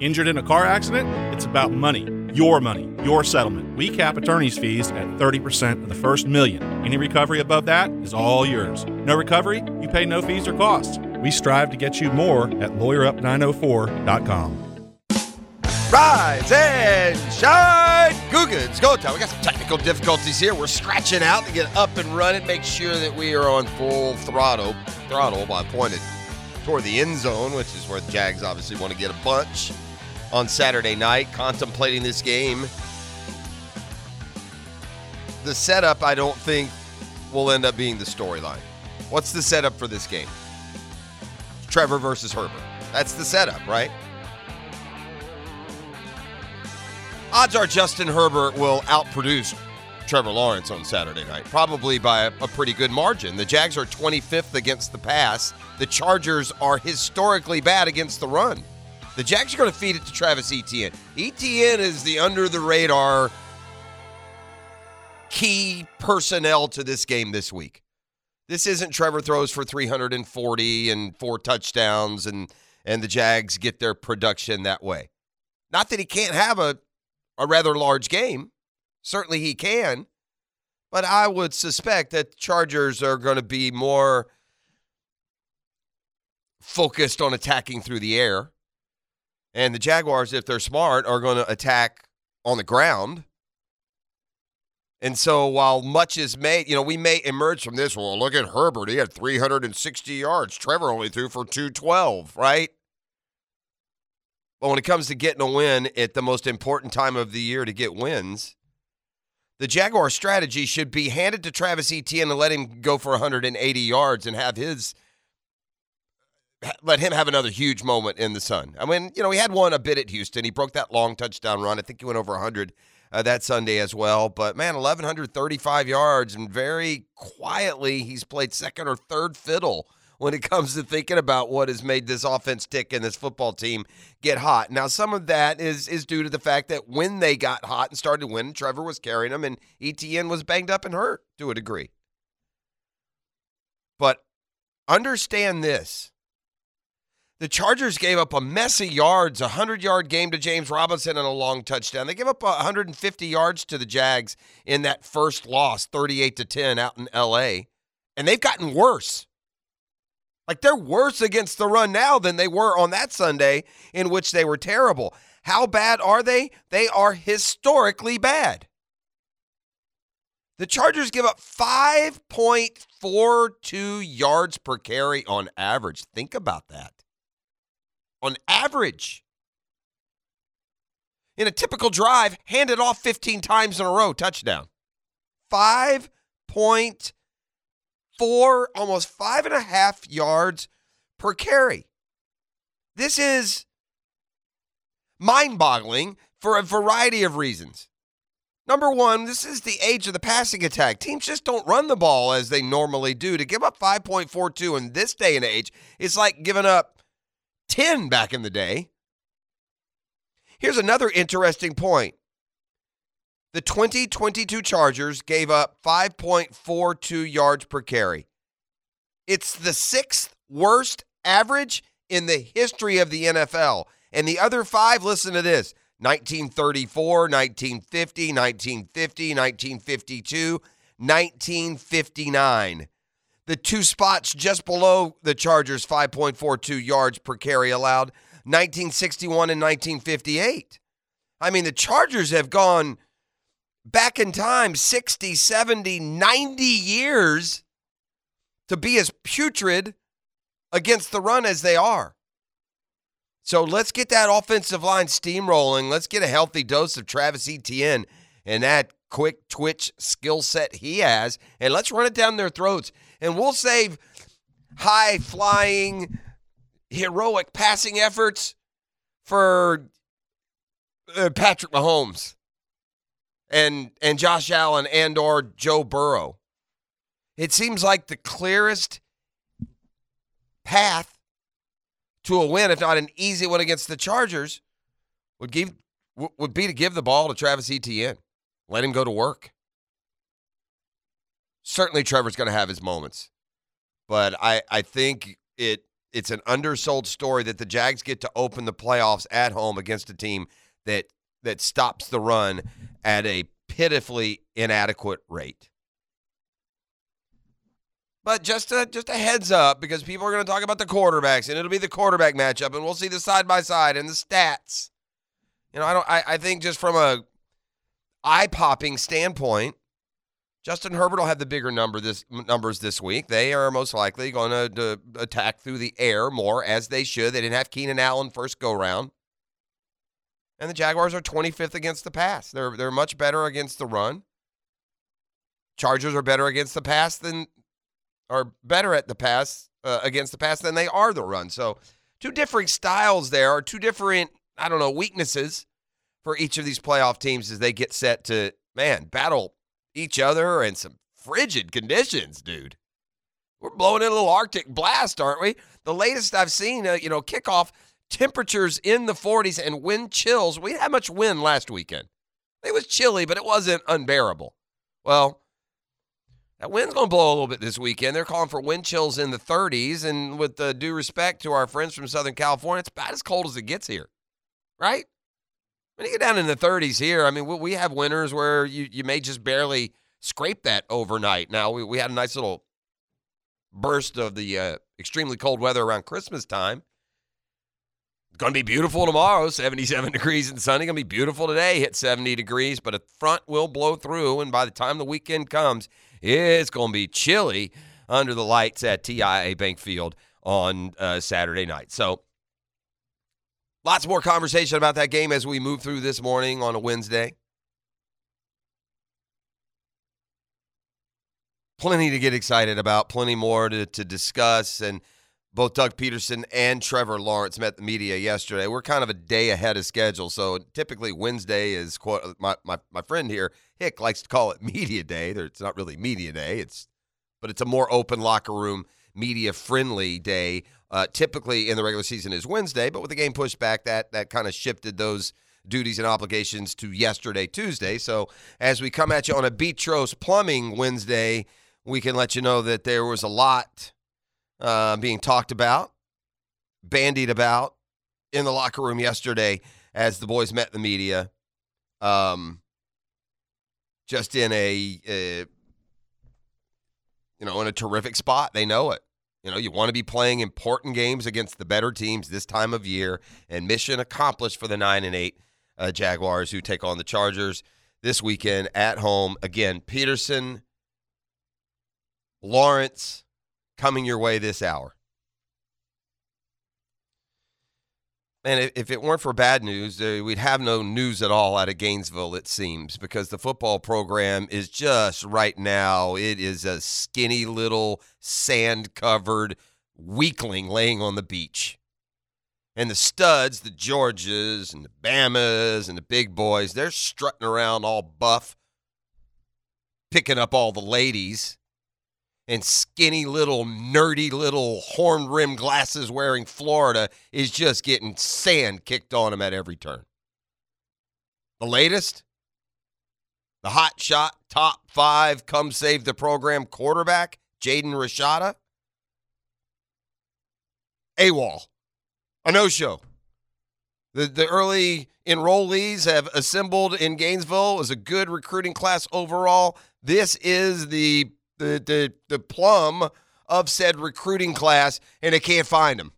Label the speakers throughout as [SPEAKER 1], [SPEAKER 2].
[SPEAKER 1] Injured in a car accident? It's about money. Your money, your settlement. We cap attorney's fees at 30% of the first million. Any recovery above that is all yours. No recovery? You pay no fees or costs. We strive to get you more at lawyerup904.com.
[SPEAKER 2] Rise and shine, Googa. It's go time. We got some technical difficulties here. We're scratching out to get up and running, make sure that we are on full throttle, throttle by pointed toward the end zone, which is where the Jags obviously want to get a bunch on Saturday night, contemplating this game. The setup, I don't think, will end up being the storyline. What's the setup for this game? Trevor versus Herbert. That's the setup, right? Odds are Justin Herbert will outproduce Trevor Lawrence on Saturday night, probably by a, a pretty good margin. The Jags are 25th against the pass. The Chargers are historically bad against the run. The Jags are going to feed it to Travis Etienne. Etienne is the under the radar key personnel to this game this week. This isn't Trevor throws for 340 and four touchdowns and and the Jags get their production that way. Not that he can't have a a rather large game. Certainly he can. But I would suspect that the Chargers are going to be more focused on attacking through the air. And the Jaguars, if they're smart, are going to attack on the ground. And so while much is made, you know, we may emerge from this. Well, look at Herbert. He had 360 yards. Trevor only threw for 212, right? But when it comes to getting a win at the most important time of the year to get wins, the Jaguar strategy should be handed to Travis Etienne and let him go for 180 yards and have his let him have another huge moment in the sun. I mean, you know, he had one a bit at Houston. He broke that long touchdown run. I think he went over 100 uh, that Sunday as well. But man, 1135 yards and very quietly he's played second or third fiddle when it comes to thinking about what has made this offense tick and this football team get hot. Now, some of that is is due to the fact that when they got hot and started winning, Trevor was carrying them, and ETN was banged up and hurt to a degree. But understand this. The Chargers gave up a messy yards, a 100 yard game to James Robinson and a long touchdown. They gave up 150 yards to the Jags in that first loss, 38 to 10 out in LA. And they've gotten worse. Like they're worse against the run now than they were on that Sunday in which they were terrible. How bad are they? They are historically bad. The Chargers give up 5.42 yards per carry on average. Think about that. On average. In a typical drive, hand it off 15 times in a row, touchdown. 5.42 four, almost five and a half yards per carry. This is mind boggling for a variety of reasons. Number one, this is the age of the passing attack. Teams just don't run the ball as they normally do. To give up 5.42 in this day and age is like giving up 10 back in the day. Here's another interesting point. The 2022 Chargers gave up 5.42 yards per carry. It's the sixth worst average in the history of the NFL. And the other five, listen to this 1934, 1950, 1950, 1952, 1959. The two spots just below the Chargers' 5.42 yards per carry allowed 1961 and 1958. I mean, the Chargers have gone back in time 60, 70, 90 years to be as putrid against the run as they are. So let's get that offensive line steamrolling. Let's get a healthy dose of Travis Etienne and that quick twitch skill set he has, and let's run it down their throats. And we'll save high flying, heroic passing efforts for uh, Patrick Mahomes and and Josh Allen and or Joe Burrow. It seems like the clearest path to a win, if not an easy one against the Chargers, would give would be to give the ball to Travis Etienne, let him go to work. Certainly, Trevor's going to have his moments, but I I think it it's an undersold story that the Jags get to open the playoffs at home against a team that that stops the run at a pitifully inadequate rate. But just a, just a heads up because people are going to talk about the quarterbacks and it'll be the quarterback matchup and we'll see the side by side and the stats. You know, I don't I, I think just from a eye popping standpoint, Justin Herbert will have the bigger number this m- numbers this week. They are most likely going to, to attack through the air more as they should. They didn't have Keenan Allen first go round, and the Jaguars are 25th against the pass. They're they're much better against the run. Chargers are better against the pass than are better at the pass uh, against the pass than they are the run. So two different styles there are two different I don't know weaknesses for each of these playoff teams as they get set to man battle each other and some frigid conditions, dude. We're blowing in a little Arctic blast, aren't we? The latest I've seen, uh, you know, kickoff temperatures in the 40s and wind chills. We had much wind last weekend. It was chilly, but it wasn't unbearable. Well, that wind's going to blow a little bit this weekend. They're calling for wind chills in the 30s, and with uh, due respect to our friends from Southern California, it's about as cold as it gets here, right? When you get down in the 30s here, I mean, we, we have winters where you, you may just barely scrape that overnight. Now, we, we had a nice little burst of the uh, extremely cold weather around Christmas time. It's going to be beautiful tomorrow, 77 degrees and sunny. Going to be beautiful today, hit 70 degrees, but a front will blow through. And by the time the weekend comes, it's going to be chilly under the lights at TIA Bank Field on uh, Saturday night. So, Lots more conversation about that game as we move through this morning on a Wednesday. Plenty to get excited about, plenty more to, to discuss. And both Doug Peterson and Trevor Lawrence met the media yesterday. We're kind of a day ahead of schedule. So typically, Wednesday is quote, my, my, my friend here, Hick, likes to call it media day. There- It's not really media day, it's but it's a more open locker room, media friendly day. Uh, typically in the regular season is Wednesday, but with the game pushed back, that that kind of shifted those duties and obligations to yesterday, Tuesday. So as we come at you on a Beatros Plumbing Wednesday, we can let you know that there was a lot uh, being talked about, bandied about in the locker room yesterday as the boys met the media. Um, just in a uh, you know in a terrific spot. They know it. You know, you want to be playing important games against the better teams this time of year, and mission accomplished for the nine and eight uh, Jaguars who take on the Chargers this weekend at home. Again, Peterson, Lawrence, coming your way this hour. Man, if- if it weren't for bad news, uh, we'd have no news at all out of Gainesville, it seems, because the football program is just right now, it is a skinny little sand covered weakling laying on the beach. And the studs, the Georges and the Bamas and the big boys, they're strutting around all buff, picking up all the ladies and skinny little nerdy little horn rimmed glasses wearing Florida is just getting sand kicked on him at every turn. The latest, the hot shot top five come save the program quarterback, Jaden Rashada. AWOL, a no show. The, the early enrollees have assembled in Gainesville. It was a good recruiting class overall. This is the the the, the plum of said recruiting class, and they can't find him.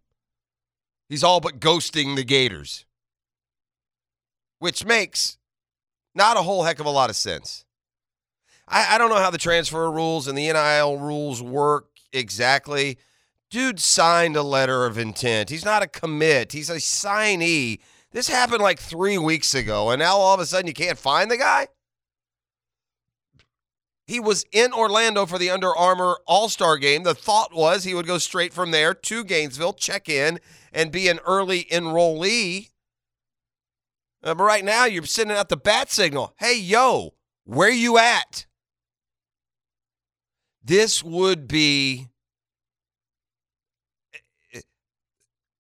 [SPEAKER 2] He's all but ghosting the Gators, which makes not a whole heck of a lot of sense. I, I don't know how the transfer rules and the NIL rules work exactly. Dude signed a letter of intent. He's not a commit, he's a signee. This happened like three weeks ago, and now all of a sudden you can't find the guy? He was in Orlando for the Under Armour All Star game. The thought was he would go straight from there to Gainesville, check in, and be an early enrollee. Uh, but right now, you're sending out the bat signal. Hey, yo, where you at? This would be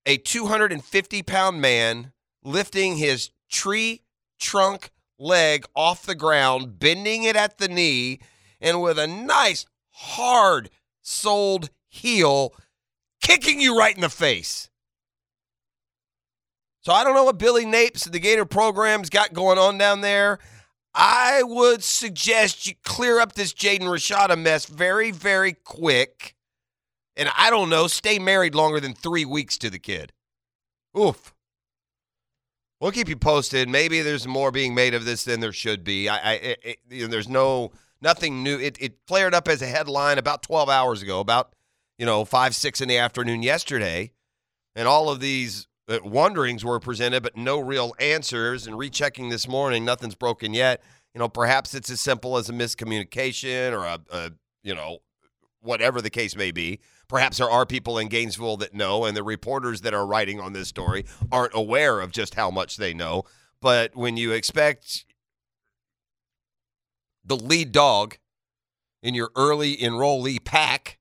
[SPEAKER 2] a 250 pound man lifting his tree trunk leg off the ground, bending it at the knee, and with a nice hard soled heel, kicking you right in the face. So I don't know what Billy Napes and the Gator program's got going on down there. I would suggest you clear up this Jaden Rashada mess very, very quick. And I don't know, stay married longer than three weeks to the kid. Oof. We'll keep you posted. Maybe there's more being made of this than there should be. I, I it, it- you know, there's no nothing new. It, it flared up as a headline about 12 hours ago, about you know five six in the afternoon yesterday, and all of these uh, wonderings were presented, but no real answers. And rechecking this morning, nothing's broken yet. You know, perhaps it's as simple as a miscommunication or a, a you know whatever the case may be. Perhaps there are people in Gainesville that know, and the reporters that are writing on this story aren't aware of just how much they know. But when you expect the lead dog in your early enrollee pack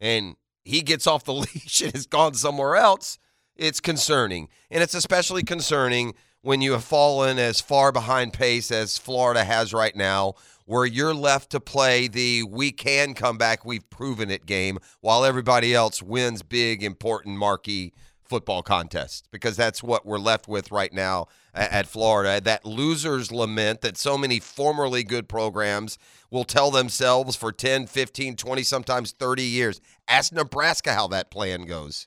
[SPEAKER 2] and he gets off the leash and has gone somewhere else, it's concerning. And it's especially concerning when you have fallen as far behind pace as Florida has right now, where you're left to play the we can come back, we've proven it game, while everybody else wins big, important, marquee football contests, because that's what we're left with right now a- at Florida. That loser's lament that so many formerly good programs will tell themselves for 10, 15, 20, sometimes 30 years. Ask Nebraska how that plan goes.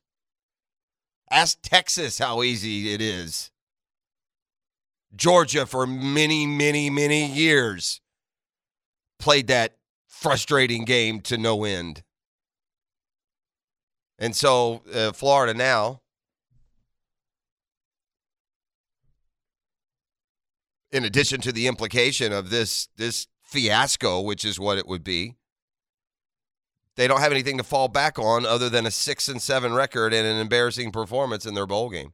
[SPEAKER 2] Ask Texas how easy it is. Georgia for many, many, many years played that frustrating game to no end. And so uh, Florida now in addition to the implication of this this fiasco, which is what it would be, they don't have anything to fall back on other than a six and seven record and an embarrassing performance in their bowl game.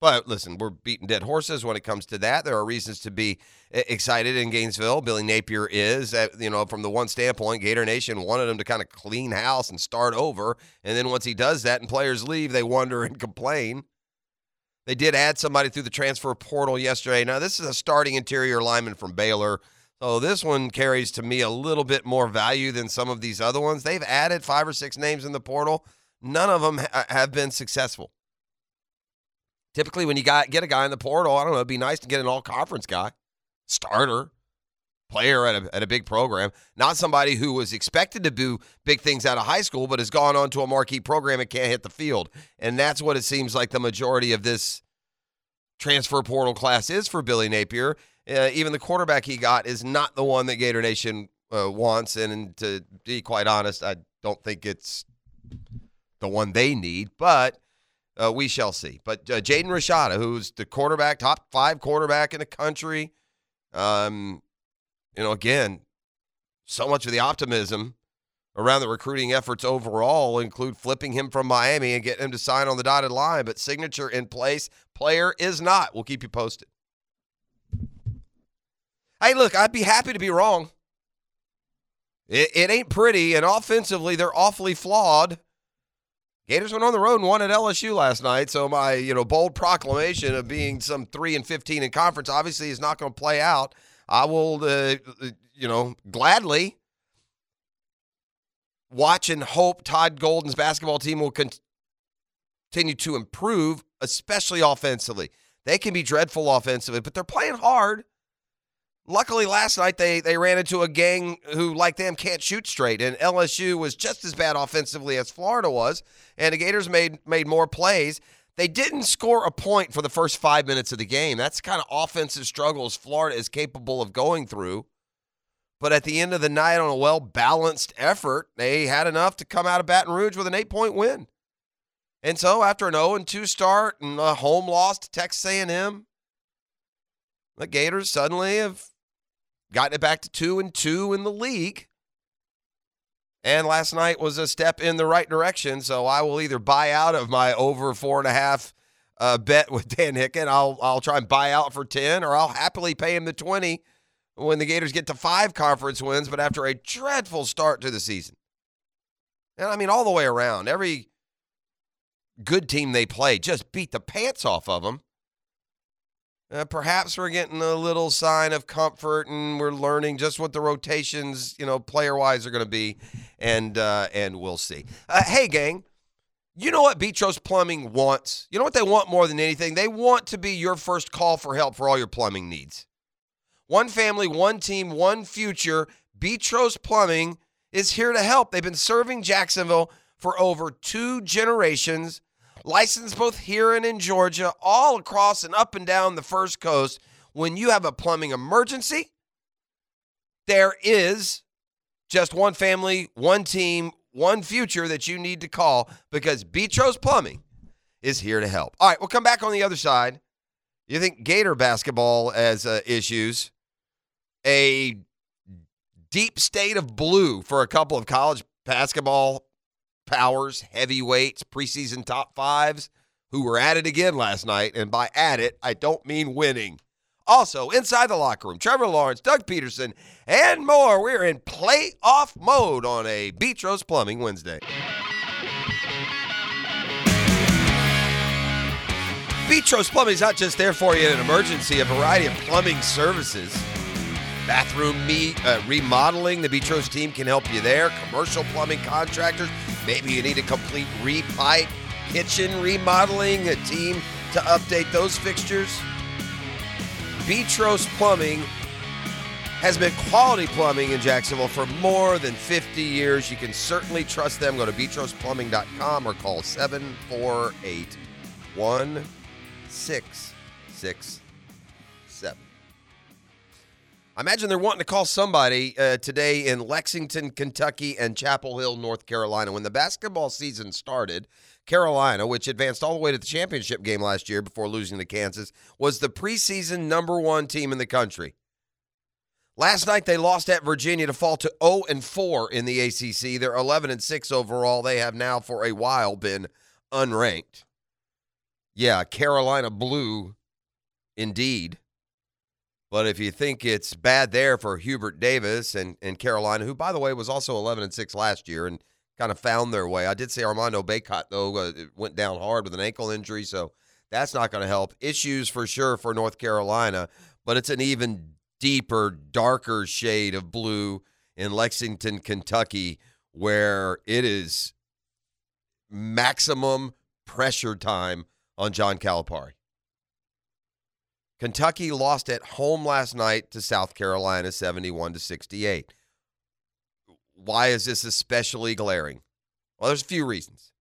[SPEAKER 2] But listen, we're beating dead horses when it comes to that. There are reasons to be e- excited in Gainesville. Billy Napier is, uh, you know, from the one standpoint, Gator Nation wanted him to kind of clean house and start over. And then once he does that and players leave, they wonder and complain. They did add somebody through the transfer portal yesterday. Now, this is a starting interior lineman from Baylor. So this one carries to me a little bit more value than some of these other ones. They've added five or six names in the portal. None of them ha- have been successful. Typically, when you got get a guy in the portal, I don't know, it'd be nice to get an all conference guy, starter, player at a, at a big program, not somebody who was expected to do big things out of high school, but has gone on to a marquee program and can't hit the field. And that's what it seems like the majority of this transfer portal class is for Billy Napier. Uh, even the quarterback he got is not the one that Gator Nation uh, wants. And to be quite honest, I don't think it's the one they need, but uh, we shall see. But uh, Jaden Rashada, who's the quarterback, top five quarterback in the country, um, you know, again, so much of the optimism around the recruiting efforts overall include flipping him from Miami and getting him to sign on the dotted line, but signature in place, player is not. We'll keep you posted. Hey, look, I'd be happy to be wrong. It, it ain't pretty, and offensively, they're awfully flawed. Gators went on the road and won at LSU last night, so my you know bold proclamation of being some three and fifteen in conference obviously is not going to play out. I will, uh, you know, gladly watch and hope Todd Golden's basketball team will con- continue to improve, especially offensively. They can be dreadful offensively, but they're playing hard. Luckily, last night they they ran into a gang who, like them, can't shoot straight, and LSU was just as bad offensively as Florida was, and the Gators made made more plays. They didn't score a point for the first five minutes of the game. That's the kind of offensive struggles Florida is capable of going through. But at the end of the night, on a well balanced effort, they had enough to come out of Baton Rouge with an eight point win. And so, after an 0 2 start and a home loss to Texas A&M, the Gators suddenly have gotten it back to two and two in the league. And last night was a step in the right direction. So I will either buy out of my over four and a half uh, bet with Dan Hicken. I'll I'll try and buy out for ten, or I'll happily pay him the twenty when the Gators get to five conference wins. But after a dreadful start to the season, and I mean all the way around, every good team they play just beat the pants off of them. Uh, perhaps we're getting a little sign of comfort, and we're learning just what the rotations, you know, player wise, are going to be, and uh, and we'll see. Uh, hey, gang, You know what Betros Plumbing wants? You know what they want more than anything? They want to be your first call for help for all your plumbing needs. One family, one team, one future. Betros Plumbing is here to help. They've been serving Jacksonville for over two generations, licensed both here and in Georgia, all across and up and down the First Coast. When you have a plumbing emergency, there is just one family, one team, one future that you need to call because Betros Plumbing is here to help. All right, we'll come back on the other side. You think Gator basketball has uh, issues? A deep state of blue for a couple of college basketball powers, heavyweights, preseason top fives who were at it again last night. And by at it, I don't mean winning. Also, inside the locker room, Trevor Lawrence, Doug Peterson, and more. We're in playoff mode on a Beatros Plumbing Wednesday. Beatros Plumbing is not just there for you in an emergency, a variety of plumbing services. Bathroom me, uh, remodeling, the Beatros team can help you there. Commercial plumbing contractors, maybe you need a complete repipe. Kitchen remodeling, a team to update those fixtures. Betros Plumbing has been quality plumbing in Jacksonville for more than 50 years. You can certainly trust them. Go to betrosplumbing.com or call 748 1667. I imagine they're wanting to call somebody uh, today in Lexington, Kentucky, and Chapel Hill, North Carolina. When the basketball season started, Carolina, which advanced all the way to the championship game last year before losing to Kansas, was the preseason number one team in the country. Last night they lost at Virginia to fall to 0 and 4 in the ACC. They're 11 and 6 overall. They have now for a while been unranked. Yeah, Carolina blue, indeed. But if you think it's bad there for Hubert Davis and, and Carolina, who by the way was also 11 and 6 last year and kind of found their way. I did say Armando Baycott, though, uh, went down hard with an ankle injury, so that's not going to help. Issues for sure for North Carolina, but it's an even deeper, darker shade of blue in Lexington, Kentucky, where it is maximum pressure time on John Calipari. Kentucky lost at home last night to South Carolina 71 to 68 why is this especially glaring? Well, there's a few reasons.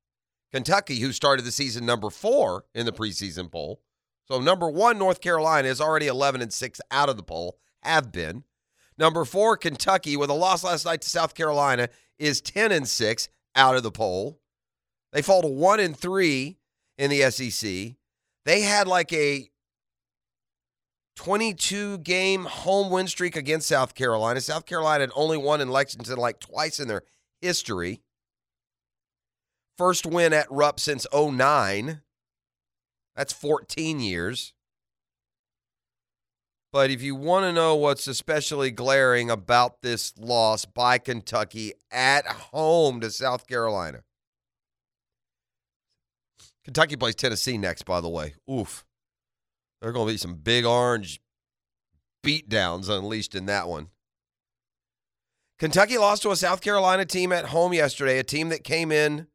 [SPEAKER 2] Kentucky, who started the season number four in the preseason poll, so number one, North Carolina is already 11 and six out of the poll, have been. Number four, Kentucky, with a loss last night to South Carolina, is 10 and six out of the poll. They fall to one and three in the SEC. They had like a 22 game home win streak against South Carolina. South Carolina had only won in Lexington like twice in their history. First win at Rupp since 09. That's 14 years. But if you want to know what's especially glaring about this loss by Kentucky at home to South Carolina, Kentucky plays Tennessee next, by the way. Oof. There are going to be some big orange beatdowns unleashed in that one. Kentucky lost to a South Carolina team at home yesterday, a team that came in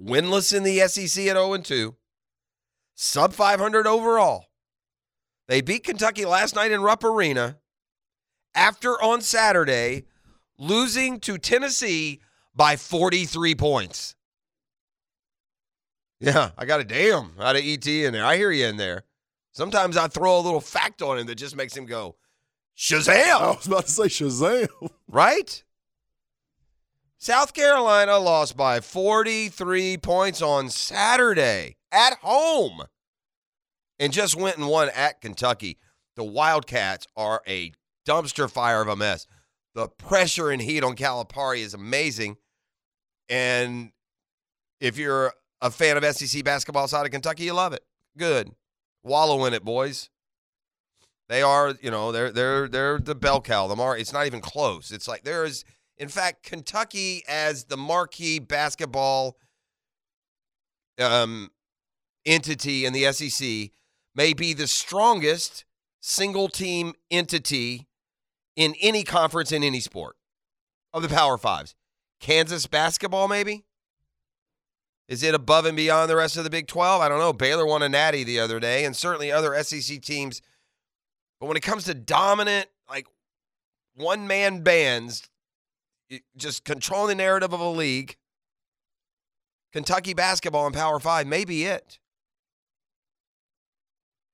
[SPEAKER 2] winless in the SEC at 0 2, sub 500 overall. They beat Kentucky last night in Rupp Arena after on Saturday losing to Tennessee by 43 points. Yeah, I got a damn out of ET in there. I hear you in there. Sometimes I throw a little fact on him that just makes him go, Shazam!
[SPEAKER 3] I was about to say Shazam.
[SPEAKER 2] Right? South Carolina lost by 43 points on Saturday at home and just went and won at Kentucky. The Wildcats are a dumpster fire of a mess. The pressure and heat on Calipari is amazing. And if you're a fan of SEC basketball outside of Kentucky, you love it. Good wallow in it, boys. They are, you know, they're they're they're the bell cow. The mar- it's not even close. It's like there is, in fact, Kentucky as the marquee basketball um, entity in the SEC may be the strongest single team entity in any conference in any sport of the Power Fives. Kansas basketball, maybe. Is it above and beyond the rest of the Big 12? I don't know. Baylor won a natty the other day, and certainly other SEC teams. But when it comes to dominant, like one man bands, it- just controlling the narrative of a league, Kentucky basketball in Power Five may be it.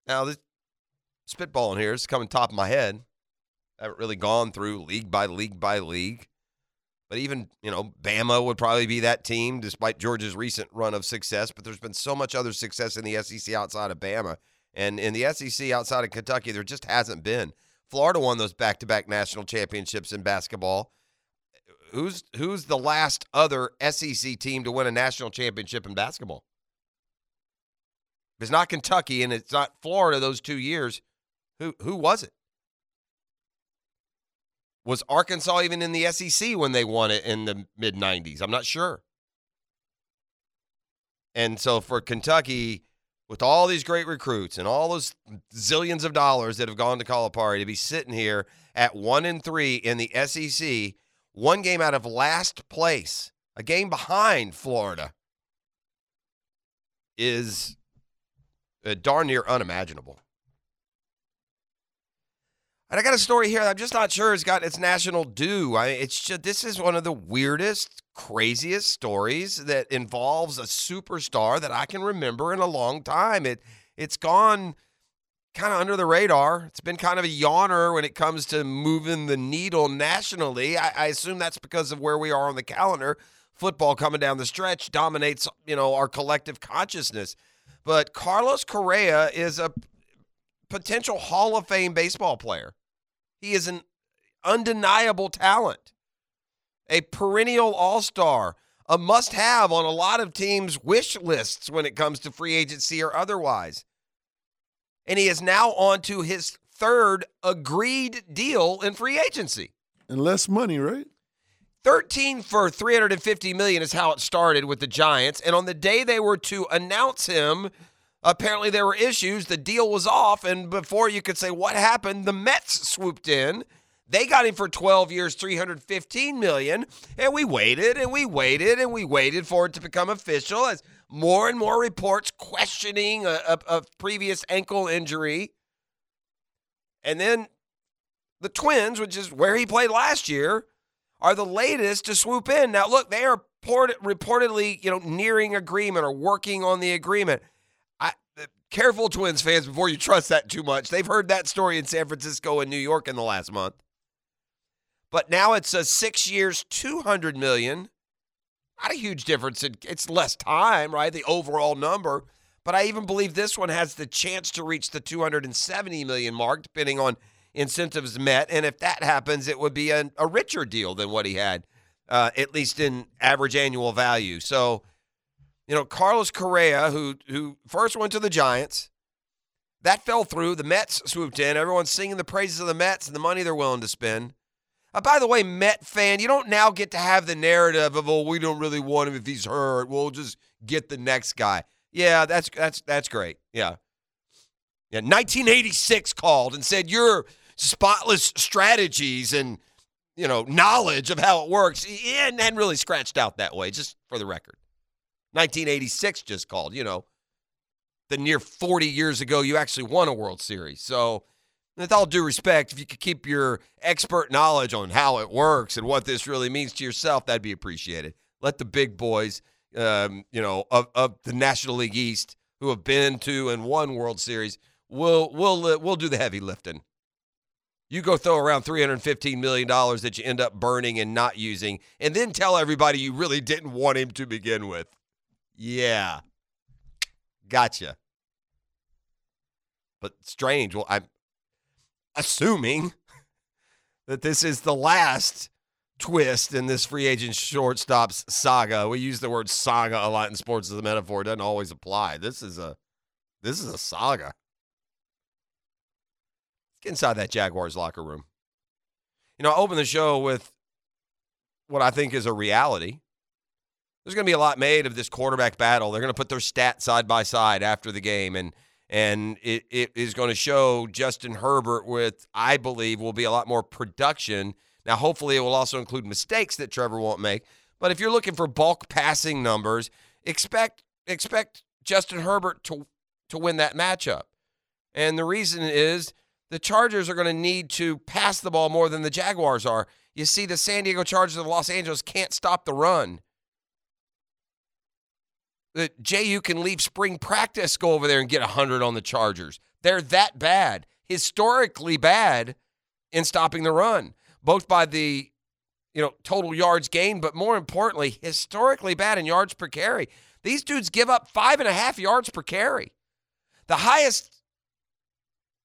[SPEAKER 2] Now, this spitballing here is coming top of my head. I haven't really gone through league by league by league. But even, you know, Bama would probably be that team despite Georgia's recent run of success. But there's been so much other success in the SEC outside of Bama. And in the SEC outside of Kentucky, there just hasn't been. Florida won those back to back national championships in basketball. Who's who's the last other SEC team to win a national championship in basketball? If it's not Kentucky and it's not Florida those two years, who who was it? Was Arkansas even in the SEC when they won it in the mid 90s? I'm not sure. And so for Kentucky, with all these great recruits and all those zillions of dollars that have gone to Calipari to be sitting here at one and three in the SEC, one game out of last place, a game behind Florida, is uh, darn near unimaginable. And I got a story here that I'm just not sure it's got its national due. I it's just this is one of the weirdest, craziest stories that involves a superstar that I can remember in a long time. It it's gone kind of under the radar. It's been kind of a yawner when it comes to moving the needle nationally. I, I assume that's because of where we are on the calendar. Football coming down the stretch dominates, you know, our collective consciousness. But Carlos Correa is a potential Hall of Fame baseball player. He is an undeniable talent, a perennial all star, a must have on a lot of teams' wish lists when it comes to free agency or otherwise. And he is now on to his third agreed deal in free agency.
[SPEAKER 3] And less money, right?
[SPEAKER 2] 13 for 350 million is how it started with the Giants. And on the day they were to announce him, apparently there were issues. The deal was off. And before you could say what happened, the Mets swooped in. They got him for 12 years, 315 million. And we waited and we waited and we waited for it to become official as more and more reports questioning a, a, a previous ankle injury. And then the Twins, which is where he played last year, are the latest to swoop in. Now, look, they are port- reportedly, you know, nearing agreement or working on the agreement. I, uh, careful, Twins fans, before you trust that too much. They've heard that story in San Francisco and New York in the last month. But now it's a six years, two hundred million. Not a huge difference. In, it's less time, right? The overall number. But I even believe this one has the chance to reach the 270 million mark, depending on incentives met. And if that happens, it would be a, a richer deal than what he had, uh, at least in average annual value. So, you know, Carlos Correa, who who first went to the Giants, that fell through. The Mets swooped in. Everyone's singing the praises of the Mets and the money they're willing to spend. Uh, by the way, Met fan, you don't now get to have the narrative of "oh, we don't really want him if he's hurt. We'll just get the next guy." Yeah, that's that's that's great. Yeah, yeah. 1986 called and said your spotless strategies and you know knowledge of how it works yeah, and hadn't really scratched out that way. Just for the record, 1986 just called. You know, the near 40 years ago you actually won a World Series. So with all due respect, if you could keep your expert knowledge on how it works and what this really means to yourself, that'd be appreciated. Let the big boys, um, you know, of, of the National League East, who have been to and won World Series, we'll we'll li- we'll do the heavy lifting. You go throw around three hundred fifteen million dollars that you end up burning and not using, and then tell everybody you really didn't want him to begin with. Yeah, gotcha. But strange. Well, I'm assuming that this is the last twist in this free agent shortstops saga. We use the word saga a lot in sports as a metaphor. It doesn't always apply. This is a this is a saga. Let's get inside that Jaguars locker room. You know, I open the show with what I think is a reality. There's going to be a lot made of this quarterback battle. They're going to put their stats side by side after the game, and and it, it is going to show Justin Herbert with, I believe, will be a lot more production. Now, hopefully, it will also include mistakes that Trevor won't make. But if you're looking for bulk passing numbers, expect expect Justin Herbert to to win that matchup. And the reason is the Chargers are going to need to pass the ball more than the Jaguars are. You see, the San Diego Chargers of Los Angeles can't stop the run. The JU can leave spring practice, go over there and get 100 on the Chargers. They're that bad, historically bad in stopping the run, both by the you know, total yards gained, but more importantly, historically bad in yards per carry. These dudes give up five and a half yards per carry. The highest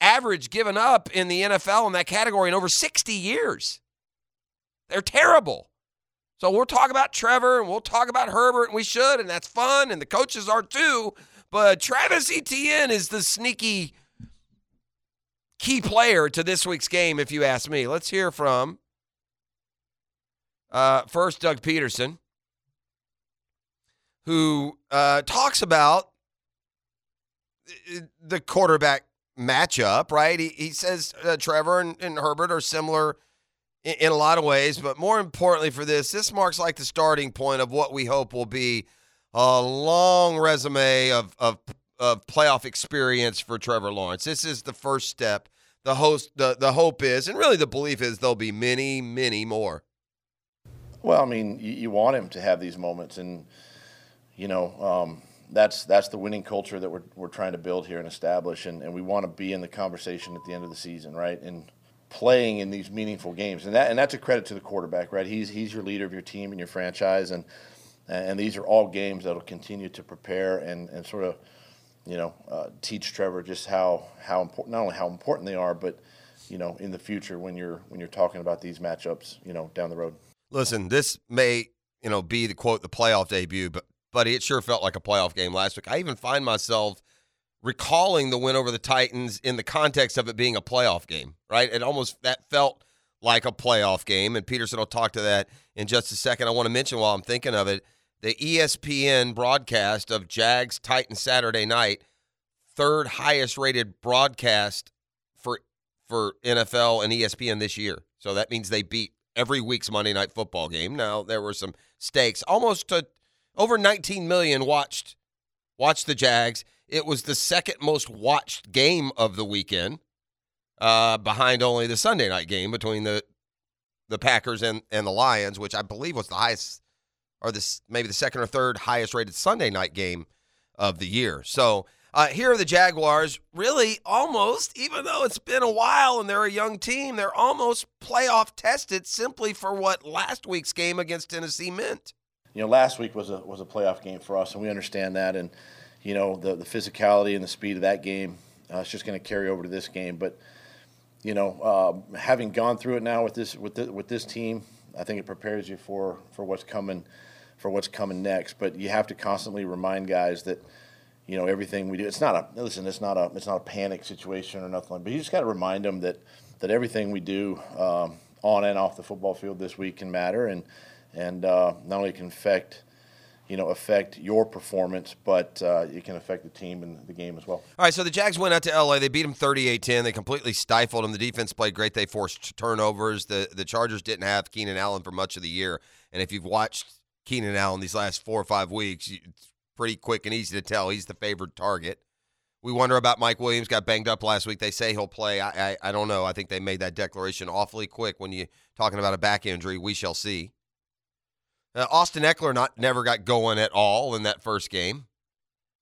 [SPEAKER 2] average given up in the NFL in that category in over 60 years. They're terrible. So we'll talk about Trevor and we'll talk about Herbert, and we should, and that's fun, and the coaches are too. But Travis Etienne is the sneaky key player to this week's game, if you ask me. Let's hear from uh, first, Doug Peterson, who uh, talks about uh, the quarterback matchup, right? He, he says uh, Trevor and, and Herbert are similar in, in a lot of ways, but more importantly for this, this marks like the starting point of what we hope will be a long resume of, of, of playoff experience for Trevor Lawrence. This is the first step. The host, the, the hope is, and really the belief is, there'll be many, many more.
[SPEAKER 3] Well, I mean, you, you, want him to have these moments, and you know um, that's that's the winning culture that we're we're trying to build here and establish, and, and we want to be in the conversation at the end of the season, right? And playing in these meaningful games, and that and that's a credit to the quarterback, right? He's he's your leader of your team and your franchise, and and these are all games that'll continue to prepare and and sort of you know uh, teach Trevor just how how important not only how important they are, but you know in the future when you're when you're talking about these matchups, you know down the road
[SPEAKER 2] listen, this may, you know, be the quote the playoff debut, but buddy, it sure felt like a playoff game last week. I even find myself recalling the win over the Titans in the context of it being a playoff game, right? It almost that felt like a playoff game, and Peterson will talk to that in just a second. I want to mention while I'm thinking of it, the E ESPN broadcast of Jags Titans Saturday night, third highest rated broadcast for for NFL and E ESPN this year. So that means they beat every week's Monday Night Football game. Now there were some stakes. Almost to, over 19 million watched watched the Jags. It was the second most watched game of the weekend, uh, behind only the Sunday night game between the the Packers and and the Lions, which I believe was the highest or this maybe the second or third highest rated Sunday night game of the year. So. Uh, here are the Jaguars, really almost, even though it's been a while and they're a young team, they're almost playoff tested simply for what last week's game against Tennessee meant.
[SPEAKER 3] You know, last week was a was a playoff game for us, and we understand that. And you know, the the physicality and the speed of that game, uh, it's just going to carry over to this game. But you know, uh, having gone through it now with this with the, with this team, I think it prepares you for for what's coming, for what's coming next. But you have to constantly remind guys that you know everything we do. It's not a listen. It's not a it's not a panic situation or nothing. Like, but you just got to remind them that that everything we do um, on and off the football field this week can matter, and and uh, not only can affect you know affect your performance, but uh, it can affect the team and the game as well.
[SPEAKER 2] All right. So the Jags went out to L.A. They beat them 38-10. They completely stifled them. The defense played great. They forced turnovers. The the Chargers didn't have Keenan Allen for much of the year, and if you've watched Keenan Allen these last four or five weeks. You, pretty quick and easy to tell he's the favored target. We wonder about Mike Williams got banged up last week. They say he'll play. I, I, I don't know. I think they made that declaration awfully quick when you talking about a back injury. We shall see. Uh, Austin Eckler not never got going at all in that first game.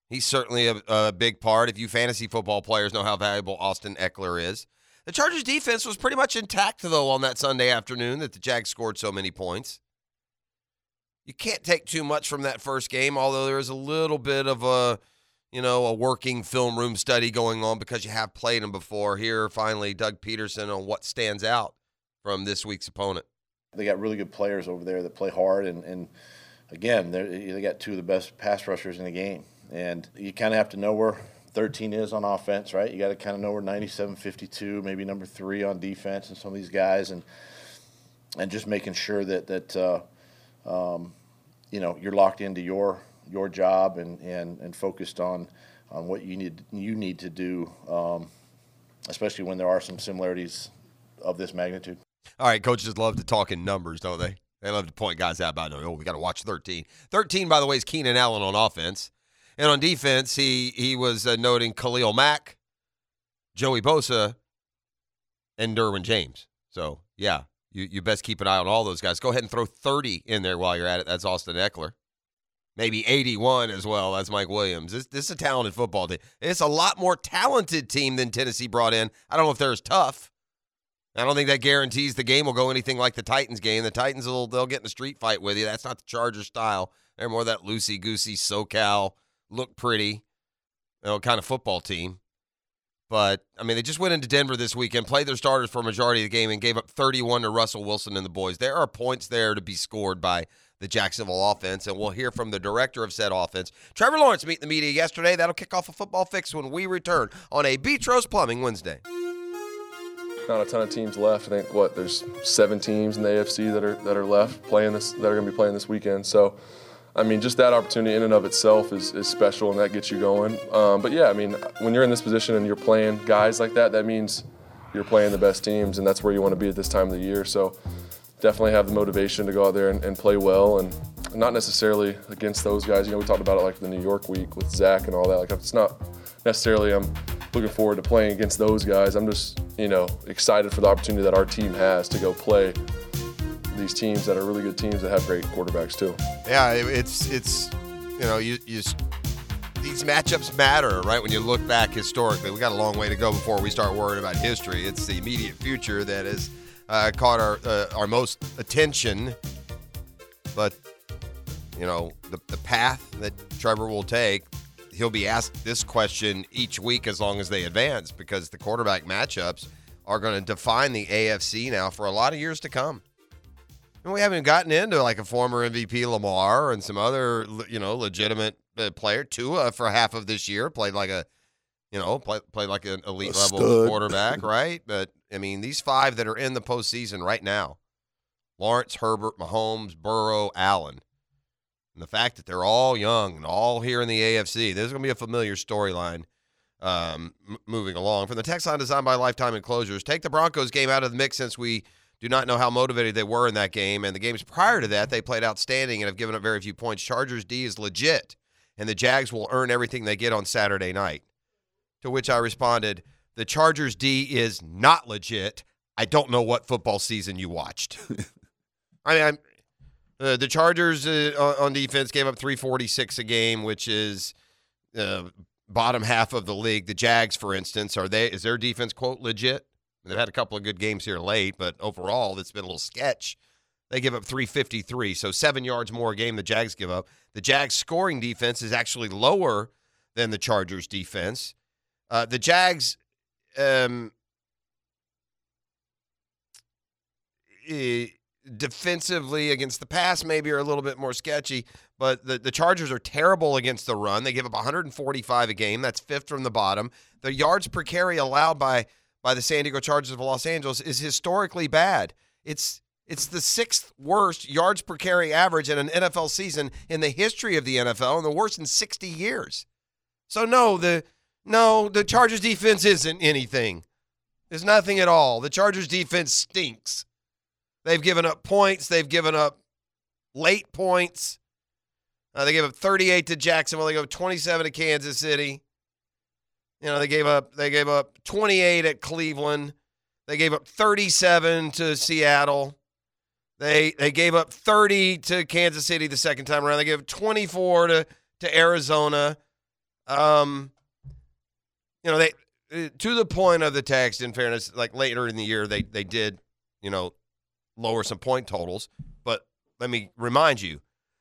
[SPEAKER 2] He's certainly a, a big part. If you fantasy football players know how valuable Austin Eckler is. The Chargers defense was pretty much intact though on that Sunday afternoon that the Jags scored so many points you can't take too much from that first game, although there is a little bit of a, you know, a working film room study going on because you have played them before. Here, finally, Doug Peterson on what stands out from this week's opponent.
[SPEAKER 3] They got really good players over there that play hard, and, and again, they got two of the best pass rushers in the game. And you kind of have to know where 13 is on offense, right? You got to kind of know where 97, 52, maybe number three on defense, and some of these guys, and and just making sure that that. Uh, um, you know you're locked into your your job and and, and focused on on what you need you need to do um, especially when there are some similarities of this magnitude
[SPEAKER 2] all right coaches love to talk in numbers don't they They love to point guys out about, oh, we got to watch 13. 13, by the way, is Keenan Allen on offense. And on defense, he he was uh, noting Khalil Mack, Joey Bosa, and Derwin James. So, yeah, you, you best keep an eye on all those guys. Go ahead and throw 30 in there while you're at it. That's Austin Eckler. Maybe 81 as well. That's Mike Williams. This, this is a talented football team. It's a lot more talented team than Tennessee brought in. I don't know if they're as tough. I don't think that guarantees the game will go anything like the Titans game. The Titans will they'll get in a street fight with you. That's not the Charger style. They're more that loosey goosey SoCal look pretty, you know, kind of football team. But I mean, they just went into Denver this weekend, played their starters for a majority of the game, and gave up 31 to Russell Wilson and the boys. There are points there to be scored by the Jacksonville offense, and we'll hear from the director of said offense, Trevor Lawrence, meet the media yesterday. That'll kick off a football fix when we return on a Beach Rose Plumbing Wednesday
[SPEAKER 4] not a ton of teams left. I think what there's seven teams in the AFC that are that are left playing this that are going to be playing this weekend. So, I mean, just that opportunity in and of itself is, is special, and that gets you going. Um, but yeah, I mean, when you're in this position and you're playing guys like that, that means you're playing the best teams, and that's where you want to be at this time of the year. So, definitely have the motivation to go out there and, and play well, and not necessarily against those guys. You know, we talked about it like the New York week with Zach and all that. Like, it's not necessarily I'm looking forward to playing against those guys. I'm just, you know, excited for the opportunity that our team has to go play these teams that are really good teams that have great quarterbacks too.
[SPEAKER 2] Yeah, it's it's you know you you these matchups matter, right? When you look back historically, we got a long way to go before we start worrying about history. It's the immediate future that has uh, caught our uh, our most attention, but. You know, the, the path that Trevor will take he'll be asked this question each week as long as they advance because the quarterback matchups are going to define the AFC now for a lot of years to come. And we haven't gotten into like a former MVP Lamar and some other you know legitimate uh, player Tua for half of this year played like a you know play, played like an elite level quarterback, right? But I mean these five that are in the postseason right now: Lawrence, Herbert, Mahomes, Burrow, Allen. And the fact that they're all young and all here in the AFC, this is going to be a familiar storyline um, m- moving along. From the text line designed by Lifetime Enclosures, take the Broncos game out of the mix since we do not know how motivated they were in that game. And the games prior to that, they played outstanding and have given up very few points. Chargers D is legit, and the Jags will earn everything they get on Saturday night. To which I responded, the Chargers D is not legit. I don't know what football season you watched. I mean, I'm, uh, the Chargers uh, on defense gave up 346 a game, which is uh, bottom half of the league. The Jags, for instance, are they is their defense quote legit? They've had a couple of good games here late, but overall, it's been a little sketch. They give up 353, so seven yards more a game the Jags give up. The Jags' scoring defense is actually lower than the Chargers' defense. Uh, the Jags. Um, it, defensively against the pass maybe are a little bit more sketchy, but the, the Chargers are terrible against the run. They give up 145 a game. That's fifth from the bottom. The yards per carry allowed by by the San Diego Chargers of Los Angeles is historically bad. It's it's the sixth worst yards per carry average in an NFL season in the history of the NFL and the worst in 60 years. So no, the no, the Chargers defense isn't anything. There's nothing at all. The Chargers defense stinks. They've given up points. They've given up late points. Uh, they gave up 38 to Jacksonville. They gave up 27 to Kansas City. You know, they gave up they gave up 28 at Cleveland. They gave up 37 to Seattle. They they gave up 30 to Kansas City the second time around. They gave up 24 to to Arizona. Um, you know, they to the point of the text. In fairness, like later in the year, they they did you know lower some point totals. But let me remind you,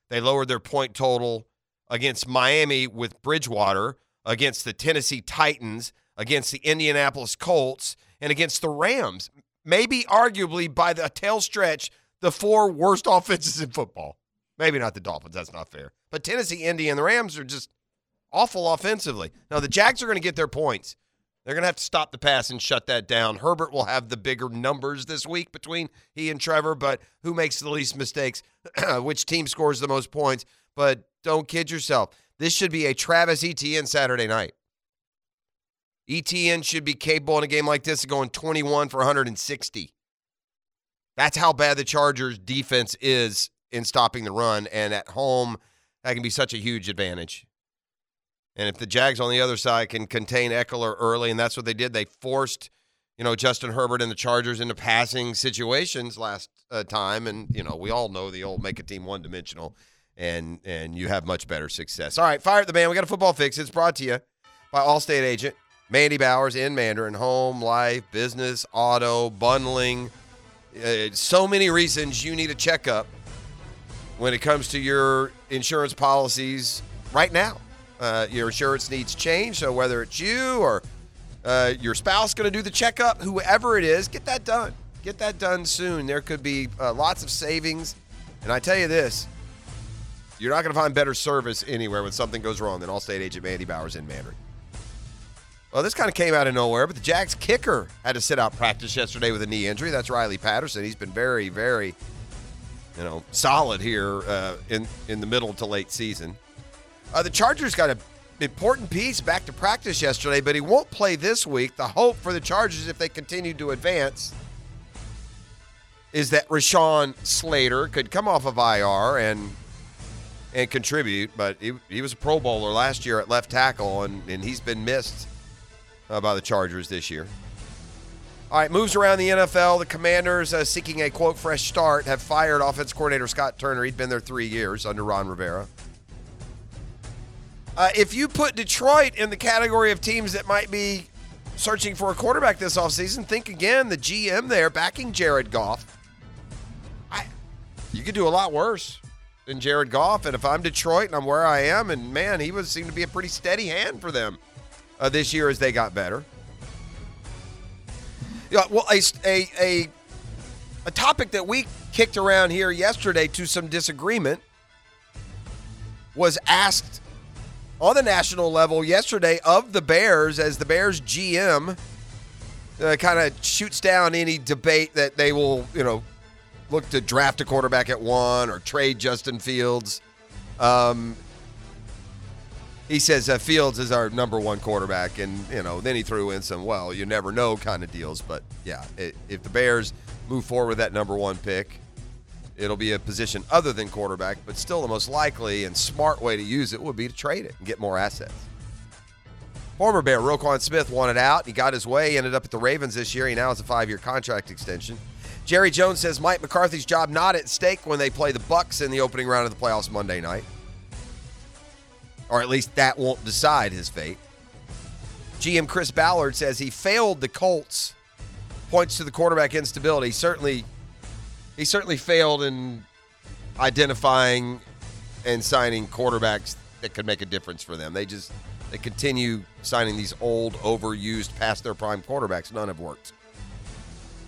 [SPEAKER 2] they lowered their point total against Miami with Bridgewater, against the Tennessee Titans, against the Indianapolis Colts, and against the Rams. Maybe arguably by the tail stretch, the four worst offenses in football. Maybe not the Dolphins. That's not fair. But Tennessee, Indy, and the Rams are just awful offensively. Now, the Jags are going to get their points. They're going to have to stop the pass and shut that down. Herbert will have the bigger numbers this week between he and Trevor, but who makes the least mistakes? Which team scores the most points? But don't kid yourself. This should be a Travis ETN Saturday night. ETN should be capable in a game like this of going 21 for 160. That's how bad the Chargers defense is in stopping the run. And at home, that can be such a huge advantage. And if the Jags on the other side can contain Eckler early, and that's what they did, they forced, you know, Justin Herbert and the Chargers into passing situations last uh, time. And, you know, we all know the old make a team one dimensional and and you have much better success. All right, fire up the band. We got a football fix. It's brought to you by Allstate agent Mandy Bowers in Mandarin. Home, life, business, auto, bundling. Uh, so many reasons you need a checkup when it comes to your insurance policies right now. Uh, your insurance needs change. So whether it's you or uh, your spouse going to do the checkup, whoever it is, get that done. Get that done soon. There could be uh, lots of savings. And I tell you this, you're not going to find better service anywhere when something goes wrong than Allstate agent Mandy Bowers in Mandarin. Well, this kind of came out of nowhere, but the Jags kicker had to sit out practice yesterday with a knee injury. That's Riley Patterson. He's been very, very, you know, solid here uh, in in the middle to late season. Uh, the Chargers got an important piece back to practice yesterday, but he won't play this week. The hope for the Chargers, if they continue to advance, is that Rashawn Slater could come off of IR and and contribute, but he, he was a Pro Bowler last year at left tackle, and, and he's been missed uh, by the Chargers this year. All right, moves around the NFL. The Commanders, uh, seeking a quote fresh start, have fired offense coordinator Scott Turner. He'd been there three years under Ron Rivera. Uh, if you put Detroit in the category of teams that might be searching for a quarterback this offseason, think again. The GM there backing Jared Goff. I, you could do a lot worse than Jared Goff. And if I'm Detroit and I'm where I am, and man, he was seemed to be a pretty steady hand for them uh, this year as they got better. Yeah, well, a, a, a, a topic that we kicked around here yesterday to some disagreement was asked on the national level yesterday of the Bears as the Bears GM uh, kind of shoots down any debate that they will, you know, look to draft a quarterback at one or trade Justin Fields. Um, he says uh, Fields is our number one quarterback, and you know then he threw in some well, you never know kind of deals. But yeah, i if the Bears move forward with that number one pick, it'll be a position other than quarterback, but still the most likely and smart way to use it would be to trade it and get more assets. Former Bear Roquan Smith wanted out. He got his way, ended up at the Ravens this year. He now has a five-year contract extension. Jerry Jones says Mike McCarthy's job not at stake when they play the Bucks in the opening round of the playoffs Monday night. Or at least that won't decide his fate. GM Chris Ballard says he failed the Colts. Points to the quarterback instability. Certainly he certainly failed in identifying and signing quarterbacks that could make a difference for them. They just they continue signing these old, overused, past their prime quarterbacks. None have worked.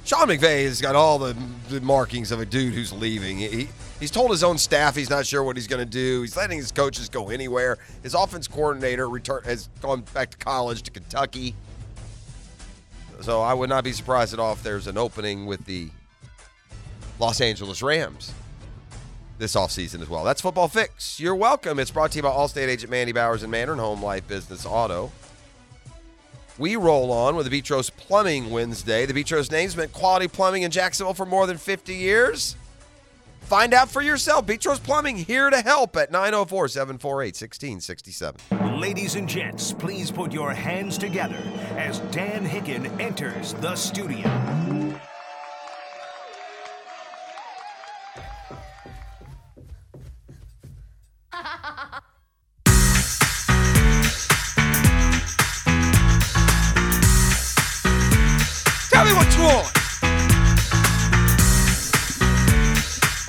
[SPEAKER 2] Sean McVay has got all the, the markings of a dude who's leaving. He, he's told his own staff he's not sure what he's going to do. He's letting his coaches go anywhere. His offense coordinator return, has gone back to college to Kentucky. So I would not be surprised at all if there's an opening with the Los Angeles Rams this offseason as well. That's Football Fix. You're welcome. It's brought to you by Allstate agent Mandy Bowers and Mandarin Home Life Business Auto. We roll on with the Betros Plumbing Wednesday. The Betros name's been quality plumbing in Jacksonville for more than 50 years. Find out for yourself. Betros Plumbing here to help at 904 748 1667.
[SPEAKER 5] Ladies and gents, please put your hands together as Dan Hicken enters the studio.
[SPEAKER 2] Tell me what you want.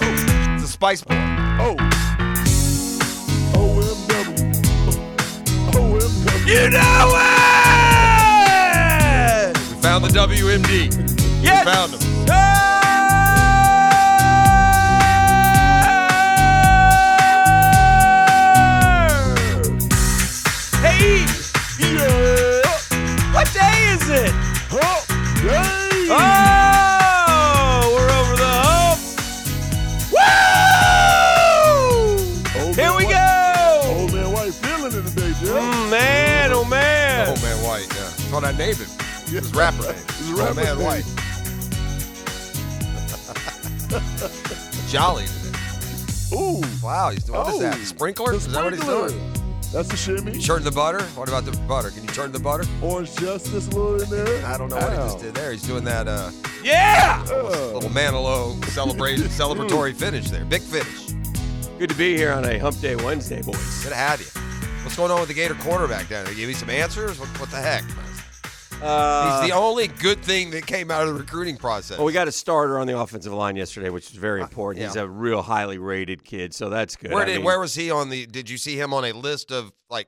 [SPEAKER 2] Oh, it's a Spice Boy.
[SPEAKER 6] Oh. OMW. OMW.
[SPEAKER 2] You know it! We found the WMD. Yes! We found him.
[SPEAKER 6] Hey! Yeah!
[SPEAKER 2] What day is it?
[SPEAKER 6] Huh! Hey!
[SPEAKER 2] Oh, we're over the hump. Woo!
[SPEAKER 6] Old
[SPEAKER 2] Here
[SPEAKER 6] man
[SPEAKER 2] we
[SPEAKER 6] White-
[SPEAKER 2] go!
[SPEAKER 6] Old man White feeling it today, Jerry.
[SPEAKER 2] Mm, man, oh man.
[SPEAKER 1] Oh man, White. Yeah.
[SPEAKER 2] That's what I named him.
[SPEAKER 6] Yeah.
[SPEAKER 2] His rapper name.
[SPEAKER 6] His rapper
[SPEAKER 2] Old man
[SPEAKER 6] name.
[SPEAKER 2] White. Jolly today.
[SPEAKER 6] Ooh.
[SPEAKER 2] Wow, he's doing, what is that?
[SPEAKER 6] Oh,
[SPEAKER 2] Sprinkler?
[SPEAKER 6] the
[SPEAKER 2] Is that what he's
[SPEAKER 6] sprinkler.
[SPEAKER 2] doing?
[SPEAKER 6] That's the shimmy.
[SPEAKER 2] Churn the butter? What about the butter? Can you churn the butter?
[SPEAKER 6] Orange Justice a little in there.
[SPEAKER 2] I don't know what he just
[SPEAKER 6] Ow.
[SPEAKER 2] did there. He's doing that uh,
[SPEAKER 6] Oh.
[SPEAKER 2] little Manilow celebration, celebratory finish there. Big finish.
[SPEAKER 7] Good to be here on a Hump Day Wednesday, boys.
[SPEAKER 2] Good to have you. What's going on with the Gator quarterback down there? Give me some answers? What, what the heck?
[SPEAKER 7] Uh,
[SPEAKER 2] He's the only good thing that came out of the recruiting process.
[SPEAKER 7] well, we got a starter on the offensive line yesterday, which is very important. He's
[SPEAKER 2] Uh, yeah.
[SPEAKER 7] a real highly rated kid, so that's good.
[SPEAKER 2] where
[SPEAKER 7] I
[SPEAKER 2] did
[SPEAKER 7] mean-
[SPEAKER 2] where was he on the? Did you see him on a list of like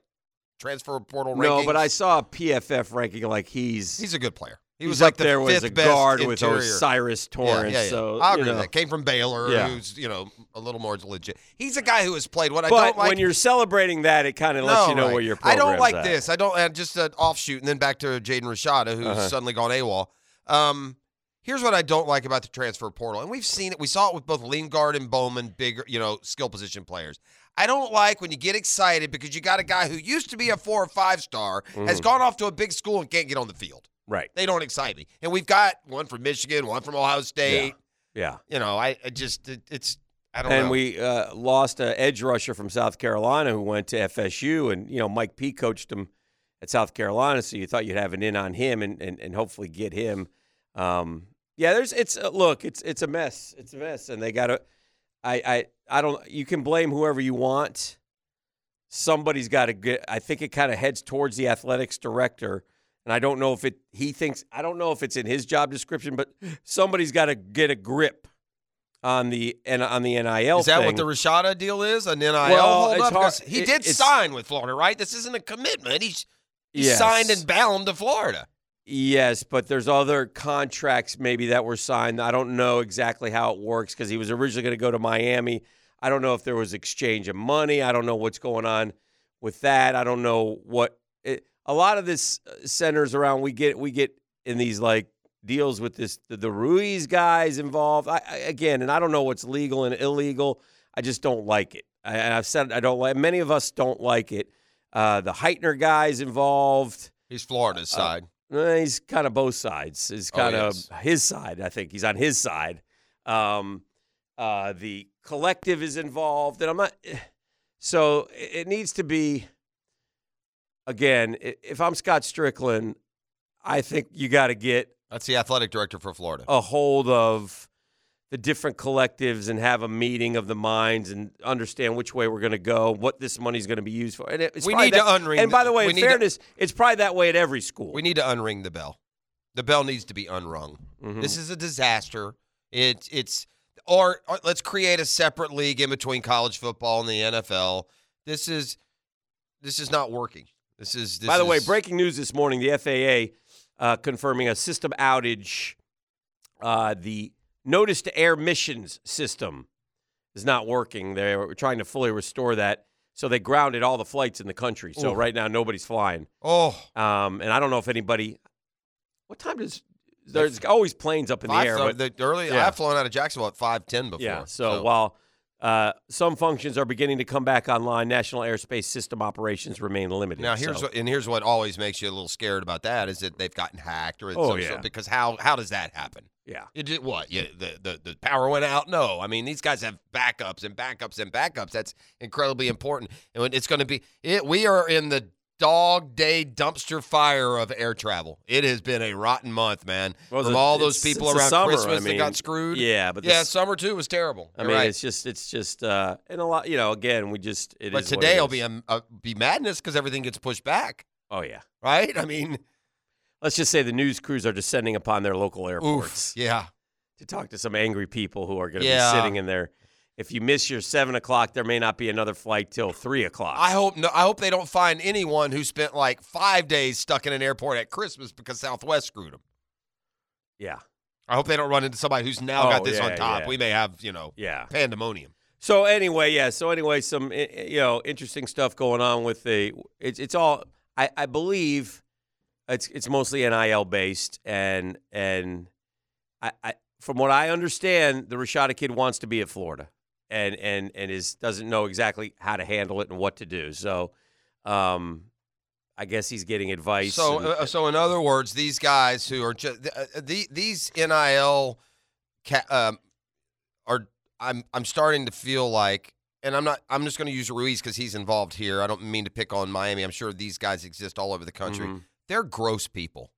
[SPEAKER 2] transfer portal rankings?
[SPEAKER 7] No, but I saw a PFF ranking like he's
[SPEAKER 2] He's a good player. He
[SPEAKER 7] he's
[SPEAKER 2] was like
[SPEAKER 7] up
[SPEAKER 2] the
[SPEAKER 7] there
[SPEAKER 2] fifth
[SPEAKER 7] was a
[SPEAKER 2] best
[SPEAKER 7] guard
[SPEAKER 2] interior.
[SPEAKER 7] with Osiris
[SPEAKER 2] Yeah, yeah,
[SPEAKER 7] Torrance.
[SPEAKER 2] yeah.
[SPEAKER 7] So
[SPEAKER 2] I
[SPEAKER 7] you
[SPEAKER 2] agree. with
[SPEAKER 7] know.
[SPEAKER 2] That came from Baylor,
[SPEAKER 7] Yeah.
[SPEAKER 2] who's you know a little more legit. He's a guy who has played. What I
[SPEAKER 7] But
[SPEAKER 2] don't like
[SPEAKER 7] when you're celebrating that, it kind of lets you know
[SPEAKER 2] right.
[SPEAKER 7] where your
[SPEAKER 2] I don't
[SPEAKER 7] program's
[SPEAKER 2] like
[SPEAKER 7] at.
[SPEAKER 2] this. I don't. And just an offshoot, and then back to Jaden Rashada, who's
[SPEAKER 7] Uh-huh.
[SPEAKER 2] suddenly gone AWOL. Um, here's what I don't like about the transfer portal, and we've seen it. We saw it with both Lingard and Bowman, bigger, you know, skill position players. I don't like when you get excited because you got a guy who used to be a four or five star has
[SPEAKER 7] Mm.
[SPEAKER 2] gone off to a big school and can't get on the field.
[SPEAKER 7] Right.
[SPEAKER 2] They don't excite me. And we've got one from Michigan, one from Ohio State.
[SPEAKER 7] Yeah.
[SPEAKER 2] You know, I, I just it, it's I don't
[SPEAKER 7] And
[SPEAKER 2] know.
[SPEAKER 7] we uh, lost an edge rusher from South Carolina who went to FSU, and you know Mike P coached him at South Carolina, so you thought you'd have an in on him and and, and hopefully get him. Um, yeah, there's it's uh, look, it's it's a mess, it's a mess, and they got to. I I I don't. You can blame whoever you want. Somebody's got to get. I think it kind of heads towards the athletics director. And I don't know if it he thinks I don't know if it's in his job description, but somebody's got to get a grip on the and on the NIL.
[SPEAKER 2] Is that
[SPEAKER 7] thing.
[SPEAKER 2] what the Rashada deal is? An NIL
[SPEAKER 7] Well,
[SPEAKER 2] hold
[SPEAKER 7] it's
[SPEAKER 2] up? Because
[SPEAKER 7] hard-
[SPEAKER 2] he
[SPEAKER 7] it-
[SPEAKER 2] did
[SPEAKER 7] it's-
[SPEAKER 2] sign with Florida, right? This isn't a commitment. He's, he's
[SPEAKER 7] Yes.
[SPEAKER 2] signed and bound to Florida.
[SPEAKER 7] Yes, but there's other contracts maybe that were signed. I don't know exactly how it works because he was originally going to go to Miami. I don't know if there was exchange of money. I don't know what's going on with that. I don't know what it, a lot of this uh, centers around. We get we get in these like deals with this the, the Ruiz guys involved I, I, again, and I don't know what's legal and illegal. I just don't like it. I, and I've said I don't like. Many of us don't like it. Uh, the Heitner guys involved.
[SPEAKER 2] He's Florida's side.
[SPEAKER 7] Eh, he's kind of both sides. He's
[SPEAKER 2] Oh,
[SPEAKER 7] kind of
[SPEAKER 2] yes.
[SPEAKER 7] his side. I think he's on his side. Um, uh, the collective is involved, and I'm not. eh, So it it needs to be. Again, i- if I'm Scott Strickland, I think you got to get
[SPEAKER 2] That's the athletic director for Florida.
[SPEAKER 7] a hold of the different collectives and have a meeting of the minds and understand which way we're going to go, what this money's going to be used for. And it- it's
[SPEAKER 2] We
[SPEAKER 7] probably
[SPEAKER 2] need to
[SPEAKER 7] that-
[SPEAKER 2] unring
[SPEAKER 7] And by
[SPEAKER 2] the-
[SPEAKER 7] the way,
[SPEAKER 2] we
[SPEAKER 7] in
[SPEAKER 2] need to-
[SPEAKER 7] fairness, it's probably that way at every school.
[SPEAKER 2] We need to unring the bell. The bell needs to be unrung.
[SPEAKER 7] Mm-hmm.
[SPEAKER 2] This is a disaster. It, it's or, or let's create a separate league in between college football and the NFL. This is this is not working. This is this
[SPEAKER 7] By the way,
[SPEAKER 2] is-
[SPEAKER 7] breaking news this morning: the FAA uh, confirming a system outage. Uh, the notice to air missions system is not working. They're trying to fully restore that, so they grounded all the flights in the country. So
[SPEAKER 2] Ooh.
[SPEAKER 7] right now, nobody's flying.
[SPEAKER 2] Oh,
[SPEAKER 7] Um, and I don't know if anybody. What time does there's always planes up in the
[SPEAKER 2] I've
[SPEAKER 7] air?
[SPEAKER 2] flown-
[SPEAKER 7] but-
[SPEAKER 2] the early
[SPEAKER 7] yeah.
[SPEAKER 2] I've flown out of Jacksonville at five ten before.
[SPEAKER 7] yeah. So, while uh, some functions are beginning to come back online, national airspace system operations remain limited.
[SPEAKER 2] Now here's
[SPEAKER 7] so-
[SPEAKER 2] what, and here's what always makes you a little scared about that is that they've gotten hacked or it's
[SPEAKER 7] Oh,
[SPEAKER 2] some
[SPEAKER 7] yeah.
[SPEAKER 2] sort- because how how does that happen?
[SPEAKER 7] yeah.
[SPEAKER 2] It did what? Yeah, the, the the power went out. No, I mean these guys have backups and backups and backups. That's incredibly important, and when it's going to be. It, we are in the dog day dumpster fire of air travel. It has been a rotten month, man.
[SPEAKER 7] Well,
[SPEAKER 2] From
[SPEAKER 7] the-
[SPEAKER 2] all those
[SPEAKER 7] it's-
[SPEAKER 2] people
[SPEAKER 7] it's the
[SPEAKER 2] around
[SPEAKER 7] summer,
[SPEAKER 2] Christmas
[SPEAKER 7] I
[SPEAKER 2] that
[SPEAKER 7] mean,
[SPEAKER 2] got screwed.
[SPEAKER 7] Yeah, but
[SPEAKER 2] yeah,
[SPEAKER 7] this-
[SPEAKER 2] summer too was terrible.
[SPEAKER 7] I
[SPEAKER 2] You're
[SPEAKER 7] mean,
[SPEAKER 2] right.
[SPEAKER 7] it's just, it's just, uh, and a lot, you know. Again, we just, it is.
[SPEAKER 2] but
[SPEAKER 7] what
[SPEAKER 2] today
[SPEAKER 7] it
[SPEAKER 2] will
[SPEAKER 7] is.
[SPEAKER 2] be a, a be madness because everything gets pushed back.
[SPEAKER 7] oh yeah.
[SPEAKER 2] Right? I mean,
[SPEAKER 7] Let's just say the news crews are descending upon their local airports
[SPEAKER 2] oof. Yeah.
[SPEAKER 7] to talk to some angry people who are going to
[SPEAKER 2] Yeah.
[SPEAKER 7] be sitting in there. If you miss your seven o'clock, there may not be another flight till three o'clock.
[SPEAKER 2] I hope no, I hope they don't find anyone who spent like five days stuck in an airport at Christmas because Southwest screwed them.
[SPEAKER 7] yeah,
[SPEAKER 2] I hope they don't run into somebody who's now got
[SPEAKER 7] Oh,
[SPEAKER 2] this on
[SPEAKER 7] yeah,
[SPEAKER 2] top.
[SPEAKER 7] yeah.
[SPEAKER 2] We may have you know
[SPEAKER 7] yeah.
[SPEAKER 2] pandemonium.
[SPEAKER 7] So anyway, yeah. So anyway, some i- i- you know interesting stuff going on with the. It's it's all I, I believe. It's it's mostly nil based and and I, I from what I understand, the Rashada kid wants to be at Florida and and and is doesn't know exactly how to handle it and what to do. So, um, I guess he's getting advice.
[SPEAKER 2] So
[SPEAKER 7] and-
[SPEAKER 2] uh, so in other words, uh, these guys who are just uh, the, these nil ca- um, are I'm I'm starting to feel like, and I'm not. I'm just going to use Ruiz because he's involved here. I don't mean to pick on Miami. I'm sure these guys exist all over the country.
[SPEAKER 7] Mhm.
[SPEAKER 2] They're gross people.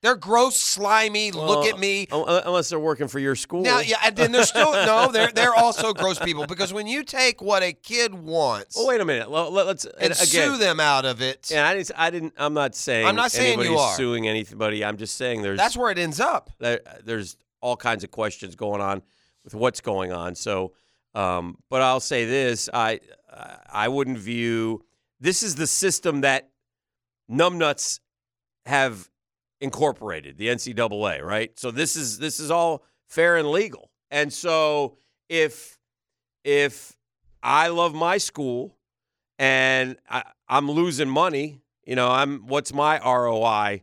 [SPEAKER 2] They're gross, slimy. look
[SPEAKER 7] Well,
[SPEAKER 2] at me.
[SPEAKER 7] un- Unless they're working for your school.
[SPEAKER 2] Now, yeah, and then they're still no. They're they're also gross people because when you take what a kid wants
[SPEAKER 7] Well, Oh, wait a minute. Let, us
[SPEAKER 2] and sue them out of it,
[SPEAKER 7] Yeah, I didn't. I didn't. I'm not saying.
[SPEAKER 2] I'm not saying you
[SPEAKER 7] anybody's
[SPEAKER 2] are.
[SPEAKER 7] suing anybody. I'm just saying there's
[SPEAKER 2] that's where it ends up.
[SPEAKER 7] there, there's all kinds of questions going on with what's going on. So, um, but I'll say this: I I- I wouldn't view this is the system that numbnuts have incorporated the NCAA, right? So this is this is all fair and legal. And so if if I love my school and I, I'm losing money, you know, I'm what's my ROI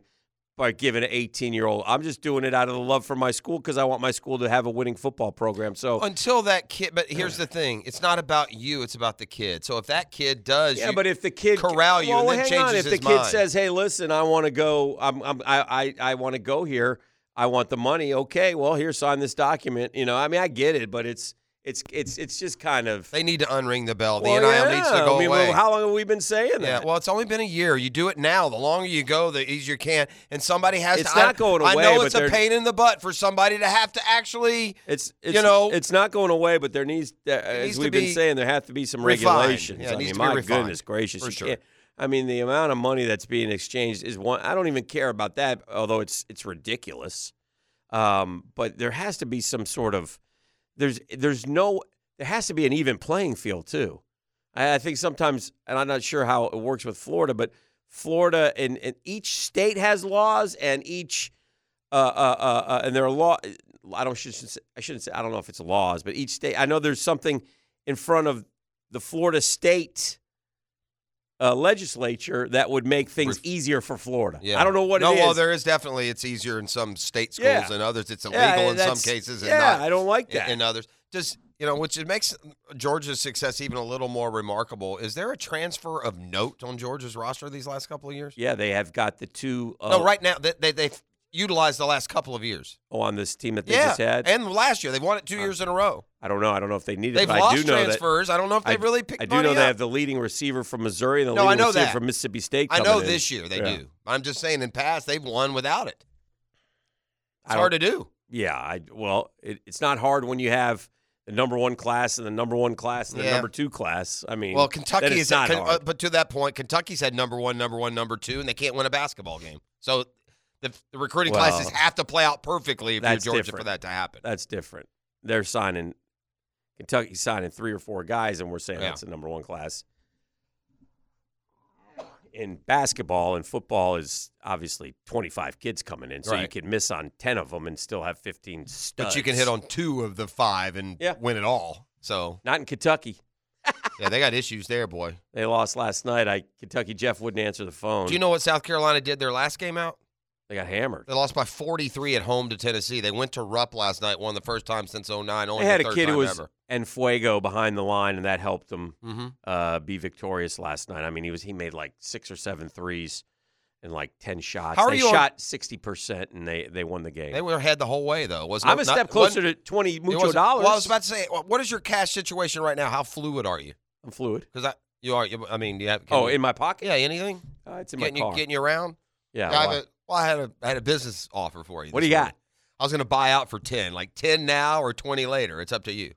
[SPEAKER 7] by giving an 18 year old? I'm just doing it out of the love for my school because I want my school to have a winning football program. So
[SPEAKER 2] Until that kid, but here's the thing: it's not about you; it's about the kid. So if that kid does,
[SPEAKER 7] yeah,
[SPEAKER 2] you-
[SPEAKER 7] but if the kid
[SPEAKER 2] corral you
[SPEAKER 7] well,
[SPEAKER 2] and then
[SPEAKER 7] hang
[SPEAKER 2] changes
[SPEAKER 7] on. If
[SPEAKER 2] his
[SPEAKER 7] the kid
[SPEAKER 2] mind.
[SPEAKER 7] says, "Hey, listen, I want to go. I'm, I'm, I, I, I want to go here. I want the money." Okay, well, here, sign this document. You know, I mean, I get it, but it's, it's, it's, it's just kind of.
[SPEAKER 2] they need to unring the bell. The
[SPEAKER 7] well,
[SPEAKER 2] NIL
[SPEAKER 7] yeah,
[SPEAKER 2] needs to go
[SPEAKER 7] I mean, well,
[SPEAKER 2] away.
[SPEAKER 7] how long have we been saying
[SPEAKER 2] yeah,
[SPEAKER 7] that?
[SPEAKER 2] well, it's only been a year. You do it now. The longer you go, the easier you can. And somebody has
[SPEAKER 7] It's
[SPEAKER 2] to. I-
[SPEAKER 7] not going
[SPEAKER 2] I
[SPEAKER 7] away,
[SPEAKER 2] know
[SPEAKER 7] but
[SPEAKER 2] it's a
[SPEAKER 7] they're-
[SPEAKER 2] pain in the butt for somebody to have to actually.
[SPEAKER 7] It's,
[SPEAKER 2] You
[SPEAKER 7] it's
[SPEAKER 2] know-
[SPEAKER 7] it's not going away, but there needs, there, as
[SPEAKER 2] needs to
[SPEAKER 7] we've
[SPEAKER 2] be
[SPEAKER 7] been saying, there have to be some
[SPEAKER 2] refined.
[SPEAKER 7] regulations.
[SPEAKER 2] Yeah, it
[SPEAKER 7] I
[SPEAKER 2] needs
[SPEAKER 7] mean,
[SPEAKER 2] to be
[SPEAKER 7] my
[SPEAKER 2] refined,
[SPEAKER 7] goodness gracious,
[SPEAKER 2] for
[SPEAKER 7] you
[SPEAKER 2] sure.
[SPEAKER 7] can't- I mean, the amount of money that's being exchanged is one. I don't even care about that, although it's it's ridiculous. Um, but there has to be some sort of there's there's no there has to be an even playing field too. I, I think sometimes, and I'm not sure how it works with Florida, but Florida and, and each state has laws, and each uh, uh, uh, uh, and there are law. I don't should, should say, I shouldn't say I don't know if it's laws, but each state. I know there's something in front of the Florida state. Uh, legislature that would make things easier for Florida. I don't know what
[SPEAKER 2] no,
[SPEAKER 7] it is.
[SPEAKER 2] well, there is definitely. It's easier in some state schools
[SPEAKER 7] Yeah.
[SPEAKER 2] than others. It's illegal
[SPEAKER 7] Yeah,
[SPEAKER 2] in some
[SPEAKER 7] that's-
[SPEAKER 2] cases. And
[SPEAKER 7] yeah,
[SPEAKER 2] not,
[SPEAKER 7] I don't like
[SPEAKER 2] in-
[SPEAKER 7] that.
[SPEAKER 2] In others, just you know, which it makes Georgia's success even a little more remarkable. Is there a transfer of note on Georgia's roster these last couple of years?
[SPEAKER 7] yeah, they have got the two uh,
[SPEAKER 2] No, right now they they they've utilized the last couple of years.
[SPEAKER 7] Oh, on this team that they
[SPEAKER 2] Yeah,
[SPEAKER 7] just had.
[SPEAKER 2] and last year they won it two years in a row.
[SPEAKER 7] I don't know. I don't know if they need it.
[SPEAKER 2] They've
[SPEAKER 7] but
[SPEAKER 2] lost
[SPEAKER 7] I do know that-
[SPEAKER 2] transfers. I don't know if
[SPEAKER 7] I-
[SPEAKER 2] they've really picked
[SPEAKER 7] I do
[SPEAKER 2] money
[SPEAKER 7] know they
[SPEAKER 2] up.
[SPEAKER 7] have the leading receiver from Missouri and the
[SPEAKER 2] No, I
[SPEAKER 7] leading
[SPEAKER 2] know
[SPEAKER 7] receiver
[SPEAKER 2] that.
[SPEAKER 7] from Mississippi State.
[SPEAKER 2] I
[SPEAKER 7] coming
[SPEAKER 2] know
[SPEAKER 7] in.
[SPEAKER 2] this year they
[SPEAKER 7] Yeah.
[SPEAKER 2] do. I'm just saying in past they've won without it.
[SPEAKER 7] I
[SPEAKER 2] It's
[SPEAKER 7] don't-
[SPEAKER 2] hard to do.
[SPEAKER 7] Yeah, I well, it, it's not hard when you have the number one class and the number one class and the
[SPEAKER 2] Yeah.
[SPEAKER 7] number two class. I mean,
[SPEAKER 2] Well,
[SPEAKER 7] then
[SPEAKER 2] Kentucky
[SPEAKER 7] it's
[SPEAKER 2] is
[SPEAKER 7] not
[SPEAKER 2] Ken- uh,
[SPEAKER 7] hard.
[SPEAKER 2] but to that point, Kentucky's had number one, number one, number two, and they can't win a basketball game. So the, the recruiting
[SPEAKER 7] Well,
[SPEAKER 2] classes have to play out perfectly if you're
[SPEAKER 7] that's
[SPEAKER 2] Georgia for
[SPEAKER 7] different.
[SPEAKER 2] that to happen.
[SPEAKER 7] That's different. They're signing Kentucky's signing three or four guys, and we're saying
[SPEAKER 2] Yeah.
[SPEAKER 7] that's the number one class. In basketball and football is obviously 25 kids coming in, so you
[SPEAKER 2] Right.
[SPEAKER 7] can miss on 10 of them and still have 15 studs.
[SPEAKER 2] But you can hit on two of the five and
[SPEAKER 7] Yeah.
[SPEAKER 2] win it all. So
[SPEAKER 7] not in Kentucky.
[SPEAKER 2] yeah, they got issues there, boy.
[SPEAKER 7] They lost last night. I Kentucky Jeff wouldn't answer the phone.
[SPEAKER 2] Do you know what South Carolina did their last game out?
[SPEAKER 7] they got hammered?
[SPEAKER 2] They lost by 43 at home to Tennessee. They went to Rupp last night, won the first time since 09. Only
[SPEAKER 7] They had
[SPEAKER 2] the
[SPEAKER 7] a
[SPEAKER 2] third
[SPEAKER 7] kid
[SPEAKER 2] time
[SPEAKER 7] who was
[SPEAKER 2] ever.
[SPEAKER 7] and Fuego behind the line, and that helped them
[SPEAKER 2] Mm-hmm.
[SPEAKER 7] uh, be victorious last night. I mean, he was he made like six or seven threes and like ten shots.
[SPEAKER 2] How are
[SPEAKER 7] they
[SPEAKER 2] you on-
[SPEAKER 7] shot sixty percent, and they they won the game.
[SPEAKER 2] They were ahead the whole way, though. Was
[SPEAKER 7] I'm
[SPEAKER 2] no-
[SPEAKER 7] a
[SPEAKER 2] not-
[SPEAKER 7] step closer
[SPEAKER 2] wasn't-
[SPEAKER 7] to twenty
[SPEAKER 2] it
[SPEAKER 7] mucho
[SPEAKER 2] wasn't-
[SPEAKER 7] dollars.
[SPEAKER 2] Well, I was about to say, what is your cash situation right now? How fluid are you?
[SPEAKER 7] I'm fluid.
[SPEAKER 2] Because I, you are. you- I mean, you have. can
[SPEAKER 7] Oh,
[SPEAKER 2] you-
[SPEAKER 7] in my pocket?
[SPEAKER 2] yeah. Anything?
[SPEAKER 7] Yeah, Uh, it's in my
[SPEAKER 2] Getting you,
[SPEAKER 7] car.
[SPEAKER 2] getting you around?
[SPEAKER 7] yeah.
[SPEAKER 2] I have
[SPEAKER 7] why-
[SPEAKER 2] a, well, I had a, I had a business offer for you.
[SPEAKER 7] what do
[SPEAKER 2] this
[SPEAKER 7] you got?
[SPEAKER 2] morning. I was going to buy out for ten, like ten now or twenty later. It's up to you.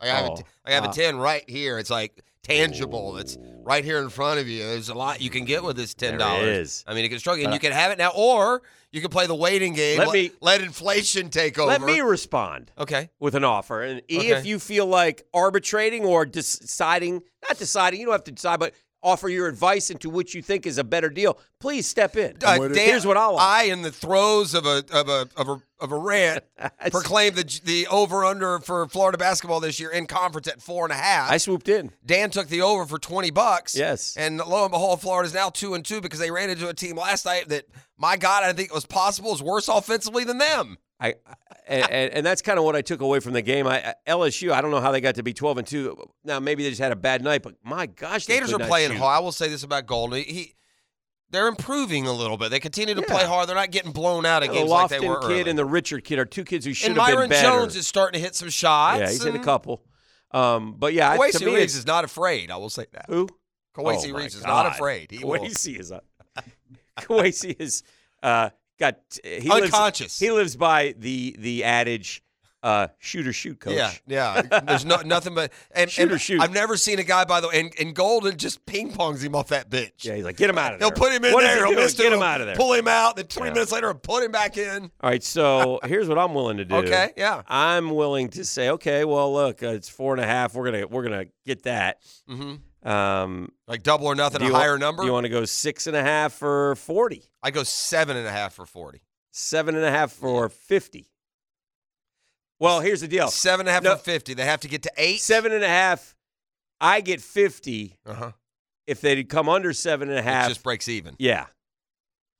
[SPEAKER 2] Like, I have, a,
[SPEAKER 7] Oh,
[SPEAKER 2] t- I have
[SPEAKER 7] uh,
[SPEAKER 2] a ten right here. It's like tangible. It's right here in front of you. There's a lot you can get with this ten
[SPEAKER 7] There it
[SPEAKER 2] dollars.
[SPEAKER 7] is.
[SPEAKER 2] I mean, it can struggle, and you can have it now, or you can play the waiting game.
[SPEAKER 7] Let
[SPEAKER 2] let,
[SPEAKER 7] me-
[SPEAKER 2] let inflation take over.
[SPEAKER 7] Let me respond.
[SPEAKER 2] Okay.
[SPEAKER 7] with an offer. And E, if
[SPEAKER 2] Okay.
[SPEAKER 7] you feel like arbitrating or deciding, not deciding, you don't have to decide, but offer your advice into which you think is a better deal, please step in.
[SPEAKER 2] Uh, Dan-
[SPEAKER 7] Here's what I'll offer.
[SPEAKER 2] I, in the throes of a of a of a, of a rant, proclaimed the the over under for Florida basketball this year in conference at four and a half.
[SPEAKER 7] I swooped in.
[SPEAKER 2] Dan took the over for twenty bucks.
[SPEAKER 7] Yes.
[SPEAKER 2] and lo and behold, Florida's now two and two because they ran into a team last night that, my God, I think it was possible is worse offensively than them.
[SPEAKER 7] I, I and, and- and that's kind of what I took away from the game. I, I- LSU, I don't know how they got to be 12 and 2. Now, maybe they just had a bad night, but my gosh, they
[SPEAKER 2] Gators
[SPEAKER 7] could
[SPEAKER 2] are
[SPEAKER 7] not
[SPEAKER 2] playing
[SPEAKER 7] shoot.
[SPEAKER 2] hard. I will say this about Golden. He They're improving a little bit. They continue to play hard. They're not getting blown out at
[SPEAKER 7] The
[SPEAKER 2] games like they were
[SPEAKER 7] Lofton kid
[SPEAKER 2] early.
[SPEAKER 7] and the Richard kid are two kids who should
[SPEAKER 2] And
[SPEAKER 7] have been
[SPEAKER 2] Myron
[SPEAKER 7] better.
[SPEAKER 2] Jones is starting to hit some shots.
[SPEAKER 7] yeah, he's hit a
[SPEAKER 2] and
[SPEAKER 7] couple. Um, but yeah, I-
[SPEAKER 2] Kawasi
[SPEAKER 7] to me,
[SPEAKER 2] Reeves
[SPEAKER 7] it's-
[SPEAKER 2] is not afraid. I will say that.
[SPEAKER 7] who?
[SPEAKER 2] Kawasi
[SPEAKER 7] Oh, my
[SPEAKER 2] Reeves is not
[SPEAKER 7] God.
[SPEAKER 2] afraid. He will-
[SPEAKER 7] Kawasi is a, Kawasi is uh, got he
[SPEAKER 2] Unconscious.
[SPEAKER 7] Lives, he lives by the the adage, uh, shoot or shoot, coach.
[SPEAKER 2] Yeah, yeah. There's no, nothing but and,
[SPEAKER 7] Shoot or
[SPEAKER 2] and
[SPEAKER 7] shoot.
[SPEAKER 2] I've never seen a guy by the way, and, and Golden just ping pongs him off that bitch.
[SPEAKER 7] Yeah, he's like, get him out of there.
[SPEAKER 2] They'll put him in
[SPEAKER 7] What is he
[SPEAKER 2] there. He'll
[SPEAKER 7] doing?
[SPEAKER 2] miss
[SPEAKER 7] Get
[SPEAKER 2] two,
[SPEAKER 7] him out of there.
[SPEAKER 2] Pull him out. Then 20
[SPEAKER 7] Yeah.
[SPEAKER 2] minutes later, put him back in.
[SPEAKER 7] All right, so here's what I'm willing to do.
[SPEAKER 2] Okay, yeah.
[SPEAKER 7] I'm willing to say, okay, well, look, uh, it's four and a half. We're gonna we're gonna get that.
[SPEAKER 2] Mm-hmm.
[SPEAKER 7] Um,
[SPEAKER 2] Like double or nothing,
[SPEAKER 7] do
[SPEAKER 2] a
[SPEAKER 7] you wa-
[SPEAKER 2] higher number.
[SPEAKER 7] Do you want to go six and a half for forty?
[SPEAKER 2] I go seven and a half for 40.
[SPEAKER 7] Seven and a half for fifty? Well, here's the deal.
[SPEAKER 2] Seven and a half
[SPEAKER 7] No.
[SPEAKER 2] for 50. They have to get to eight.
[SPEAKER 7] Seven and a half. I get fifty
[SPEAKER 2] Uh-huh.
[SPEAKER 7] if they'd come under seven and a
[SPEAKER 2] It
[SPEAKER 7] half.
[SPEAKER 2] just breaks even.
[SPEAKER 7] yeah,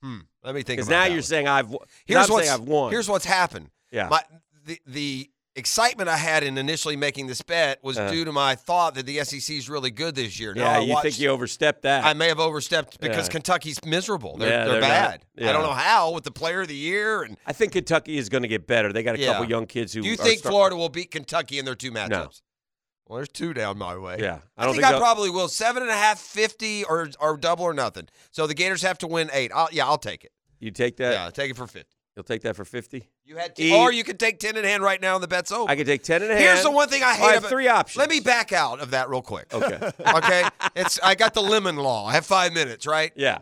[SPEAKER 2] Hmm. Let me think
[SPEAKER 7] because
[SPEAKER 2] about
[SPEAKER 7] now
[SPEAKER 2] that
[SPEAKER 7] you're
[SPEAKER 2] one.
[SPEAKER 7] saying I've w- now
[SPEAKER 2] here's
[SPEAKER 7] I'm
[SPEAKER 2] what's,
[SPEAKER 7] saying I've won.
[SPEAKER 2] Here's what's happened.
[SPEAKER 7] yeah.
[SPEAKER 2] My the the excitement I had in initially making this bet was
[SPEAKER 7] Uh-huh.
[SPEAKER 2] due to my thought that the SEC is really good this year. Now
[SPEAKER 7] yeah,
[SPEAKER 2] I
[SPEAKER 7] you
[SPEAKER 2] watched-
[SPEAKER 7] think you overstepped that?
[SPEAKER 2] I may have overstepped Oh, because
[SPEAKER 7] Yeah.
[SPEAKER 2] Kentucky's miserable. They're,
[SPEAKER 7] Yeah,
[SPEAKER 2] they're,
[SPEAKER 7] they're not-
[SPEAKER 2] bad. I don't
[SPEAKER 7] yeah.
[SPEAKER 2] know how with the player of the year. And
[SPEAKER 7] I think Kentucky is going to get better. They got a
[SPEAKER 2] Yeah.
[SPEAKER 7] couple young kids who.
[SPEAKER 2] do you
[SPEAKER 7] are
[SPEAKER 2] think
[SPEAKER 7] start-
[SPEAKER 2] Florida will beat Kentucky in their two matchups? Well, there's two down my way.
[SPEAKER 7] Yeah,
[SPEAKER 2] I, think, I
[SPEAKER 7] they'll-
[SPEAKER 2] probably will. Seven and a half, 50, or or double or nothing. So the Gators have to win eight. I'll, yeah, I'll take it.
[SPEAKER 7] you take that.
[SPEAKER 2] Yeah, I'll take it for 50.
[SPEAKER 7] You'll take that for fifty.
[SPEAKER 2] You had,
[SPEAKER 7] E-
[SPEAKER 2] or you can take 10 in hand right now and the bet's over.
[SPEAKER 7] I could take ten and a half.
[SPEAKER 2] Here's the one thing I hate.
[SPEAKER 7] have
[SPEAKER 2] about-
[SPEAKER 7] three options.
[SPEAKER 2] Let me back out of that real quick.
[SPEAKER 7] Okay.
[SPEAKER 2] okay, it's I got the lemon law. I have five minutes, right?
[SPEAKER 7] yeah,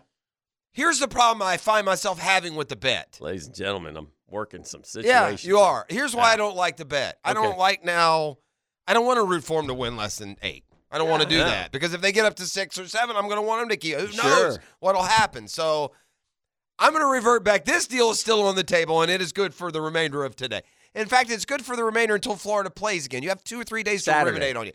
[SPEAKER 2] Here's the problem I find myself having with the bet.
[SPEAKER 7] ladies and gentlemen, I'm working some
[SPEAKER 2] Yeah,
[SPEAKER 7] situations.
[SPEAKER 2] you are. Here's why
[SPEAKER 7] Yeah.
[SPEAKER 2] I don't like the bet. I
[SPEAKER 7] Okay.
[SPEAKER 2] don't like now. I don't want to root for them to win less than eight. I don't want to do
[SPEAKER 7] Yeah.
[SPEAKER 2] that because if they get up to six or seven, I'm going to want them to keep. Who knows
[SPEAKER 7] Sure.
[SPEAKER 2] what'll happen? So I'm going to revert back. This deal is still on the table, and it is good for the remainder of today. In fact, it's good for the remainder until Florida plays again. You have two or three days
[SPEAKER 7] Saturday.
[SPEAKER 2] to ruminate on you.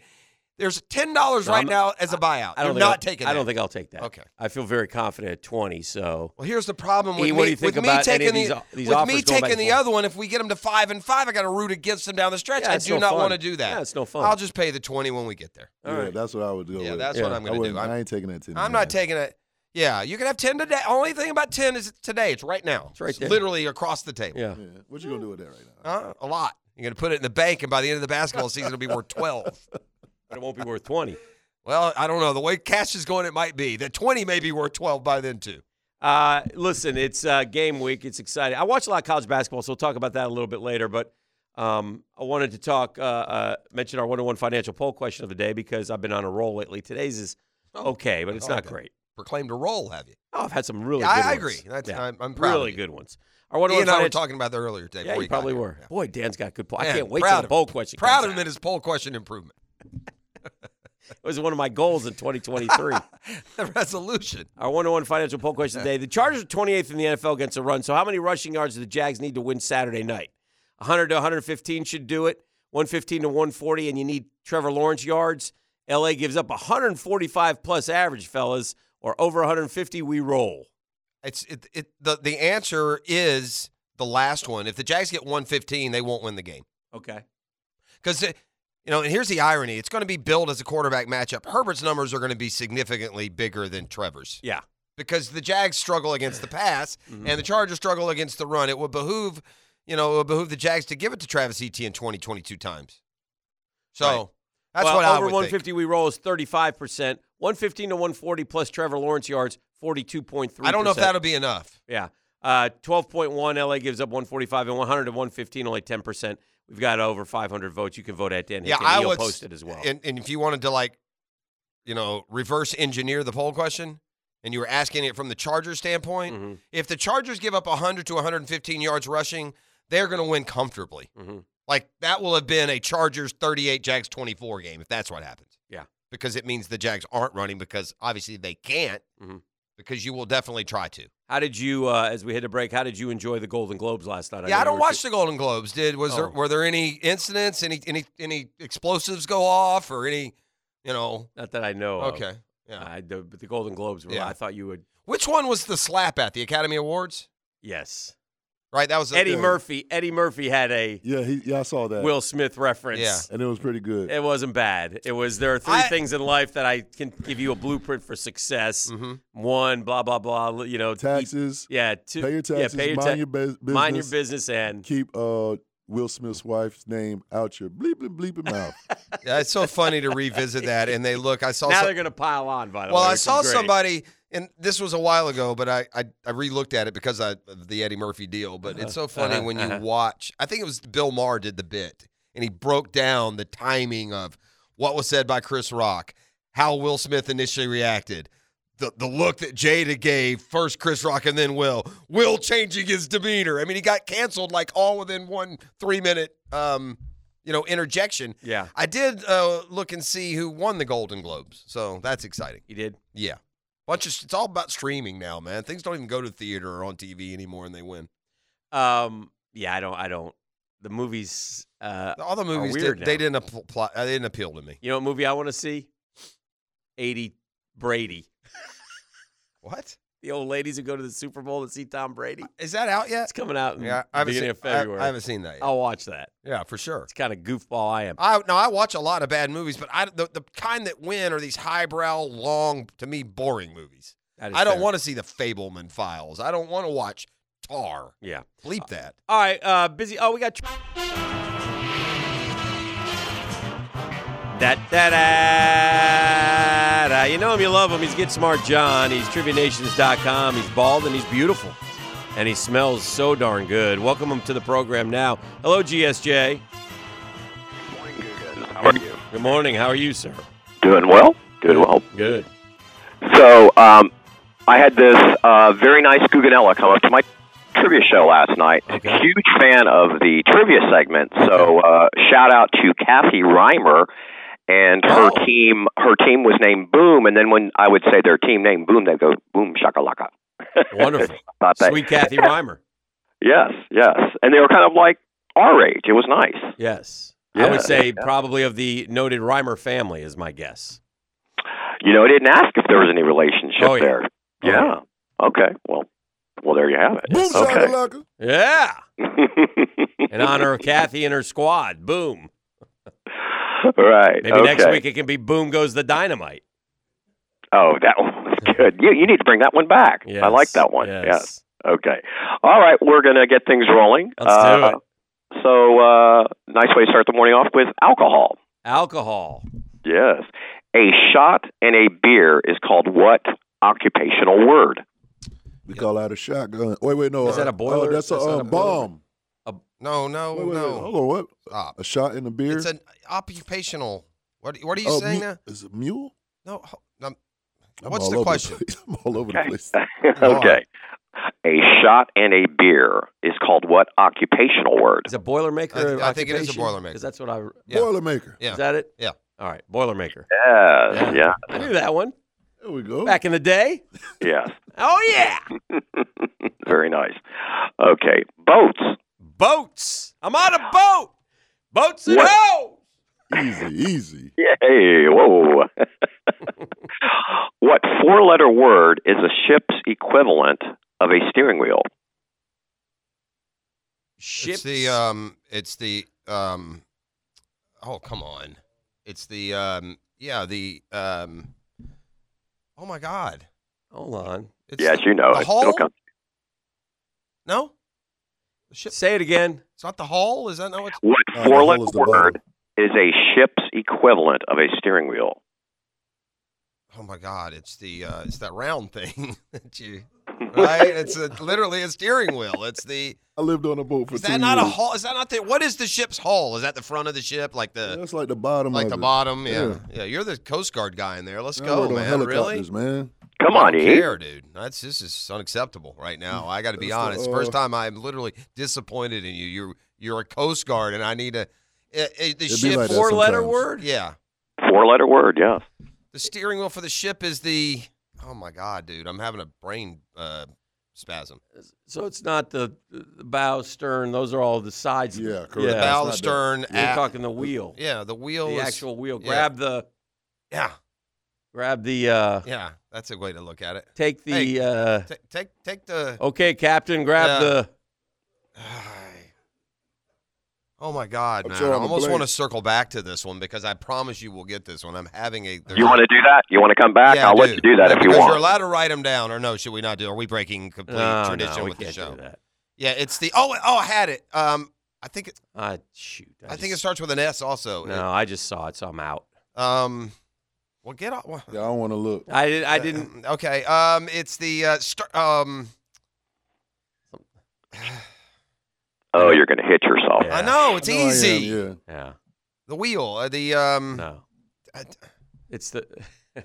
[SPEAKER 2] There's ten dollars
[SPEAKER 7] No,
[SPEAKER 2] right
[SPEAKER 7] I'm-
[SPEAKER 2] now as a buyout.
[SPEAKER 7] I
[SPEAKER 2] You're
[SPEAKER 7] don't think
[SPEAKER 2] not
[SPEAKER 7] I'll-
[SPEAKER 2] taking.
[SPEAKER 7] I don't
[SPEAKER 2] that.
[SPEAKER 7] think I'll take that.
[SPEAKER 2] Okay.
[SPEAKER 7] I feel very confident at twenty. So
[SPEAKER 2] Well, here's the problem with
[SPEAKER 7] E,
[SPEAKER 2] me,
[SPEAKER 7] what do you think
[SPEAKER 2] with me
[SPEAKER 7] about any
[SPEAKER 2] taking
[SPEAKER 7] of these
[SPEAKER 2] the
[SPEAKER 7] o- these
[SPEAKER 2] with
[SPEAKER 7] offers
[SPEAKER 2] me
[SPEAKER 7] going back
[SPEAKER 2] taking
[SPEAKER 7] and
[SPEAKER 2] the
[SPEAKER 7] forth?
[SPEAKER 2] other one. If we get them to five and five, I got to root against them down the stretch.
[SPEAKER 7] Yeah,
[SPEAKER 2] I
[SPEAKER 7] it's
[SPEAKER 2] do
[SPEAKER 7] no
[SPEAKER 2] not
[SPEAKER 7] fun.
[SPEAKER 2] want to do that.
[SPEAKER 7] Yeah, it's no fun.
[SPEAKER 2] I'll just pay the twenty when we get there.
[SPEAKER 7] all
[SPEAKER 6] yeah,
[SPEAKER 7] right.
[SPEAKER 6] that's what I would go
[SPEAKER 2] yeah,
[SPEAKER 6] with.
[SPEAKER 2] that's
[SPEAKER 7] Yeah.
[SPEAKER 2] what I'm
[SPEAKER 6] I,
[SPEAKER 2] going to
[SPEAKER 6] wouldn't-
[SPEAKER 2] do.
[SPEAKER 6] I
[SPEAKER 2] I'm,
[SPEAKER 6] ain't taking that 10
[SPEAKER 2] I'm not taking it. Yeah, you can have ten today. Only thing about ten is today. It's right now.
[SPEAKER 7] It's right there.
[SPEAKER 2] literally across the table.
[SPEAKER 7] Yeah.
[SPEAKER 6] Yeah. What you gonna do with that right now?
[SPEAKER 2] Huh? a lot. You're going to put it in the bank, and by the end of the basketball season, it'll be worth twelve.
[SPEAKER 7] but it won't be worth twenty.
[SPEAKER 2] Well, I don't know. The way cash is going, it might be. The twenty may be worth twelve by then too.
[SPEAKER 7] Uh, listen, it's uh, game week. It's exciting. I watch a lot of college basketball, so we'll talk about that a little bit later. But um, I wanted to talk, uh, uh, mention our one-to-one financial poll question of the day because I've been on a roll lately. Today's is
[SPEAKER 2] Oh,
[SPEAKER 7] okay, but it's
[SPEAKER 2] I
[SPEAKER 7] not
[SPEAKER 2] like that.
[SPEAKER 7] great.
[SPEAKER 2] Proclaimed a roll, have you?
[SPEAKER 7] Oh, I've had some really.
[SPEAKER 2] Yeah, I-
[SPEAKER 7] good
[SPEAKER 2] I
[SPEAKER 7] ones.
[SPEAKER 2] agree. That's- I'm- I'm proud of
[SPEAKER 7] really
[SPEAKER 2] you.
[SPEAKER 7] good ones. Our
[SPEAKER 2] He
[SPEAKER 7] one-to-one
[SPEAKER 2] and I were
[SPEAKER 7] financial-
[SPEAKER 2] talking about that earlier today.
[SPEAKER 7] Yeah,
[SPEAKER 2] before
[SPEAKER 7] you
[SPEAKER 2] he got
[SPEAKER 7] probably
[SPEAKER 2] here.
[SPEAKER 7] were.
[SPEAKER 2] Yeah.
[SPEAKER 7] Boy, Dan's got good poll. I
[SPEAKER 2] Man,
[SPEAKER 7] can't wait
[SPEAKER 2] proud
[SPEAKER 7] till
[SPEAKER 2] of
[SPEAKER 7] the
[SPEAKER 2] him.
[SPEAKER 7] poll question.
[SPEAKER 2] Proud
[SPEAKER 7] comes
[SPEAKER 2] of him
[SPEAKER 7] out.
[SPEAKER 2] in his poll question improvement.
[SPEAKER 7] It was one of my goals in 2023.
[SPEAKER 2] The resolution.
[SPEAKER 7] Our one to one financial poll question today. The Chargers are 28th in the NFL against the run. So, how many rushing yards do the Jags need to win Saturday night? 100 to 115 should do it. 115 to 140, and you need Trevor Lawrence yards. LA gives up 145 plus average, fellas, or over 150, we roll.
[SPEAKER 2] It's it, it the the answer is the last one. If the Jags get 115, they won't win the game.
[SPEAKER 7] Okay.
[SPEAKER 2] Cuz you know, and here's the irony. It's going to be billed as a quarterback matchup. Herbert's numbers are going to be significantly bigger than Trevor's
[SPEAKER 7] Yeah.
[SPEAKER 2] because the Jags struggle against the pass
[SPEAKER 7] Mhm.
[SPEAKER 2] and the Chargers struggle against the run. It would behoove, you know, it would behoove the Jags to give it to Travis Etienne 20 22 times. So,
[SPEAKER 7] Right.
[SPEAKER 2] that's
[SPEAKER 7] well,
[SPEAKER 2] what
[SPEAKER 7] over
[SPEAKER 2] I would think.
[SPEAKER 7] 150, we roll is 35%. 115 to 140 plus Trevor Lawrence yards, 42.3%.
[SPEAKER 2] I don't know if that'll be enough.
[SPEAKER 7] Yeah. Uh, 12.1, LA gives up 145, and 100 to 115, only 10%. We've got over 500 votes. You can vote at Dan Hicken. He'll
[SPEAKER 2] would
[SPEAKER 7] post
[SPEAKER 2] s-
[SPEAKER 7] it as well.
[SPEAKER 2] And, and if you wanted to like, you know, reverse engineer the poll question, and you were asking it from the Chargers standpoint,
[SPEAKER 7] Mhm,
[SPEAKER 2] if the Chargers give up 100 to 115 yards rushing, they're going to win comfortably.
[SPEAKER 7] mhm.
[SPEAKER 2] Like that will have been a Chargers 38 Jags 24 game if that's what happens.
[SPEAKER 7] Yeah.
[SPEAKER 2] because it means the Jags aren't running because obviously they can't.
[SPEAKER 7] Mhm.
[SPEAKER 2] Because you will definitely try to.
[SPEAKER 7] How did you, uh, as we hit a break, how did you enjoy the Golden Globes last night? know
[SPEAKER 2] yeah, I
[SPEAKER 7] you
[SPEAKER 2] don't
[SPEAKER 7] were
[SPEAKER 2] watch
[SPEAKER 7] too-
[SPEAKER 2] the Golden Globes. Did was there
[SPEAKER 7] Oh.
[SPEAKER 2] were there any incidents, any any any explosives go off, or any, you know?
[SPEAKER 7] Not that I know of.
[SPEAKER 2] Okay, yeah.
[SPEAKER 7] I, Uh, the, but the Golden Globes, were,
[SPEAKER 2] Yeah.
[SPEAKER 7] I thought you would.
[SPEAKER 2] Which one was the slap at the Academy Awards?
[SPEAKER 7] Yes.
[SPEAKER 2] right? That was
[SPEAKER 7] Eddie Murphy. Eddie Murphy had a
[SPEAKER 6] Yeah, he, yeah, I saw that.
[SPEAKER 7] Will Smith reference.
[SPEAKER 2] Yeah.
[SPEAKER 6] and it was pretty good.
[SPEAKER 7] It wasn't bad. It was there are three
[SPEAKER 2] I-
[SPEAKER 7] things in life that I can give you a blueprint for success.
[SPEAKER 2] Mm-hmm.
[SPEAKER 7] One, blah blah blah. You know, eat-
[SPEAKER 6] Taxes.
[SPEAKER 7] yeah, two,
[SPEAKER 6] Pay your taxes.
[SPEAKER 7] Yeah, pay your
[SPEAKER 6] mind
[SPEAKER 7] ta-
[SPEAKER 6] your bus- business.
[SPEAKER 7] mind your business, and
[SPEAKER 6] Keep uh, Will Smith's wife's name out your bleep bleep bleeping mouth.
[SPEAKER 2] Yeah, it's so funny to revisit that. And they look, I saw
[SPEAKER 7] now
[SPEAKER 2] some-
[SPEAKER 7] they're gonna pile on. By the
[SPEAKER 2] Well,
[SPEAKER 7] way,
[SPEAKER 2] I
[SPEAKER 7] which is
[SPEAKER 2] saw
[SPEAKER 7] great.
[SPEAKER 2] somebody, and this was a while ago, but I I, I re-looked at it because I, of the Eddie Murphy deal. But it's so funny
[SPEAKER 7] uh-huh,
[SPEAKER 2] when
[SPEAKER 7] uh-huh.
[SPEAKER 2] you watch. I think it was Bill Maher did the bit, and he broke down the timing of what was said by Chris Rock, how Will Smith initially reacted. The, the look that Jada gave first Chris Rock and then Will. Will changing his demeanor. I mean, he got canceled like all within one three minute, um, you know, interjection.
[SPEAKER 7] Yeah,
[SPEAKER 2] I did uh, look and see who won the Golden Globes, so that's exciting.
[SPEAKER 7] he did.
[SPEAKER 2] Yeah. Bunch of, it's all about streaming now, man. Things don't even go to theater or on TV anymore and they win.
[SPEAKER 7] Um, yeah, I don't. I don't. The movies. Uh,
[SPEAKER 2] All the movies
[SPEAKER 7] weird
[SPEAKER 2] did, they
[SPEAKER 7] now.
[SPEAKER 2] didn't apply, they didn't appeal to me.
[SPEAKER 7] you know, what movie I want to see. Eighty Brady.
[SPEAKER 2] What?
[SPEAKER 7] The old ladies who go to the Super Bowl to see Tom Brady.
[SPEAKER 2] Is that out yet?
[SPEAKER 7] It's coming out in
[SPEAKER 2] Yeah, I
[SPEAKER 7] the
[SPEAKER 2] haven't
[SPEAKER 7] Mm, beginning
[SPEAKER 2] seen,
[SPEAKER 7] of February.
[SPEAKER 2] I, I haven't seen that yet.
[SPEAKER 7] I'll watch that.
[SPEAKER 2] Yeah, for sure.
[SPEAKER 7] It's kind of goofball I am.
[SPEAKER 2] I now I watch a lot of bad movies, but I the, the kind that win are these highbrow, long to me boring movies.
[SPEAKER 7] That is
[SPEAKER 2] I don't
[SPEAKER 7] fair.
[SPEAKER 2] want to see the Fableman Files. I don't want to watch Tar.
[SPEAKER 7] Yeah.
[SPEAKER 2] Bleep that.
[SPEAKER 7] All right, uh, busy. Oh, we got. That da da da. You know him, you love him. He's Get Smart John. He's TriviaNations.com. He's bald and he's beautiful, and he smells so darn good. Welcome him to the program now. Hello, GSJ.
[SPEAKER 8] How are you?
[SPEAKER 7] Good morning. How are you, sir?
[SPEAKER 8] Doing well. Doing well.
[SPEAKER 7] Good.
[SPEAKER 8] So, um, I had this uh, very nice Guggenella come up to my trivia show last night.
[SPEAKER 7] Okay.
[SPEAKER 8] Huge fan of the trivia segment. So, uh, shout out to Kathy Reimer and her
[SPEAKER 2] Oh.
[SPEAKER 8] team. Her team was named Boom, and then when I would say their team name Boom, they go Boom Shakalaka.
[SPEAKER 7] Wonderful.
[SPEAKER 8] Thought that.
[SPEAKER 7] Sweet Kathy Reimer.
[SPEAKER 8] Yes, yes, and they were kind of like our age. It was nice.
[SPEAKER 7] Yes. I
[SPEAKER 8] Yeah.
[SPEAKER 7] would say probably of the noted Reimer family is my guess.
[SPEAKER 8] You know, I didn't ask if there was any relationship
[SPEAKER 7] Oh, yeah.
[SPEAKER 8] there.
[SPEAKER 7] Oh, yeah.
[SPEAKER 8] yeah. Okay. Well, well, there you have it.
[SPEAKER 6] Boom
[SPEAKER 8] okay.
[SPEAKER 6] shakalaka.
[SPEAKER 7] Yeah. In
[SPEAKER 8] and
[SPEAKER 7] honor of Kathy and her squad. Boom.
[SPEAKER 8] right.
[SPEAKER 7] Maybe next
[SPEAKER 8] okay.
[SPEAKER 7] week it can be Boom Goes the Dynamite.
[SPEAKER 8] Oh, that one was good. You you need to bring that one back. I like
[SPEAKER 7] Yes,
[SPEAKER 8] that one.
[SPEAKER 7] Yes.
[SPEAKER 8] Okay. All right, we're gonna get things rolling.
[SPEAKER 7] Let's do
[SPEAKER 8] Uh,
[SPEAKER 7] it.
[SPEAKER 8] So, uh, nice way to start the morning off with alcohol.
[SPEAKER 7] Alcohol.
[SPEAKER 8] Yes. A shot and a beer is called what occupational word?
[SPEAKER 6] We call that a shotgun. Wait, wait, no.
[SPEAKER 7] Is that a
[SPEAKER 6] uh,
[SPEAKER 7] boiler?
[SPEAKER 6] Oh, that's a,
[SPEAKER 2] That's not
[SPEAKER 6] uh,
[SPEAKER 2] a boiler.
[SPEAKER 6] bomb.
[SPEAKER 2] No, no,
[SPEAKER 6] Wait, wait,
[SPEAKER 2] Oh, no.
[SPEAKER 6] wait. Hold on, what?
[SPEAKER 2] Stop.
[SPEAKER 6] A shot in the beer?
[SPEAKER 2] It's an occupational. What What are you
[SPEAKER 6] Oh,
[SPEAKER 2] saying
[SPEAKER 6] mu-
[SPEAKER 2] now?
[SPEAKER 6] Is it mule?
[SPEAKER 2] No. ho- no,
[SPEAKER 6] I'm
[SPEAKER 2] What's
[SPEAKER 6] all
[SPEAKER 2] the
[SPEAKER 6] over
[SPEAKER 2] question?
[SPEAKER 6] place. I'm all over the place.
[SPEAKER 8] okay. A shot and a beer is called what occupational word?
[SPEAKER 7] Is it Boilermaker?
[SPEAKER 2] I th- I think it is a
[SPEAKER 7] occupation?
[SPEAKER 2] Boilermaker.
[SPEAKER 7] 'Cause that's what I.
[SPEAKER 2] Yeah.
[SPEAKER 6] Boilermaker.
[SPEAKER 2] Yeah.
[SPEAKER 7] Is that it?
[SPEAKER 2] Yeah.
[SPEAKER 7] All right. Boilermaker.
[SPEAKER 8] Yes.
[SPEAKER 7] Yeah.
[SPEAKER 8] Yeah.
[SPEAKER 7] I knew that one
[SPEAKER 6] There we go.
[SPEAKER 7] back in the day.
[SPEAKER 8] Yes.
[SPEAKER 7] Oh, yeah.
[SPEAKER 8] Very nice. Okay. Boats.
[SPEAKER 7] Boats. I'm on a boat. Boats and
[SPEAKER 8] What?
[SPEAKER 7] hoes.
[SPEAKER 6] Easy, easy.
[SPEAKER 8] Yay! Whoa. what four-letter word is a ship's equivalent of a steering wheel?
[SPEAKER 2] It's
[SPEAKER 7] Ships.
[SPEAKER 2] the um. It's the um. Oh come on. It's the um. Yeah the um. Oh my God.
[SPEAKER 7] Hold on.
[SPEAKER 2] It's
[SPEAKER 8] Yes,
[SPEAKER 2] the-
[SPEAKER 8] you know
[SPEAKER 2] the
[SPEAKER 8] it.
[SPEAKER 2] hull.
[SPEAKER 8] It'll come.
[SPEAKER 2] No. The ship.
[SPEAKER 7] Say it again.
[SPEAKER 2] It's not the hull. Is that not what?
[SPEAKER 8] What
[SPEAKER 6] Uh, the hull is
[SPEAKER 8] four-letter
[SPEAKER 6] the bottom.
[SPEAKER 8] word is a ship's equivalent of a steering wheel?
[SPEAKER 2] Oh my God. It's the. uh It's that round thing that you. Right. It's a, literally a steering wheel. It's the.
[SPEAKER 6] I lived on a boat for
[SPEAKER 2] Is
[SPEAKER 6] two
[SPEAKER 2] that not a
[SPEAKER 6] years.
[SPEAKER 2] hull? Is that not the? What is the ship's hull? Is that the front of the ship? Like the.
[SPEAKER 6] That's like the bottom
[SPEAKER 2] like
[SPEAKER 6] of
[SPEAKER 2] the
[SPEAKER 6] it.
[SPEAKER 2] bottom. Yeah. yeah,
[SPEAKER 6] Yeah.
[SPEAKER 2] You're the Coast Guard guy in there. Let's
[SPEAKER 6] I
[SPEAKER 2] go,
[SPEAKER 6] worked on
[SPEAKER 2] man. Really?
[SPEAKER 6] helicopters, man.
[SPEAKER 8] Come
[SPEAKER 2] I
[SPEAKER 8] on,
[SPEAKER 2] don't
[SPEAKER 8] E.
[SPEAKER 2] care, dude. That's this is unacceptable right now. I got to be
[SPEAKER 6] That's the-
[SPEAKER 2] honest. First
[SPEAKER 6] uh,
[SPEAKER 2] time I'm literally disappointed in you. You're you're a Coast Guard, and I need a, eh, eh, the
[SPEAKER 6] It'd be
[SPEAKER 2] ship.
[SPEAKER 6] like that
[SPEAKER 2] four letter
[SPEAKER 7] Letter
[SPEAKER 6] sometimes.
[SPEAKER 7] word.
[SPEAKER 2] yeah,
[SPEAKER 8] Four-letter word. Yes.
[SPEAKER 2] the steering wheel for the ship is the. Oh my god, dude! I'm having a brain uh, spasm.
[SPEAKER 7] So it's not the, the bow, stern. Those are all the sides.
[SPEAKER 6] Yeah, correct.
[SPEAKER 7] Yeah.
[SPEAKER 6] It's
[SPEAKER 2] Bow,
[SPEAKER 6] not the-
[SPEAKER 2] stern,
[SPEAKER 7] We're
[SPEAKER 2] aft.
[SPEAKER 7] talking the wheel.
[SPEAKER 2] Yeah, the wheel.
[SPEAKER 7] The
[SPEAKER 2] is,
[SPEAKER 7] actual wheel.
[SPEAKER 2] yeah.
[SPEAKER 7] Grab the.
[SPEAKER 2] Yeah,
[SPEAKER 7] Grab the. uh
[SPEAKER 2] yeah. That's a way to look at it.
[SPEAKER 7] Take the.
[SPEAKER 2] Hey.
[SPEAKER 7] uh
[SPEAKER 2] Ta take take the.
[SPEAKER 7] Okay, Captain. Grab
[SPEAKER 2] Yeah.
[SPEAKER 7] the.
[SPEAKER 2] Oh my God,
[SPEAKER 6] I'm
[SPEAKER 2] man!
[SPEAKER 6] sure
[SPEAKER 2] I
[SPEAKER 6] I'm a
[SPEAKER 2] almost want to
[SPEAKER 6] blade.
[SPEAKER 2] circle back to this one because I promise you we'll get this one. I'm having a.
[SPEAKER 8] You want to do that? You want to come back?
[SPEAKER 2] Yeah,
[SPEAKER 8] I'll
[SPEAKER 2] I
[SPEAKER 8] let you do that
[SPEAKER 2] Yeah,
[SPEAKER 8] if you
[SPEAKER 2] because You're
[SPEAKER 8] want.
[SPEAKER 2] allowed to write them down, or no? Should we not do? Are we breaking complete
[SPEAKER 7] No, no,
[SPEAKER 2] tradition
[SPEAKER 7] we
[SPEAKER 2] with the
[SPEAKER 7] can't
[SPEAKER 2] show?
[SPEAKER 7] do that.
[SPEAKER 2] Yeah, it's the. Oh, oh, I had it. Um, I think it,
[SPEAKER 7] Ah, shoot.
[SPEAKER 2] I, think it
[SPEAKER 7] just-
[SPEAKER 2] starts with an S also.
[SPEAKER 7] No, I just saw it, so I'm out.
[SPEAKER 2] It- um, well, get off. Well,
[SPEAKER 6] Yeah, I don't want to look.
[SPEAKER 7] I did. I didn't.
[SPEAKER 2] Uh, okay. Um, it's the uh, star, um.
[SPEAKER 8] Oh, you're going to hit yourself.
[SPEAKER 7] Yeah.
[SPEAKER 2] I know it's
[SPEAKER 6] I know I am,
[SPEAKER 2] easy.
[SPEAKER 6] yeah.
[SPEAKER 7] Yeah.
[SPEAKER 2] The wheel. Uh, the um.
[SPEAKER 7] No.
[SPEAKER 2] uh,
[SPEAKER 7] It's the.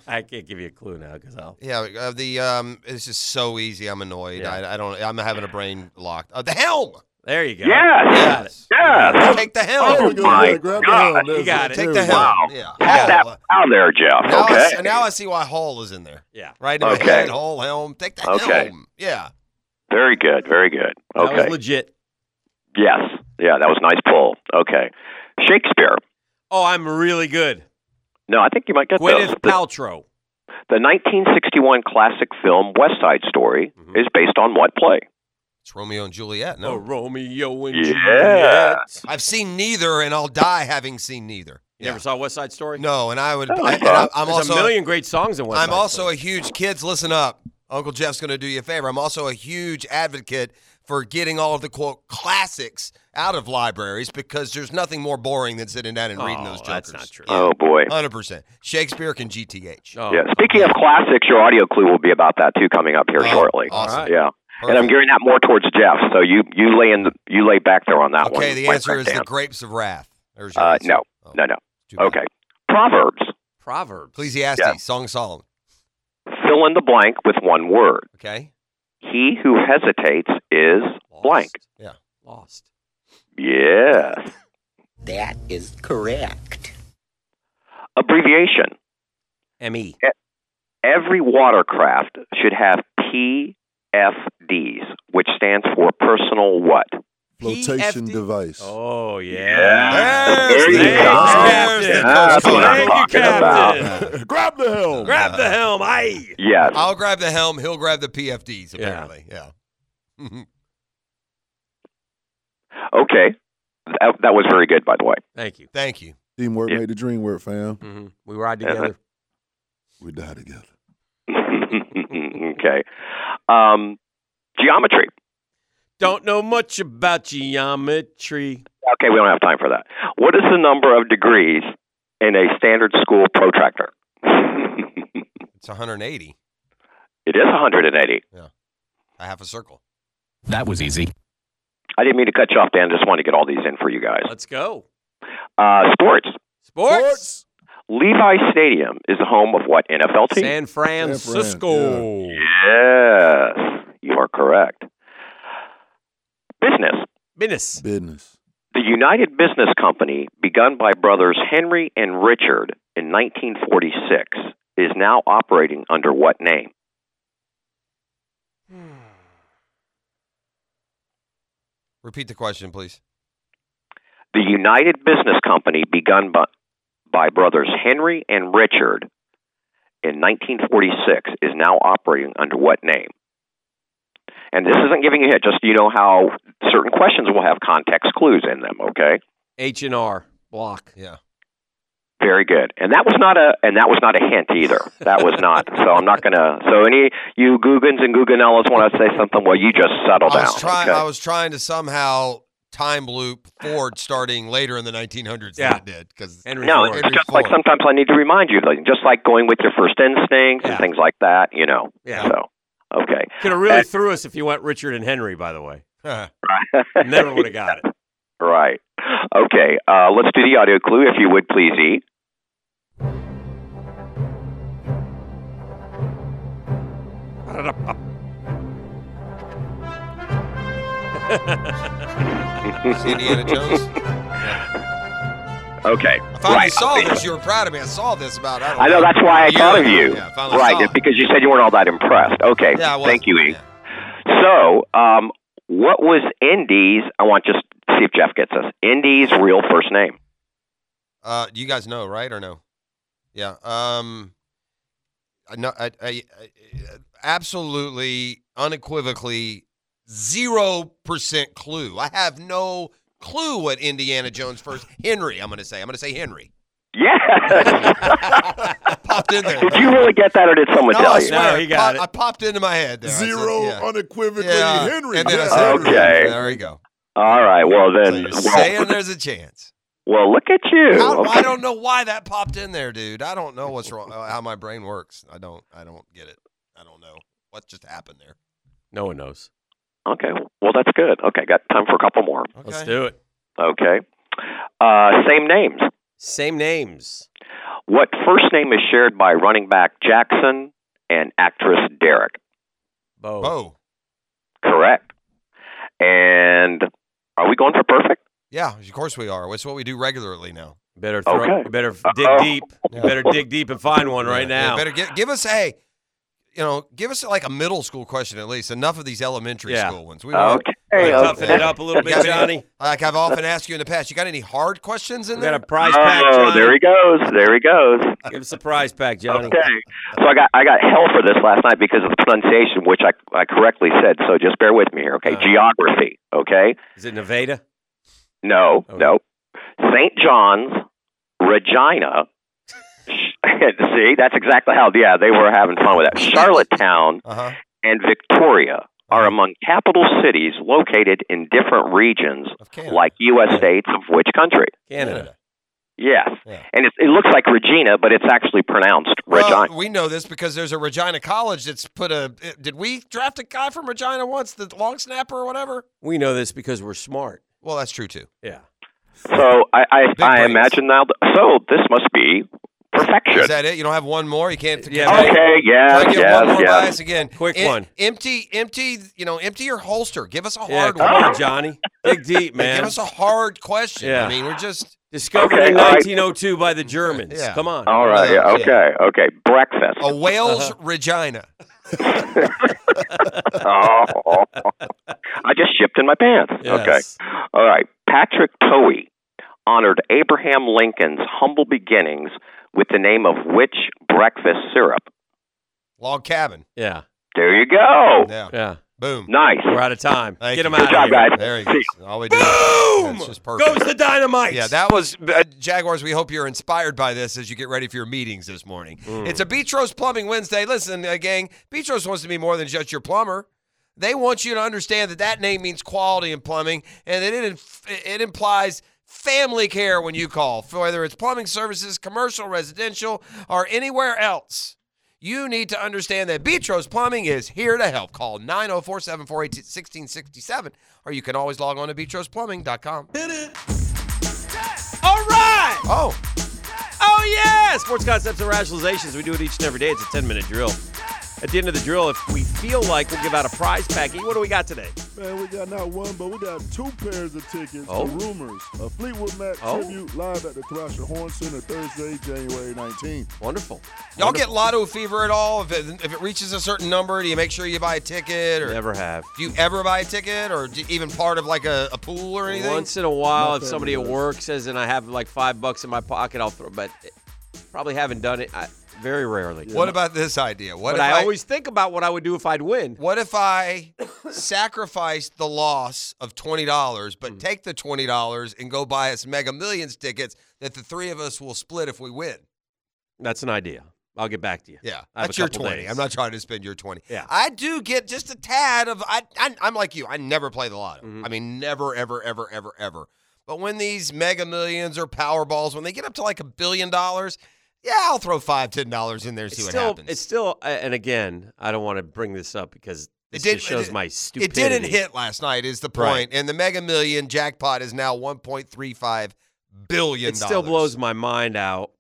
[SPEAKER 7] I can't give you a clue now because I'll.
[SPEAKER 2] Yeah. Uh, the um. It's just so easy. I'm annoyed.
[SPEAKER 7] Oh. Yeah.
[SPEAKER 2] I, I don't. I'm having a brain locked. Uh, the helm.
[SPEAKER 7] There you go.
[SPEAKER 8] Yes!
[SPEAKER 7] Got it.
[SPEAKER 8] Yes! Oh
[SPEAKER 2] Take the
[SPEAKER 6] There
[SPEAKER 2] helm.
[SPEAKER 6] we go.
[SPEAKER 8] my
[SPEAKER 6] Yeah, grab the
[SPEAKER 8] God.
[SPEAKER 6] helm. There's
[SPEAKER 7] You got it.
[SPEAKER 6] There
[SPEAKER 2] Take
[SPEAKER 6] we
[SPEAKER 2] the
[SPEAKER 6] go.
[SPEAKER 2] helm.
[SPEAKER 8] Wow.
[SPEAKER 2] Yeah.
[SPEAKER 8] Have that
[SPEAKER 2] Hell.
[SPEAKER 8] out there, Jeff.
[SPEAKER 2] Now, I,
[SPEAKER 8] Okay.
[SPEAKER 2] s- now I see why Hall is in there.
[SPEAKER 7] Yeah.
[SPEAKER 2] Right now,
[SPEAKER 8] Okay.
[SPEAKER 2] head, Hall, helm. Take the
[SPEAKER 8] Okay.
[SPEAKER 2] helm. Yeah.
[SPEAKER 8] Very good. Very good.
[SPEAKER 7] That was
[SPEAKER 8] Okay.
[SPEAKER 7] legit.
[SPEAKER 8] yes. Yeah, that was a nice pull. Okay. Shakespeare.
[SPEAKER 7] Oh, I'm really good.
[SPEAKER 8] No, I think you might get this.
[SPEAKER 7] Gwyneth
[SPEAKER 8] The,
[SPEAKER 7] Paltrow.
[SPEAKER 8] the 1961 classic film West Side Story
[SPEAKER 7] Mhm.
[SPEAKER 8] is based on what play?
[SPEAKER 2] It's Romeo and Juliet.
[SPEAKER 7] No.
[SPEAKER 2] No.
[SPEAKER 7] Oh, Romeo and
[SPEAKER 8] Yeah.
[SPEAKER 7] Juliet.
[SPEAKER 2] I've seen neither, and I'll die having seen neither.
[SPEAKER 7] You never
[SPEAKER 2] Yeah.
[SPEAKER 7] saw West Side Story?
[SPEAKER 2] No, and I would.
[SPEAKER 8] Oh,
[SPEAKER 2] I,
[SPEAKER 8] I
[SPEAKER 2] and I,
[SPEAKER 8] thought-
[SPEAKER 2] I'm
[SPEAKER 7] There's
[SPEAKER 2] also.
[SPEAKER 7] a million great songs in West
[SPEAKER 2] I'm
[SPEAKER 7] Side
[SPEAKER 2] also
[SPEAKER 7] Story.
[SPEAKER 2] a huge. Kids, listen up. Uncle Jeff's going to do you a favor. I'm also a huge advocate for getting all of the quote classics out of libraries because there's nothing more boring than sitting down and reading
[SPEAKER 7] Oh,
[SPEAKER 2] those jokers.
[SPEAKER 7] that's not true.
[SPEAKER 8] Oh, boy.
[SPEAKER 2] Hundred percent. Shakespeare can GTH.
[SPEAKER 7] Oh,
[SPEAKER 8] Yeah. Speaking of classics, your audio clue will be about that too coming up here
[SPEAKER 2] Oh,
[SPEAKER 8] shortly.
[SPEAKER 2] awesome.
[SPEAKER 7] All right.
[SPEAKER 8] Yeah. And I'm gearing that more towards Jeff, so you you lay in the, you lay back there on that one.
[SPEAKER 2] Okay, the
[SPEAKER 8] Mike
[SPEAKER 2] answer is the
[SPEAKER 8] Brandam.
[SPEAKER 2] grapes of wrath. There's your
[SPEAKER 8] Uh,
[SPEAKER 2] answer.
[SPEAKER 8] no,
[SPEAKER 2] Oh,
[SPEAKER 8] no, no.
[SPEAKER 2] too bad.
[SPEAKER 8] Okay, Proverbs.
[SPEAKER 7] Proverbs.
[SPEAKER 2] Ecclesiastes,
[SPEAKER 8] Yeah.
[SPEAKER 2] Song of Solomon.
[SPEAKER 8] Fill in the blank with one word.
[SPEAKER 2] Okay.
[SPEAKER 8] He who hesitates is
[SPEAKER 7] Lost.
[SPEAKER 8] blank.
[SPEAKER 2] Yeah.
[SPEAKER 7] Lost.
[SPEAKER 8] Yes.
[SPEAKER 9] That is correct.
[SPEAKER 8] Abbreviation. E-,
[SPEAKER 7] M.E.
[SPEAKER 8] Every watercraft should have PFDs, which stands for personal what?
[SPEAKER 6] Flotation
[SPEAKER 7] PFD.
[SPEAKER 6] device.
[SPEAKER 7] Oh, yeah.
[SPEAKER 8] Yeah.
[SPEAKER 2] There's
[SPEAKER 8] There you
[SPEAKER 2] the-
[SPEAKER 8] go.
[SPEAKER 2] there's the
[SPEAKER 8] That's
[SPEAKER 2] Coach
[SPEAKER 8] what I'm
[SPEAKER 2] Carter.
[SPEAKER 7] Thank you,
[SPEAKER 8] talking
[SPEAKER 7] Captain.
[SPEAKER 6] grab the helm.
[SPEAKER 7] Grab the helm. Aye.
[SPEAKER 8] Yes.
[SPEAKER 2] I'll grab the helm. He'll grab the PFDs.
[SPEAKER 7] Yeah.
[SPEAKER 2] Apparently, yeah.
[SPEAKER 8] Okay. That, that was very good, by the way.
[SPEAKER 7] Thank you.
[SPEAKER 2] Thank you.
[SPEAKER 6] Teamwork
[SPEAKER 8] Yeah.
[SPEAKER 6] made the dream work, fam.
[SPEAKER 7] hmm We ride
[SPEAKER 8] Yeah.
[SPEAKER 7] together.
[SPEAKER 6] We die together.
[SPEAKER 8] okay. Um, geometry.
[SPEAKER 7] Don't know much about geometry.
[SPEAKER 8] Okay, we don't have time for that. What is the number of degrees in a standard school protractor? it
[SPEAKER 2] It's 180.
[SPEAKER 8] is 180.
[SPEAKER 2] A half a circle.
[SPEAKER 9] That was easy.
[SPEAKER 8] I didn't mean to cut you off, Dan. Just wanted to get all these in for you guys.
[SPEAKER 7] Let's go.
[SPEAKER 8] Uh, sports.
[SPEAKER 7] Sports.
[SPEAKER 8] Levi Stadium is the home of what NFL team?
[SPEAKER 7] San Francisco.
[SPEAKER 8] yes, you are correct. Business.
[SPEAKER 7] Business.
[SPEAKER 6] Business.
[SPEAKER 8] The United Business Company, begun by brothers Henry and Richard in 1946, is now operating under what name?
[SPEAKER 2] Repeat the question, please.
[SPEAKER 8] The United Business Company, begun by, by brothers Henry and Richard in 1946, is now operating under what name? And this isn't giving you a hint, just so you know how certain questions will have context clues in them, okay?
[SPEAKER 7] H and R block.
[SPEAKER 2] Yeah.
[SPEAKER 8] Very good. And that was not a and that was not a hint either. That was not. So I'm not gonna so any you Googans and Googanellas want to say something, well you just settle
[SPEAKER 2] I
[SPEAKER 8] down.
[SPEAKER 2] was trying.
[SPEAKER 8] okay?
[SPEAKER 2] I was trying to somehow time loop Ford starting later in the 1900s.
[SPEAKER 7] Yeah.
[SPEAKER 2] than it did because
[SPEAKER 7] Henry
[SPEAKER 8] no,
[SPEAKER 7] Ford.
[SPEAKER 8] it's
[SPEAKER 2] Henry
[SPEAKER 8] just like
[SPEAKER 2] Ford.
[SPEAKER 8] sometimes I need to remind you, like, just like going with your first instincts
[SPEAKER 7] Yeah.
[SPEAKER 8] and things like that, you know.
[SPEAKER 7] Yeah.
[SPEAKER 8] So okay.
[SPEAKER 7] Could have really threw us if you went Richard and Henry. By the way, never would have got it.
[SPEAKER 8] Right. Okay. Uh, let's do the audio clue, if you would please, E.
[SPEAKER 2] Indiana Jones.
[SPEAKER 8] Okay.
[SPEAKER 2] I finally
[SPEAKER 8] Right.
[SPEAKER 2] saw this. You were proud of me. I saw this about. I, don't
[SPEAKER 8] I know that's why I
[SPEAKER 2] a year
[SPEAKER 8] thought of
[SPEAKER 2] ago.
[SPEAKER 8] you.
[SPEAKER 2] Yeah, I finally
[SPEAKER 8] right,
[SPEAKER 2] saw it.
[SPEAKER 8] because you said you weren't all that impressed. Okay.
[SPEAKER 2] Yeah, I was.
[SPEAKER 8] Thank you, E.
[SPEAKER 2] Yeah.
[SPEAKER 8] So, um, what was Indy's? I want just to see if Jeff gets us. Indy's real first name.
[SPEAKER 2] Uh, you guys know, right or no? Yeah. Um, I know. I, I, I- absolutely, unequivocally, zero percent clue. I have no clue what Indiana Jones first Henry. I'm going to say. I'm going to say Henry.
[SPEAKER 8] Yes.
[SPEAKER 2] Popped in there.
[SPEAKER 8] did you really get that, or did someone
[SPEAKER 2] No,
[SPEAKER 8] tell
[SPEAKER 2] I
[SPEAKER 8] you?
[SPEAKER 2] swear.
[SPEAKER 7] No, he got
[SPEAKER 2] I,
[SPEAKER 7] it.
[SPEAKER 2] I popped into my head there. I said,
[SPEAKER 6] Zero
[SPEAKER 2] yeah.
[SPEAKER 6] unequivocally
[SPEAKER 2] Yeah.
[SPEAKER 6] Henry.
[SPEAKER 2] And then I
[SPEAKER 6] Yes,
[SPEAKER 2] said,
[SPEAKER 6] Henry.
[SPEAKER 8] Okay.
[SPEAKER 2] There you go.
[SPEAKER 8] All right. Well
[SPEAKER 2] So
[SPEAKER 8] then,
[SPEAKER 2] you're saying
[SPEAKER 8] well,
[SPEAKER 2] there's a chance.
[SPEAKER 8] well, look at you.
[SPEAKER 2] How-
[SPEAKER 8] Okay.
[SPEAKER 2] I don't know why that popped in there, dude. I don't know what's wrong. How my brain works. I don't. I don't get it. I don't know what just happened there.
[SPEAKER 7] No one knows.
[SPEAKER 8] Okay. Well, that's good. Okay, got time for a couple more.
[SPEAKER 2] Okay.
[SPEAKER 7] Let's do it.
[SPEAKER 8] Okay. Uh, same names.
[SPEAKER 7] Same names.
[SPEAKER 8] What first name is shared by running back Jackson and actress Derek?
[SPEAKER 7] Bo.
[SPEAKER 2] Oh,
[SPEAKER 8] Correct. And are we going for perfect?
[SPEAKER 2] yeah. Of course we are. It's what we do regularly now.
[SPEAKER 7] Better throw.
[SPEAKER 8] Okay.
[SPEAKER 7] You better f- dig
[SPEAKER 8] Uh-oh.
[SPEAKER 7] deep. You better dig deep and find one right
[SPEAKER 2] Yeah, yeah,
[SPEAKER 7] now.
[SPEAKER 2] better get, give us a, you know, give us like a middle school question at least. Enough of these elementary
[SPEAKER 7] Yeah.
[SPEAKER 2] school ones. We want-
[SPEAKER 8] Okay.
[SPEAKER 7] Better
[SPEAKER 2] Yeah.
[SPEAKER 7] Toughen it up a little
[SPEAKER 2] Yeah.
[SPEAKER 7] bit, Johnny.
[SPEAKER 2] Like I've often asked you in the past, you got any hard questions in
[SPEAKER 7] We
[SPEAKER 2] there?
[SPEAKER 7] got a prize pack,
[SPEAKER 8] Oh,
[SPEAKER 7] Johnny.
[SPEAKER 8] there he goes. There he goes.
[SPEAKER 7] Give us a prize pack, Johnny.
[SPEAKER 8] Okay. So I got I got hell for this last night because of the pronunciation, which I I correctly said. So just bear with me here. Okay.
[SPEAKER 7] Uh.
[SPEAKER 8] Geography. Okay.
[SPEAKER 7] Is it Nevada?
[SPEAKER 8] No.
[SPEAKER 7] Okay.
[SPEAKER 8] No. St. John's, Regina. See, that's exactly how. Yeah, they were having fun with that. Charlottetown
[SPEAKER 2] Uh-huh.
[SPEAKER 8] and Victoria are among capital cities located in different regions,
[SPEAKER 2] Of Canada.
[SPEAKER 8] like U.S. states of which country?
[SPEAKER 7] Canada.
[SPEAKER 8] Yes.
[SPEAKER 2] Yeah.
[SPEAKER 8] And it, it looks like Regina, but it's actually pronounced
[SPEAKER 2] Well,
[SPEAKER 8] Regina.
[SPEAKER 2] we know this because there's a Regina College that's put a. eh, Did we draft a guy from Regina once, the long snapper or whatever?
[SPEAKER 7] We know this because we're smart.
[SPEAKER 2] Well, that's true too.
[SPEAKER 7] Yeah.
[SPEAKER 8] So I, I,
[SPEAKER 2] Big
[SPEAKER 8] I
[SPEAKER 2] brains.
[SPEAKER 8] imagine now. th- so this must be
[SPEAKER 2] Is
[SPEAKER 8] perfection.
[SPEAKER 2] that it? You don't have one more? You can't.
[SPEAKER 7] Yeah,
[SPEAKER 2] can't-
[SPEAKER 8] okay.
[SPEAKER 2] Try
[SPEAKER 8] Yes.
[SPEAKER 2] to get one
[SPEAKER 8] Yes.
[SPEAKER 2] more
[SPEAKER 8] Yes.
[SPEAKER 2] bias again.
[SPEAKER 7] Quick
[SPEAKER 2] Em-
[SPEAKER 7] one.
[SPEAKER 2] Empty, empty. You know, empty your holster. Give us a
[SPEAKER 7] Yeah,
[SPEAKER 2] hard
[SPEAKER 7] come
[SPEAKER 8] one.
[SPEAKER 7] on, Johnny. Dig deep,
[SPEAKER 2] one. Give
[SPEAKER 7] man.
[SPEAKER 2] us a hard question.
[SPEAKER 7] Yeah.
[SPEAKER 2] I mean, we're just.
[SPEAKER 7] Discovered
[SPEAKER 8] Okay,
[SPEAKER 7] in
[SPEAKER 8] all right.
[SPEAKER 7] 1902 by the Germans.
[SPEAKER 2] Yeah.
[SPEAKER 7] Come on. Uh-huh.
[SPEAKER 8] All right. Yeah. Okay. Okay. Breakfast.
[SPEAKER 2] A Wales Regina.
[SPEAKER 8] Oh. I just shipped in my pants. Okay.
[SPEAKER 7] Yes.
[SPEAKER 8] All right. Patrick Toey honored Abraham Lincoln's humble beginnings with the name of which breakfast syrup?
[SPEAKER 2] Log cabin.
[SPEAKER 7] Yeah.
[SPEAKER 8] There you go.
[SPEAKER 2] Yeah.
[SPEAKER 7] Yeah.
[SPEAKER 2] Boom.
[SPEAKER 8] Nice.
[SPEAKER 7] We're out of time.
[SPEAKER 2] Thank
[SPEAKER 7] Get
[SPEAKER 2] you.
[SPEAKER 7] him out
[SPEAKER 8] Good job,
[SPEAKER 7] of here.
[SPEAKER 8] guys.
[SPEAKER 2] There he goes. All we do.
[SPEAKER 7] Boom!
[SPEAKER 2] That's just perfect.
[SPEAKER 7] Goes the dynamite.
[SPEAKER 2] Yeah, that was uh, Jaguars. We hope you're inspired by this as you get ready for your meetings this morning. It's a Beatrice Plumbing Wednesday. Listen, uh, gang, Beatrice wants to be more than just your plumber. They want you to understand that that name means quality in plumbing, and that it inf- it implies family care when you call, whether it's plumbing services, commercial, residential, or anywhere else. You need to understand that Betros Plumbing is here to help. Call 904 748 1667, or you can always log on to betrosplumbing.com.
[SPEAKER 7] All right.
[SPEAKER 2] Oh,
[SPEAKER 7] Oh, yeah. Sports concepts and rationalizations. We do it each and every day. It's a 10 minute drill. At the end of the drill, if we feel like we'll give out a prize package, what do we got today?
[SPEAKER 6] Man, we got not one, but we got two pairs of tickets
[SPEAKER 7] Oh.
[SPEAKER 6] to Rumors, a Fleetwood Mac
[SPEAKER 7] Oh.
[SPEAKER 6] tribute live at the Thrasher Horn Center Thursday, January 19th.
[SPEAKER 7] Wonderful.
[SPEAKER 2] Y'all get lotto fever at all? If it, if it reaches a certain number, do you make sure you buy a ticket? Or
[SPEAKER 7] Never have.
[SPEAKER 2] do you ever buy a ticket? Or do you even part of like a, a pool or anything?
[SPEAKER 7] Once in a while,
[SPEAKER 6] My
[SPEAKER 7] if somebody at
[SPEAKER 6] family does.
[SPEAKER 7] work says, and I have like five bucks in my pocket, I'll throw. But it- probably haven't done it. I, very rarely.
[SPEAKER 2] what about this idea? What
[SPEAKER 7] But
[SPEAKER 2] if
[SPEAKER 7] I, always think about what I would do if I'd win.
[SPEAKER 2] What if I sacrificed the loss of twenty dollars,
[SPEAKER 7] Hmm.
[SPEAKER 2] but take the twenty dollars and go buy us Mega Millions tickets that the three of us will split if we win?
[SPEAKER 7] That's an idea. I'll get back to you.
[SPEAKER 2] Yeah,
[SPEAKER 7] I have a
[SPEAKER 2] that's your
[SPEAKER 7] couple
[SPEAKER 2] twenty.
[SPEAKER 7] days.
[SPEAKER 2] I'm not trying to spend your twenty.
[SPEAKER 7] Yeah.
[SPEAKER 2] I do get just a tad of. I, I I'm like you. I never play the lotto.
[SPEAKER 7] Mm-hmm.
[SPEAKER 2] I mean, never, ever, ever, ever, ever. But when these Mega Millions or Powerballs, when they get up to like a billion dollars, yeah, I'll throw five, ten dollars in there and
[SPEAKER 7] It's
[SPEAKER 2] see
[SPEAKER 7] still,
[SPEAKER 2] what happens.
[SPEAKER 7] It's still, uh, and again, I don't want to bring this up because this
[SPEAKER 2] didn't-
[SPEAKER 7] just shows
[SPEAKER 2] it-
[SPEAKER 7] my stupidity.
[SPEAKER 2] It didn't hit last night. Is the point.
[SPEAKER 7] Right.
[SPEAKER 2] And the Mega Million jackpot is now 1.35 billion.
[SPEAKER 7] It still blows my mind out.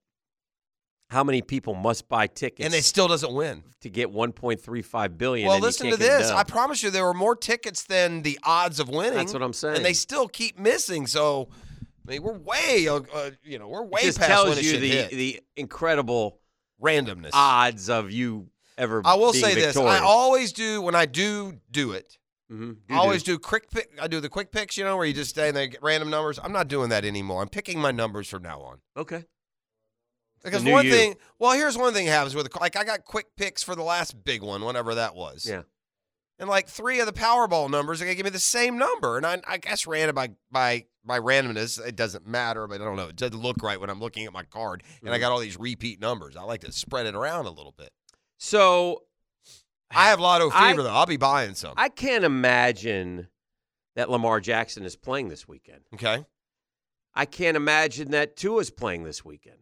[SPEAKER 7] How many people must buy tickets
[SPEAKER 2] And they still doesn't win.
[SPEAKER 7] to get 1.35 billion?
[SPEAKER 2] Well,
[SPEAKER 7] and you
[SPEAKER 2] listen to
[SPEAKER 7] can't get it
[SPEAKER 2] this.
[SPEAKER 7] done?
[SPEAKER 2] I promise you, there were more tickets than the odds of winning.
[SPEAKER 7] That's what I'm saying.
[SPEAKER 2] And they still keep missing. So, I mean, we're way, uh, uh, you know, we're way
[SPEAKER 7] it just
[SPEAKER 2] past
[SPEAKER 7] tells
[SPEAKER 2] when it
[SPEAKER 7] you
[SPEAKER 2] should
[SPEAKER 7] the
[SPEAKER 2] hit.
[SPEAKER 7] the incredible
[SPEAKER 2] randomness.
[SPEAKER 7] odds of you ever.
[SPEAKER 2] I will
[SPEAKER 7] being
[SPEAKER 2] say this.
[SPEAKER 7] victorious.
[SPEAKER 2] I always do when I do do it.
[SPEAKER 7] Mhm.
[SPEAKER 2] I always do quick pick. I do the quick picks, you know, where you just stay and they get random numbers. I'm not doing that anymore. I'm picking my numbers from now on.
[SPEAKER 7] okay.
[SPEAKER 2] Because
[SPEAKER 7] new
[SPEAKER 2] one
[SPEAKER 7] you.
[SPEAKER 2] thing, well, here's one thing that happens with like I got quick picks for the last big one, whatever that was.
[SPEAKER 7] Yeah.
[SPEAKER 2] and like three of the Powerball numbers are gonna give me the same number. And I, I guess random by by by randomness, it doesn't matter. But I don't know. It doesn't look right when I'm looking at my card,
[SPEAKER 7] Mm-hmm.
[SPEAKER 2] and I got all these repeat numbers. I like to spread it around a little bit.
[SPEAKER 7] So
[SPEAKER 2] I have Lotto
[SPEAKER 7] I-
[SPEAKER 2] fever though. I'll be buying some.
[SPEAKER 7] I can't imagine that Lamar Jackson is playing this weekend.
[SPEAKER 2] okay,
[SPEAKER 7] I can't imagine that Tua's playing this weekend.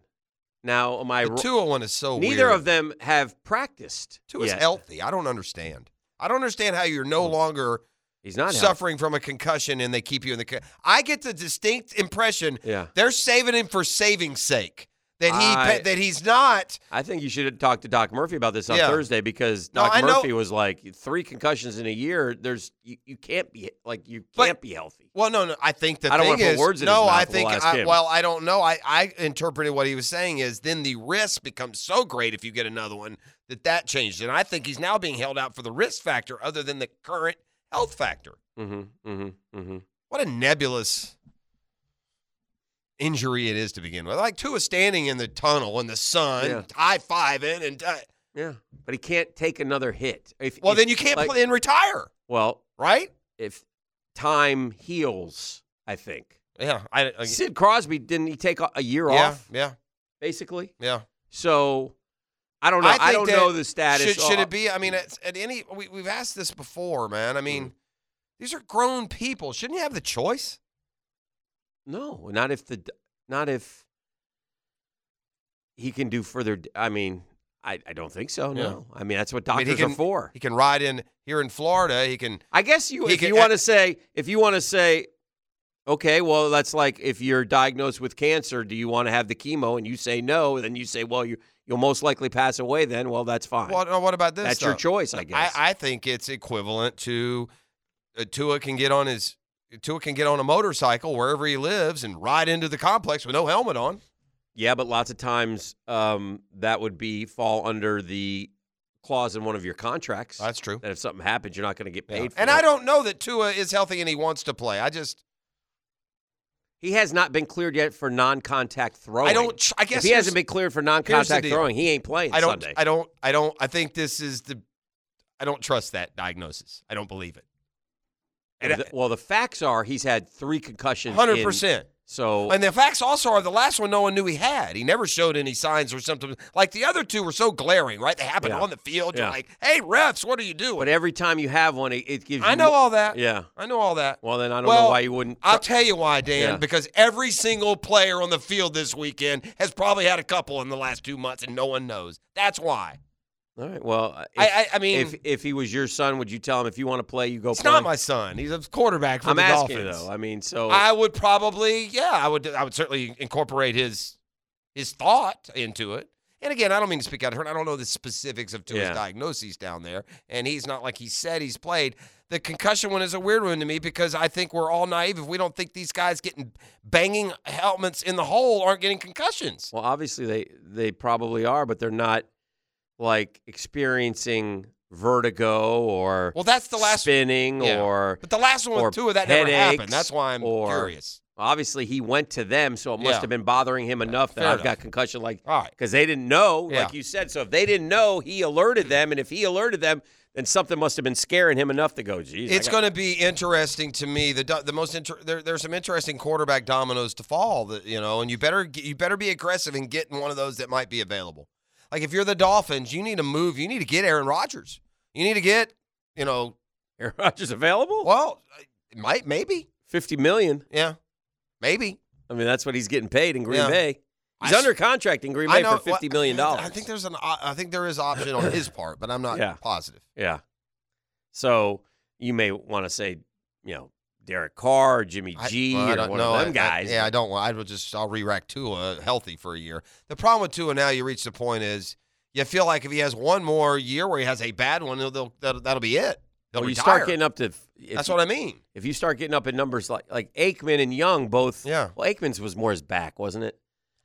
[SPEAKER 7] Now, am I?
[SPEAKER 2] the
[SPEAKER 7] ro-
[SPEAKER 2] Tua one is so
[SPEAKER 7] neither
[SPEAKER 2] weird.
[SPEAKER 7] of them have practiced.
[SPEAKER 2] Tua's
[SPEAKER 7] yet.
[SPEAKER 2] healthy. I don't understand. I don't understand how you're no longer
[SPEAKER 7] He's not healthy.
[SPEAKER 2] suffering from a concussion and they keep you in the. Ca- I get the distinct impression
[SPEAKER 7] Yeah.
[SPEAKER 2] they're saving him for saving's sake. That he
[SPEAKER 7] I-
[SPEAKER 2] that he's not.
[SPEAKER 7] I think you should talk to Doc Murphy about this on
[SPEAKER 2] Yeah.
[SPEAKER 7] Thursday because
[SPEAKER 2] No,
[SPEAKER 7] Doc
[SPEAKER 2] I know-
[SPEAKER 7] Murphy was like three concussions in a year. There's you, you can't be like you
[SPEAKER 2] But-
[SPEAKER 7] can't be healthy.
[SPEAKER 2] Well, no, no. I think the
[SPEAKER 7] I don't
[SPEAKER 2] thing
[SPEAKER 7] wanna put
[SPEAKER 2] is
[SPEAKER 7] words in his
[SPEAKER 2] no.
[SPEAKER 7] mouth,
[SPEAKER 2] I
[SPEAKER 7] we'll
[SPEAKER 2] think
[SPEAKER 7] ask
[SPEAKER 2] I,
[SPEAKER 7] him.
[SPEAKER 2] well, I don't know. I I interpreted what he was saying is then the risk becomes so great if you get another one that that changed, and I think he's now being held out for the risk factor other than the current health factor.
[SPEAKER 7] Mm-hmm. Mm-hmm. Mm-hmm.
[SPEAKER 2] What a nebulous injury it is to begin with. Like Tua standing in the tunnel in the sun,
[SPEAKER 7] Yeah.
[SPEAKER 2] high fiving, and uh,
[SPEAKER 7] Yeah, but he can't take another hit. If,
[SPEAKER 2] well,
[SPEAKER 7] if-
[SPEAKER 2] then you can't
[SPEAKER 7] like-
[SPEAKER 2] play and retire,
[SPEAKER 7] Well,
[SPEAKER 2] right?
[SPEAKER 7] if time heals, I think.
[SPEAKER 2] Yeah, I, I
[SPEAKER 7] Sid Crosby didn't he take a- a year
[SPEAKER 2] yeah,
[SPEAKER 7] off
[SPEAKER 2] yeah,
[SPEAKER 7] basically?
[SPEAKER 2] yeah.
[SPEAKER 7] So I don't know. I,
[SPEAKER 2] think
[SPEAKER 7] don't
[SPEAKER 2] that
[SPEAKER 7] know the status.
[SPEAKER 2] Should, should
[SPEAKER 7] Uh,
[SPEAKER 2] it be? I mean, at, at any we, we've asked this before, man. I
[SPEAKER 7] Mm.
[SPEAKER 2] mean, these are grown people. Shouldn't you have the choice?
[SPEAKER 7] No, not if the d- not if he can do further. d- I mean, I, I don't think so.
[SPEAKER 2] Yeah.
[SPEAKER 7] No, I mean that's what
[SPEAKER 2] I mean,
[SPEAKER 7] doctors
[SPEAKER 2] he can,
[SPEAKER 7] are for.
[SPEAKER 2] He can ride in here in Florida. He can.
[SPEAKER 7] I guess you
[SPEAKER 2] he
[SPEAKER 7] if
[SPEAKER 2] can-
[SPEAKER 7] you want to say if you want to say, okay, well that's like if you're diagnosed with cancer, do you want to have the chemo? And you say no, then you say, well you you'll most likely pass away. Then well that's fine.
[SPEAKER 2] What? What about this?
[SPEAKER 7] that's your
[SPEAKER 2] though?
[SPEAKER 7] choice, I guess.
[SPEAKER 2] I, I think it's equivalent to uh, Tua can get on his Tua can get on a motorcycle wherever he lives and ride into the complex with no helmet on.
[SPEAKER 7] yeah, but lots of times um, that would be fall under the clause in one of your contracts
[SPEAKER 2] That's true.
[SPEAKER 7] that if something happens, you're not going to get paid. for
[SPEAKER 2] And
[SPEAKER 7] it.
[SPEAKER 2] I don't know that Tua is healthy and he wants to play. I just
[SPEAKER 7] He has not been cleared yet for non-contact throwing.
[SPEAKER 2] I don't. ch- I guess
[SPEAKER 7] if he
[SPEAKER 2] here's-
[SPEAKER 7] hasn't been cleared for
[SPEAKER 2] here's
[SPEAKER 7] non-contact
[SPEAKER 2] the deal.
[SPEAKER 7] throwing, he ain't playing
[SPEAKER 2] I don't.
[SPEAKER 7] Sunday.
[SPEAKER 2] I don't. I don't. I think this is the. I don't trust that diagnosis. I don't believe it.
[SPEAKER 7] And the- well, the facts are he's had three concussions. in-
[SPEAKER 2] Hundred percent.
[SPEAKER 7] So
[SPEAKER 2] And the facts also are the last one no one knew he had. He never showed any signs or symptoms. Like the other two were so glaring, right? They happened
[SPEAKER 7] Yeah.
[SPEAKER 2] on the field. You're
[SPEAKER 7] Yeah.
[SPEAKER 2] like, hey, refs, what are you doing?
[SPEAKER 7] but every time you have one, it, it gives.
[SPEAKER 2] I
[SPEAKER 7] you
[SPEAKER 2] know
[SPEAKER 7] mo-
[SPEAKER 2] all that.
[SPEAKER 7] Yeah.
[SPEAKER 2] I know all that.
[SPEAKER 7] Well, then I don't
[SPEAKER 2] Well,
[SPEAKER 7] know why you wouldn't.
[SPEAKER 2] I'll tell you why, Dan,
[SPEAKER 7] Yeah.
[SPEAKER 2] because every single player on the field this weekend has probably had a couple in the last two months and no one knows. That's why.
[SPEAKER 7] all right. Well, uh, if,
[SPEAKER 2] I- I- I mean-
[SPEAKER 7] if if he was your son, would you tell him if you want to play, you go
[SPEAKER 2] It's
[SPEAKER 7] play?
[SPEAKER 2] not my son. He's a quarterback for
[SPEAKER 7] I'm
[SPEAKER 2] the
[SPEAKER 7] asking
[SPEAKER 2] Dolphins.
[SPEAKER 7] though. I mean, so
[SPEAKER 2] I would probably, yeah, I would, I would certainly incorporate his his thought into it. And again, I don't mean to speak out of turn. I don't know the specifics of Tua's
[SPEAKER 7] Yeah.
[SPEAKER 2] diagnoses down there, and he's not like he said he's played. The concussion one is a weird one to me because I think we're all naive if we don't think these guys getting banging helmets in the hole aren't getting concussions.
[SPEAKER 7] well, obviously they they probably are, but they're not like experiencing vertigo or
[SPEAKER 2] Well, that's the last,
[SPEAKER 7] spinning
[SPEAKER 2] yeah.
[SPEAKER 7] or
[SPEAKER 2] but the last one
[SPEAKER 7] or
[SPEAKER 2] with Tua that never happened.
[SPEAKER 7] headaches
[SPEAKER 2] That's why I'm
[SPEAKER 7] or-
[SPEAKER 2] curious.
[SPEAKER 7] Obviously, he went to them, so it must
[SPEAKER 2] Yeah.
[SPEAKER 7] have been bothering him enough that
[SPEAKER 2] fair
[SPEAKER 7] I've
[SPEAKER 2] enough.
[SPEAKER 7] got concussion. Like,
[SPEAKER 2] All right.
[SPEAKER 7] because they didn't know,
[SPEAKER 2] Yeah.
[SPEAKER 7] like you said. So if they didn't know, he alerted them, and if he alerted them, then something must have been scaring him enough to go. Geez,
[SPEAKER 2] It's going to be interesting to me. The do- the most inter- there, there's some interesting quarterback dominoes to fall. That you know, and you better get, you better be aggressive in getting one of those that might be available. Like if you're the Dolphins, you need to move. You need to get Aaron Rodgers. You need to get you know.
[SPEAKER 7] Aaron Rodgers available.
[SPEAKER 2] Well, it might maybe
[SPEAKER 7] Fifty million.
[SPEAKER 2] yeah, maybe.
[SPEAKER 7] I mean, that's what he's getting paid in Green
[SPEAKER 2] Yeah.
[SPEAKER 7] Bay. He's
[SPEAKER 2] I s-
[SPEAKER 7] under contract in Green
[SPEAKER 2] I
[SPEAKER 7] Bay
[SPEAKER 2] know
[SPEAKER 7] for fifty million
[SPEAKER 2] well,
[SPEAKER 7] dollars.
[SPEAKER 2] I think there's an o- I think there is option on his part, but I'm not
[SPEAKER 7] Yeah.
[SPEAKER 2] positive.
[SPEAKER 7] yeah. So you may want to say, you know, Derek Carr, or Jimmy
[SPEAKER 2] I-
[SPEAKER 7] G,
[SPEAKER 2] well, I
[SPEAKER 7] or
[SPEAKER 2] don't
[SPEAKER 7] one
[SPEAKER 2] know.
[SPEAKER 7] of
[SPEAKER 2] I- I-
[SPEAKER 7] them guys.
[SPEAKER 2] yeah, I don't want. I will just I'll re-rack Tua healthy for a year. The problem with Tua now, you reach the point is you feel like if he has one more year where he has a bad one, he'll, they'll that'll, that'll be it. They'll
[SPEAKER 7] Well, you
[SPEAKER 2] retire.
[SPEAKER 7] start getting up to. If,
[SPEAKER 2] That's what I mean.
[SPEAKER 7] if you start getting up in numbers like like Aikman and Young both
[SPEAKER 2] Yeah.
[SPEAKER 7] well Aikman's was more his back wasn't it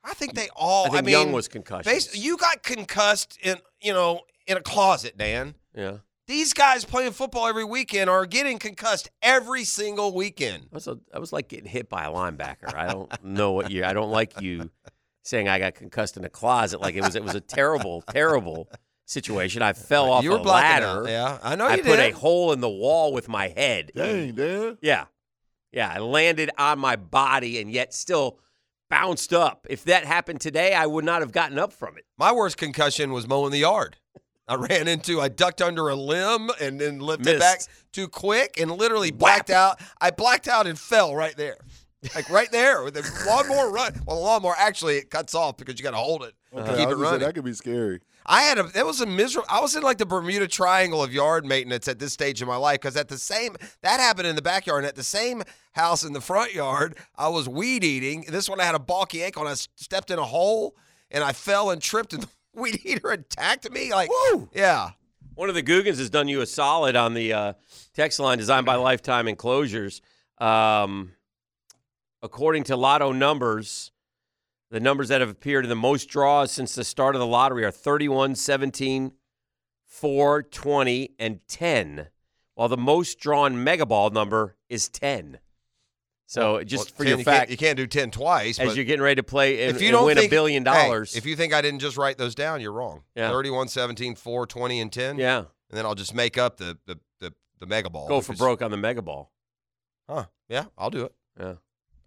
[SPEAKER 2] I think they all.
[SPEAKER 7] I think
[SPEAKER 2] mean,
[SPEAKER 7] Young was concussion
[SPEAKER 2] bas- you got concussed in you know in a closet, Dan.
[SPEAKER 7] yeah
[SPEAKER 2] These guys playing football every weekend are getting concussed every single weekend.
[SPEAKER 7] I was a, I was like getting hit by a linebacker I don't know what year I don't like you saying I got concussed in a closet like it was it was a terrible terrible situation. I fell off
[SPEAKER 2] you were
[SPEAKER 7] a
[SPEAKER 2] blocking
[SPEAKER 7] ladder.
[SPEAKER 2] out, Yeah, I know
[SPEAKER 7] I
[SPEAKER 2] you
[SPEAKER 7] put
[SPEAKER 2] did.
[SPEAKER 7] a hole in the wall with my head.
[SPEAKER 6] Dang, Dan.
[SPEAKER 7] Yeah. Yeah. I landed on my body and yet still bounced up. If that happened today, I would not have gotten up from it.
[SPEAKER 2] My worst concussion was mowing the yard. I ran into, I ducked under a limb and then lifted
[SPEAKER 7] Missed.
[SPEAKER 2] back too quick and literally blacked out. I blacked out and fell right there. Like right there with the lawnmower run. Well, the lawnmower actually it cuts off because you got to hold it.
[SPEAKER 7] Uh-huh.
[SPEAKER 2] to
[SPEAKER 6] Okay, I was
[SPEAKER 2] keep
[SPEAKER 6] gonna
[SPEAKER 2] it
[SPEAKER 6] say,
[SPEAKER 2] running.
[SPEAKER 6] that could be scary.
[SPEAKER 2] I had a that was a miserable. I was in like the Bermuda Triangle of yard maintenance at this stage of my life because at the same that happened in the backyard and at the same house in the front yard I was weed eating. This one I had a balky ankle and I s- stepped in a hole and I fell and tripped and the weed eater attacked me. Like, yeah,
[SPEAKER 7] One of the Googans has done you a solid on the uh, text line designed by Lifetime Enclosures. Um, according to lotto numbers, the numbers that have appeared in the most draws since the start of the lottery are 31, 17, 4, 20, and 10, while the most drawn mega ball number is 10. So just
[SPEAKER 2] Well,
[SPEAKER 7] for
[SPEAKER 2] 10,
[SPEAKER 7] your
[SPEAKER 2] you can't,
[SPEAKER 7] fact,
[SPEAKER 2] you can't do ten twice.
[SPEAKER 7] as
[SPEAKER 2] but
[SPEAKER 7] you're getting ready to play and,
[SPEAKER 2] if you
[SPEAKER 7] and
[SPEAKER 2] don't
[SPEAKER 7] win
[SPEAKER 2] think,
[SPEAKER 7] a billion
[SPEAKER 2] hey,
[SPEAKER 7] dollars,
[SPEAKER 2] if you think I didn't just write those down, you're wrong.
[SPEAKER 7] Yeah.
[SPEAKER 2] 31, 17, 4, 20, and ten.
[SPEAKER 7] yeah,
[SPEAKER 2] and then I'll just make up the the the, the mega ball.
[SPEAKER 7] go
[SPEAKER 2] which
[SPEAKER 7] for
[SPEAKER 2] is-
[SPEAKER 7] broke on the mega ball.
[SPEAKER 2] Huh? Yeah, I'll do it.
[SPEAKER 7] Yeah.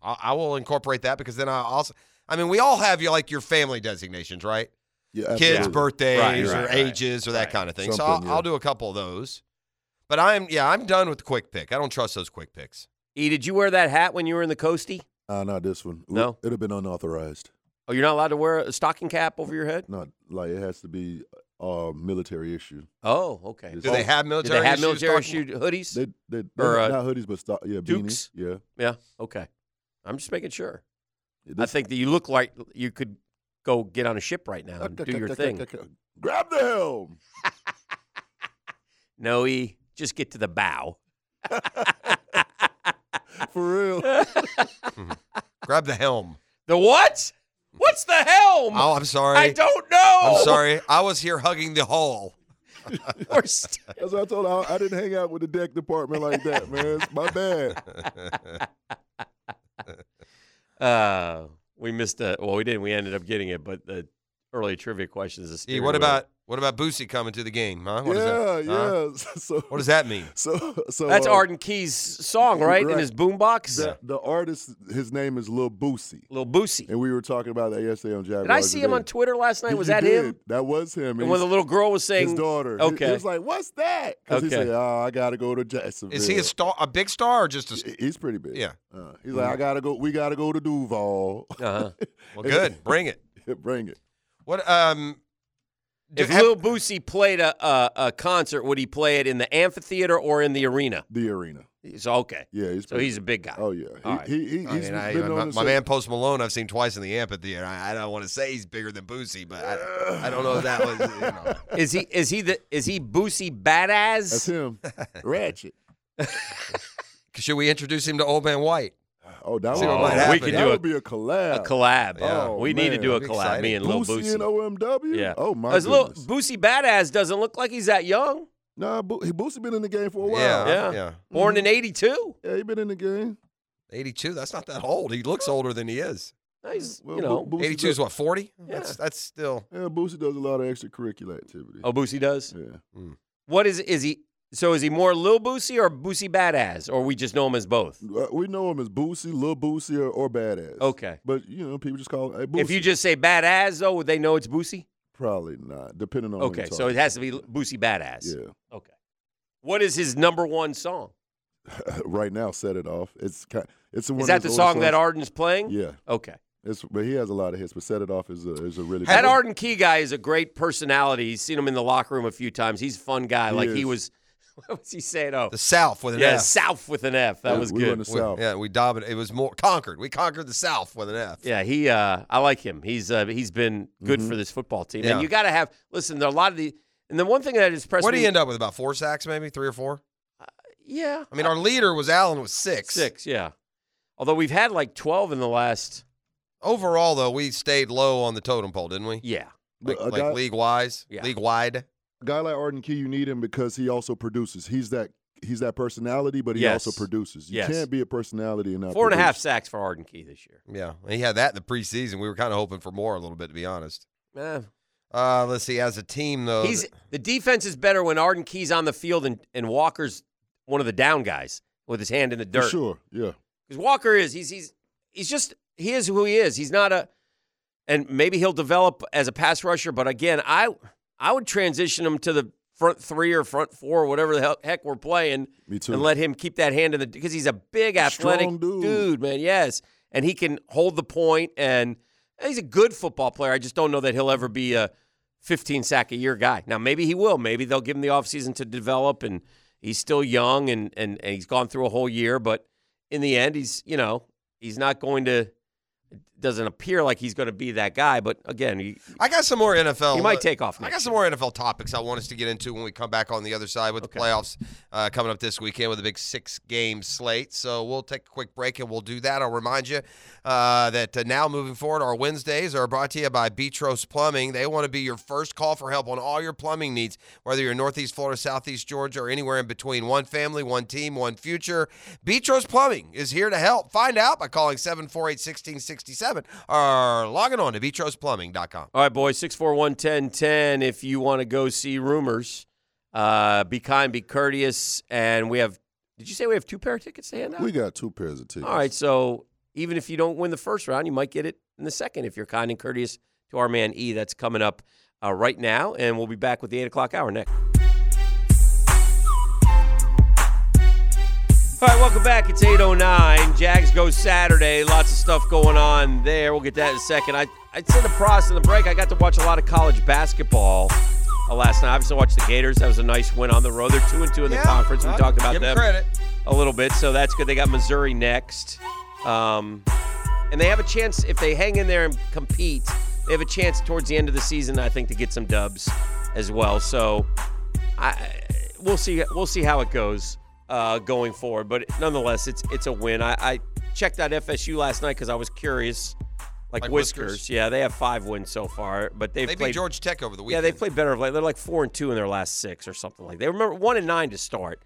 [SPEAKER 2] I, I will incorporate that because then I also. I mean, we all have your like your family designations, right?
[SPEAKER 6] Yeah,
[SPEAKER 2] Kids'
[SPEAKER 6] absolutely.
[SPEAKER 2] birthdays
[SPEAKER 7] Right,
[SPEAKER 2] or
[SPEAKER 7] right, right.
[SPEAKER 2] ages or that kind of thing. so I'll,
[SPEAKER 6] Something, yeah.
[SPEAKER 2] I'll do a couple of those. But I'm yeah, I'm done with quick pick. I don't trust those quick picks.
[SPEAKER 7] E, did you wear that hat when you were in the coastie?
[SPEAKER 6] Uh, not this one. It-
[SPEAKER 7] No?
[SPEAKER 6] it'd have been unauthorized.
[SPEAKER 7] Oh, you're not allowed to wear a stocking cap over your head?
[SPEAKER 6] Not like it has to be a military issue.
[SPEAKER 7] Oh, okay.
[SPEAKER 6] It's-
[SPEAKER 2] Do they have
[SPEAKER 7] Do
[SPEAKER 2] military?
[SPEAKER 7] they have
[SPEAKER 2] issues
[SPEAKER 7] military
[SPEAKER 2] talking-
[SPEAKER 7] shoot hoodies?
[SPEAKER 6] They, they, they
[SPEAKER 7] Or, uh,
[SPEAKER 6] not hoodies, but stock, yeah,
[SPEAKER 7] dukes?
[SPEAKER 6] beanies. Yeah,
[SPEAKER 7] yeah. Okay. I'm just making sure.
[SPEAKER 6] Yeah,
[SPEAKER 7] I
[SPEAKER 6] this-
[SPEAKER 7] think that you look like you could go get on a ship right now and do your thing.
[SPEAKER 6] Grab the helm.
[SPEAKER 7] No, E, just get to the bow.
[SPEAKER 6] For real.
[SPEAKER 2] Grab the helm.
[SPEAKER 7] The what? What's the helm?
[SPEAKER 2] Oh, I'm sorry.
[SPEAKER 7] I don't know.
[SPEAKER 2] I'm sorry. I was here hugging the hull.
[SPEAKER 7] We're st-
[SPEAKER 6] That's what I told her. I, I didn't hang out with the deck department like that, man. It's my bad.
[SPEAKER 7] uh, we missed a. Well, we didn't. We ended up getting it, but the early trivia question is a.
[SPEAKER 2] Gee,
[SPEAKER 7] steering
[SPEAKER 2] what
[SPEAKER 7] wheel.
[SPEAKER 2] about what about Boosie coming to the game? Huh? What is
[SPEAKER 6] yeah,
[SPEAKER 2] that? Huh?
[SPEAKER 6] yeah. So
[SPEAKER 2] What does that mean?
[SPEAKER 6] So so
[SPEAKER 7] That's
[SPEAKER 6] uh,
[SPEAKER 7] Arden Key's song, right? In
[SPEAKER 6] Right.
[SPEAKER 7] his boombox,
[SPEAKER 6] The, the artist, his name is Lil Boosie,
[SPEAKER 7] Little Boosie.
[SPEAKER 6] and we were talking about that yesterday on Jaguar.
[SPEAKER 7] Did I see him on Twitter last night? Was that him?
[SPEAKER 6] That was him.
[SPEAKER 7] And when the little girl was
[SPEAKER 6] his
[SPEAKER 7] saying,
[SPEAKER 6] daughter. He-
[SPEAKER 7] Okay.
[SPEAKER 6] He, was like, "What's that?" Because he
[SPEAKER 7] Okay.
[SPEAKER 6] said, "Oh, I gotta go to Jacksonville."
[SPEAKER 2] Is he a star, a big star, or just a? s-
[SPEAKER 6] He- He's pretty big.
[SPEAKER 2] Yeah.
[SPEAKER 6] Uh, he's
[SPEAKER 2] Mm.
[SPEAKER 6] like, "I gotta go. We gotta go to Duval."
[SPEAKER 7] uh-huh.
[SPEAKER 2] Well, good. Bring it.
[SPEAKER 6] Bring it.
[SPEAKER 2] What um do-
[SPEAKER 7] if
[SPEAKER 2] have-
[SPEAKER 7] Lil Boosie played a, a a concert, would he play it in the amphitheater or in the arena?
[SPEAKER 6] The arena.
[SPEAKER 7] So okay,
[SPEAKER 6] Yeah, he's.
[SPEAKER 7] so
[SPEAKER 6] pretty-
[SPEAKER 7] he's a big guy.
[SPEAKER 6] Oh yeah. He,
[SPEAKER 7] All right.
[SPEAKER 6] he, he,
[SPEAKER 2] I
[SPEAKER 6] has
[SPEAKER 2] mean, I,
[SPEAKER 6] been on
[SPEAKER 2] my,
[SPEAKER 6] the
[SPEAKER 2] my
[SPEAKER 6] scene.
[SPEAKER 2] man Post Malone, I've seen twice in the amphitheater. I, I don't want to say he's bigger than Boosie, but I, I don't know if that was. You know.
[SPEAKER 7] Is he is he the is he Boosie
[SPEAKER 6] That's
[SPEAKER 7] badass?
[SPEAKER 6] him. Ratchet.
[SPEAKER 2] Should we introduce him to Old Man White?
[SPEAKER 6] Oh, that
[SPEAKER 2] See
[SPEAKER 6] would,
[SPEAKER 2] what might
[SPEAKER 6] that
[SPEAKER 2] happen.
[SPEAKER 6] would
[SPEAKER 2] We could
[SPEAKER 7] do a-
[SPEAKER 6] be a collab.
[SPEAKER 7] A collab.
[SPEAKER 2] Yeah.
[SPEAKER 6] Oh,
[SPEAKER 7] we need to
[SPEAKER 6] man.
[SPEAKER 7] do a
[SPEAKER 2] That'd be
[SPEAKER 7] collab.
[SPEAKER 2] exciting.
[SPEAKER 7] Me and Lil
[SPEAKER 6] Boosie,
[SPEAKER 7] Boosie.
[SPEAKER 6] and OMW.
[SPEAKER 7] yeah.
[SPEAKER 6] Oh my
[SPEAKER 7] As Lil
[SPEAKER 6] goodness.
[SPEAKER 7] Boosie badass doesn't look like he's that young.
[SPEAKER 6] Nah, Bo- he- Boosie been in the game for a while. Mm-hmm.
[SPEAKER 2] Yeah,
[SPEAKER 7] Yeah.
[SPEAKER 2] yeah.
[SPEAKER 7] Born in '82.
[SPEAKER 6] Yeah, he been in the game.
[SPEAKER 2] 82. That's not that old. He looks older than he is.
[SPEAKER 7] He's
[SPEAKER 6] Well,
[SPEAKER 7] you
[SPEAKER 6] Bo-
[SPEAKER 7] know.
[SPEAKER 6] Boosie
[SPEAKER 2] 82
[SPEAKER 6] does,
[SPEAKER 2] is what 40. That's that's still.
[SPEAKER 6] Yeah, Boosie does a lot of extracurricular activity.
[SPEAKER 7] oh, Boosie does.
[SPEAKER 6] Yeah.
[SPEAKER 7] Mm. What is is he? So is he more Lil Boosie or Boosie badass, or we just know him as both?
[SPEAKER 6] Uh, we know him as Boosie, Lil Boosie, or, or Badass.
[SPEAKER 7] Okay.
[SPEAKER 6] But you know, people just call him hey, Boosie.
[SPEAKER 7] If you just say badass, though, would they know it's Boosie?
[SPEAKER 6] probably not, depending on. who
[SPEAKER 7] Okay,
[SPEAKER 6] you're
[SPEAKER 7] so it
[SPEAKER 6] talking
[SPEAKER 7] has to be Boosie badass.
[SPEAKER 6] to.
[SPEAKER 7] Okay. What is his number one song?
[SPEAKER 6] Yeah. right now, set it off. It's kind. It's one.
[SPEAKER 7] Is
[SPEAKER 6] of
[SPEAKER 7] that the
[SPEAKER 6] those
[SPEAKER 7] song
[SPEAKER 6] old
[SPEAKER 7] that
[SPEAKER 6] songs-
[SPEAKER 7] Arden's playing?
[SPEAKER 6] Yeah.
[SPEAKER 7] Okay.
[SPEAKER 6] It's but he has a lot of hits. But set it off is a is a really.
[SPEAKER 7] That
[SPEAKER 6] good one.
[SPEAKER 7] Arden Key guy is a great personality. He's seen him in the locker room a few times. He's a fun guy.
[SPEAKER 6] He
[SPEAKER 7] like he
[SPEAKER 6] is.
[SPEAKER 7] was, what was he saying? Oh,
[SPEAKER 2] The South with an
[SPEAKER 7] yeah,
[SPEAKER 2] F.
[SPEAKER 7] South with an F. That
[SPEAKER 6] Yeah,
[SPEAKER 7] was
[SPEAKER 6] we were in
[SPEAKER 7] good.
[SPEAKER 6] the South.
[SPEAKER 2] Yeah, we dominated. It was more conquered. We conquered the South with an F.
[SPEAKER 7] Yeah, he. Uh, I like him. He's uh, he's been
[SPEAKER 6] Mm-hmm.
[SPEAKER 7] good for this football team.
[SPEAKER 2] Yeah.
[SPEAKER 7] And you got to have listen. There are a lot of the and the one thing that impressed
[SPEAKER 2] What do
[SPEAKER 7] me.
[SPEAKER 2] you end up with? About four sacks, maybe three or four.
[SPEAKER 7] yeah,
[SPEAKER 2] I mean, our leader was Allen with six.
[SPEAKER 7] six. Yeah. Oh, Although we've had like twelve in the last.
[SPEAKER 2] Overall, though, we stayed low on the totem pole, didn't we?
[SPEAKER 7] Yeah.
[SPEAKER 6] But
[SPEAKER 2] Like,
[SPEAKER 6] a guy,
[SPEAKER 2] league wise,
[SPEAKER 7] Yeah.
[SPEAKER 2] league wide.
[SPEAKER 6] guy like Arden Key, you need him because he also produces. He's that he's that personality, but he
[SPEAKER 7] Yes.
[SPEAKER 6] also produces. You
[SPEAKER 7] Yes.
[SPEAKER 6] can't be a personality and not
[SPEAKER 7] Four and a half
[SPEAKER 6] produce.
[SPEAKER 7] sacks for Arden Key this year.
[SPEAKER 2] Yeah, he had that in the preseason. We were kind of hoping for more a little bit, to be honest.
[SPEAKER 7] Eh,
[SPEAKER 2] Uh, let's see. As a team, though,
[SPEAKER 7] He's the defense is better when Arden Key's on the field and, and Walker's one of the down guys with his hand in the
[SPEAKER 6] For
[SPEAKER 7] dirt.
[SPEAKER 6] sure. Yeah.
[SPEAKER 7] Because Walker is he's he's he's just he is who he is. He's not a and maybe he'll develop as a pass rusher, but again, I I would transition him to the front three or front four, whatever the hell, heck we're playing,
[SPEAKER 6] Me too.
[SPEAKER 7] and let him keep that hand in the because he's a big athletic
[SPEAKER 6] Strong dude.
[SPEAKER 7] man. Yes, and he can hold the point, and he's a good football player. I just don't know that he'll ever be a 15 sack a year guy. Now maybe he will. Maybe they'll give him the offseason to develop, and he's still young, and and, and he's gone through a whole year, but in the end, he's you know he's not going to. it Doesn't appear like he's going to be that guy, but again, he,
[SPEAKER 2] I got some more NFL.
[SPEAKER 7] He might take off
[SPEAKER 2] uh, I
[SPEAKER 7] next
[SPEAKER 2] got some more NFL topics I want us to get into when we come back on the other side with the playoffs uh, coming up this weekend with a big six game slate. So we'll take a quick break and we'll do that. I'll remind you uh, that uh, now moving forward, our Wednesdays are brought to you by Betros Plumbing. They want to be your first call for help on all your plumbing needs, whether you're in Northeast Florida, Southeast Georgia, or anywhere in between. One family, one team, one future. Betros Plumbing is here to help. Find out by calling 748 1667 or logging on to betrosplumbing.com.
[SPEAKER 7] All right, boys, 641 1010. If you want to go see rumors, uh, be kind, be courteous. And we have, did you say we have two pair of tickets to hand out?
[SPEAKER 6] We got two pairs of tickets.
[SPEAKER 7] All right, so even if you don't win the first round, you might get it in the second if you're kind and courteous to our man E. That's coming up uh, right now. And we'll be back with the 8 o'clock hour next. All right, welcome back. It's 8.09. Jags go Saturday. Lots of stuff going on there. We'll get to that in a second. I, I'd say the pros in the break, I got to watch a lot of college basketball uh, last night. Obviously, I watched the Gators. That was a nice win on the road. They're 2 and 2 in the conference. We
[SPEAKER 2] I'll
[SPEAKER 7] talked about
[SPEAKER 2] give 'em
[SPEAKER 7] them
[SPEAKER 2] credit.
[SPEAKER 7] a little bit, so that's good. They got Missouri next. Um, and they have a chance, if they hang in there and compete, they have a chance towards the end of the season, I think, to get some dubs as well. So I, we'll see we'll see how it goes uh, going forward. But nonetheless, it's it's a win. I, I checked out FSU last night because I was curious. Like,
[SPEAKER 2] Like
[SPEAKER 7] whiskers.
[SPEAKER 2] Whiskers?
[SPEAKER 7] yeah, they have five wins so far, but they've
[SPEAKER 2] They beat
[SPEAKER 7] played
[SPEAKER 2] Georgia Tech over the
[SPEAKER 7] yeah,
[SPEAKER 2] weekend.
[SPEAKER 7] they played better of late. They're like four and two in their last six or something like. They remember one and nine to start.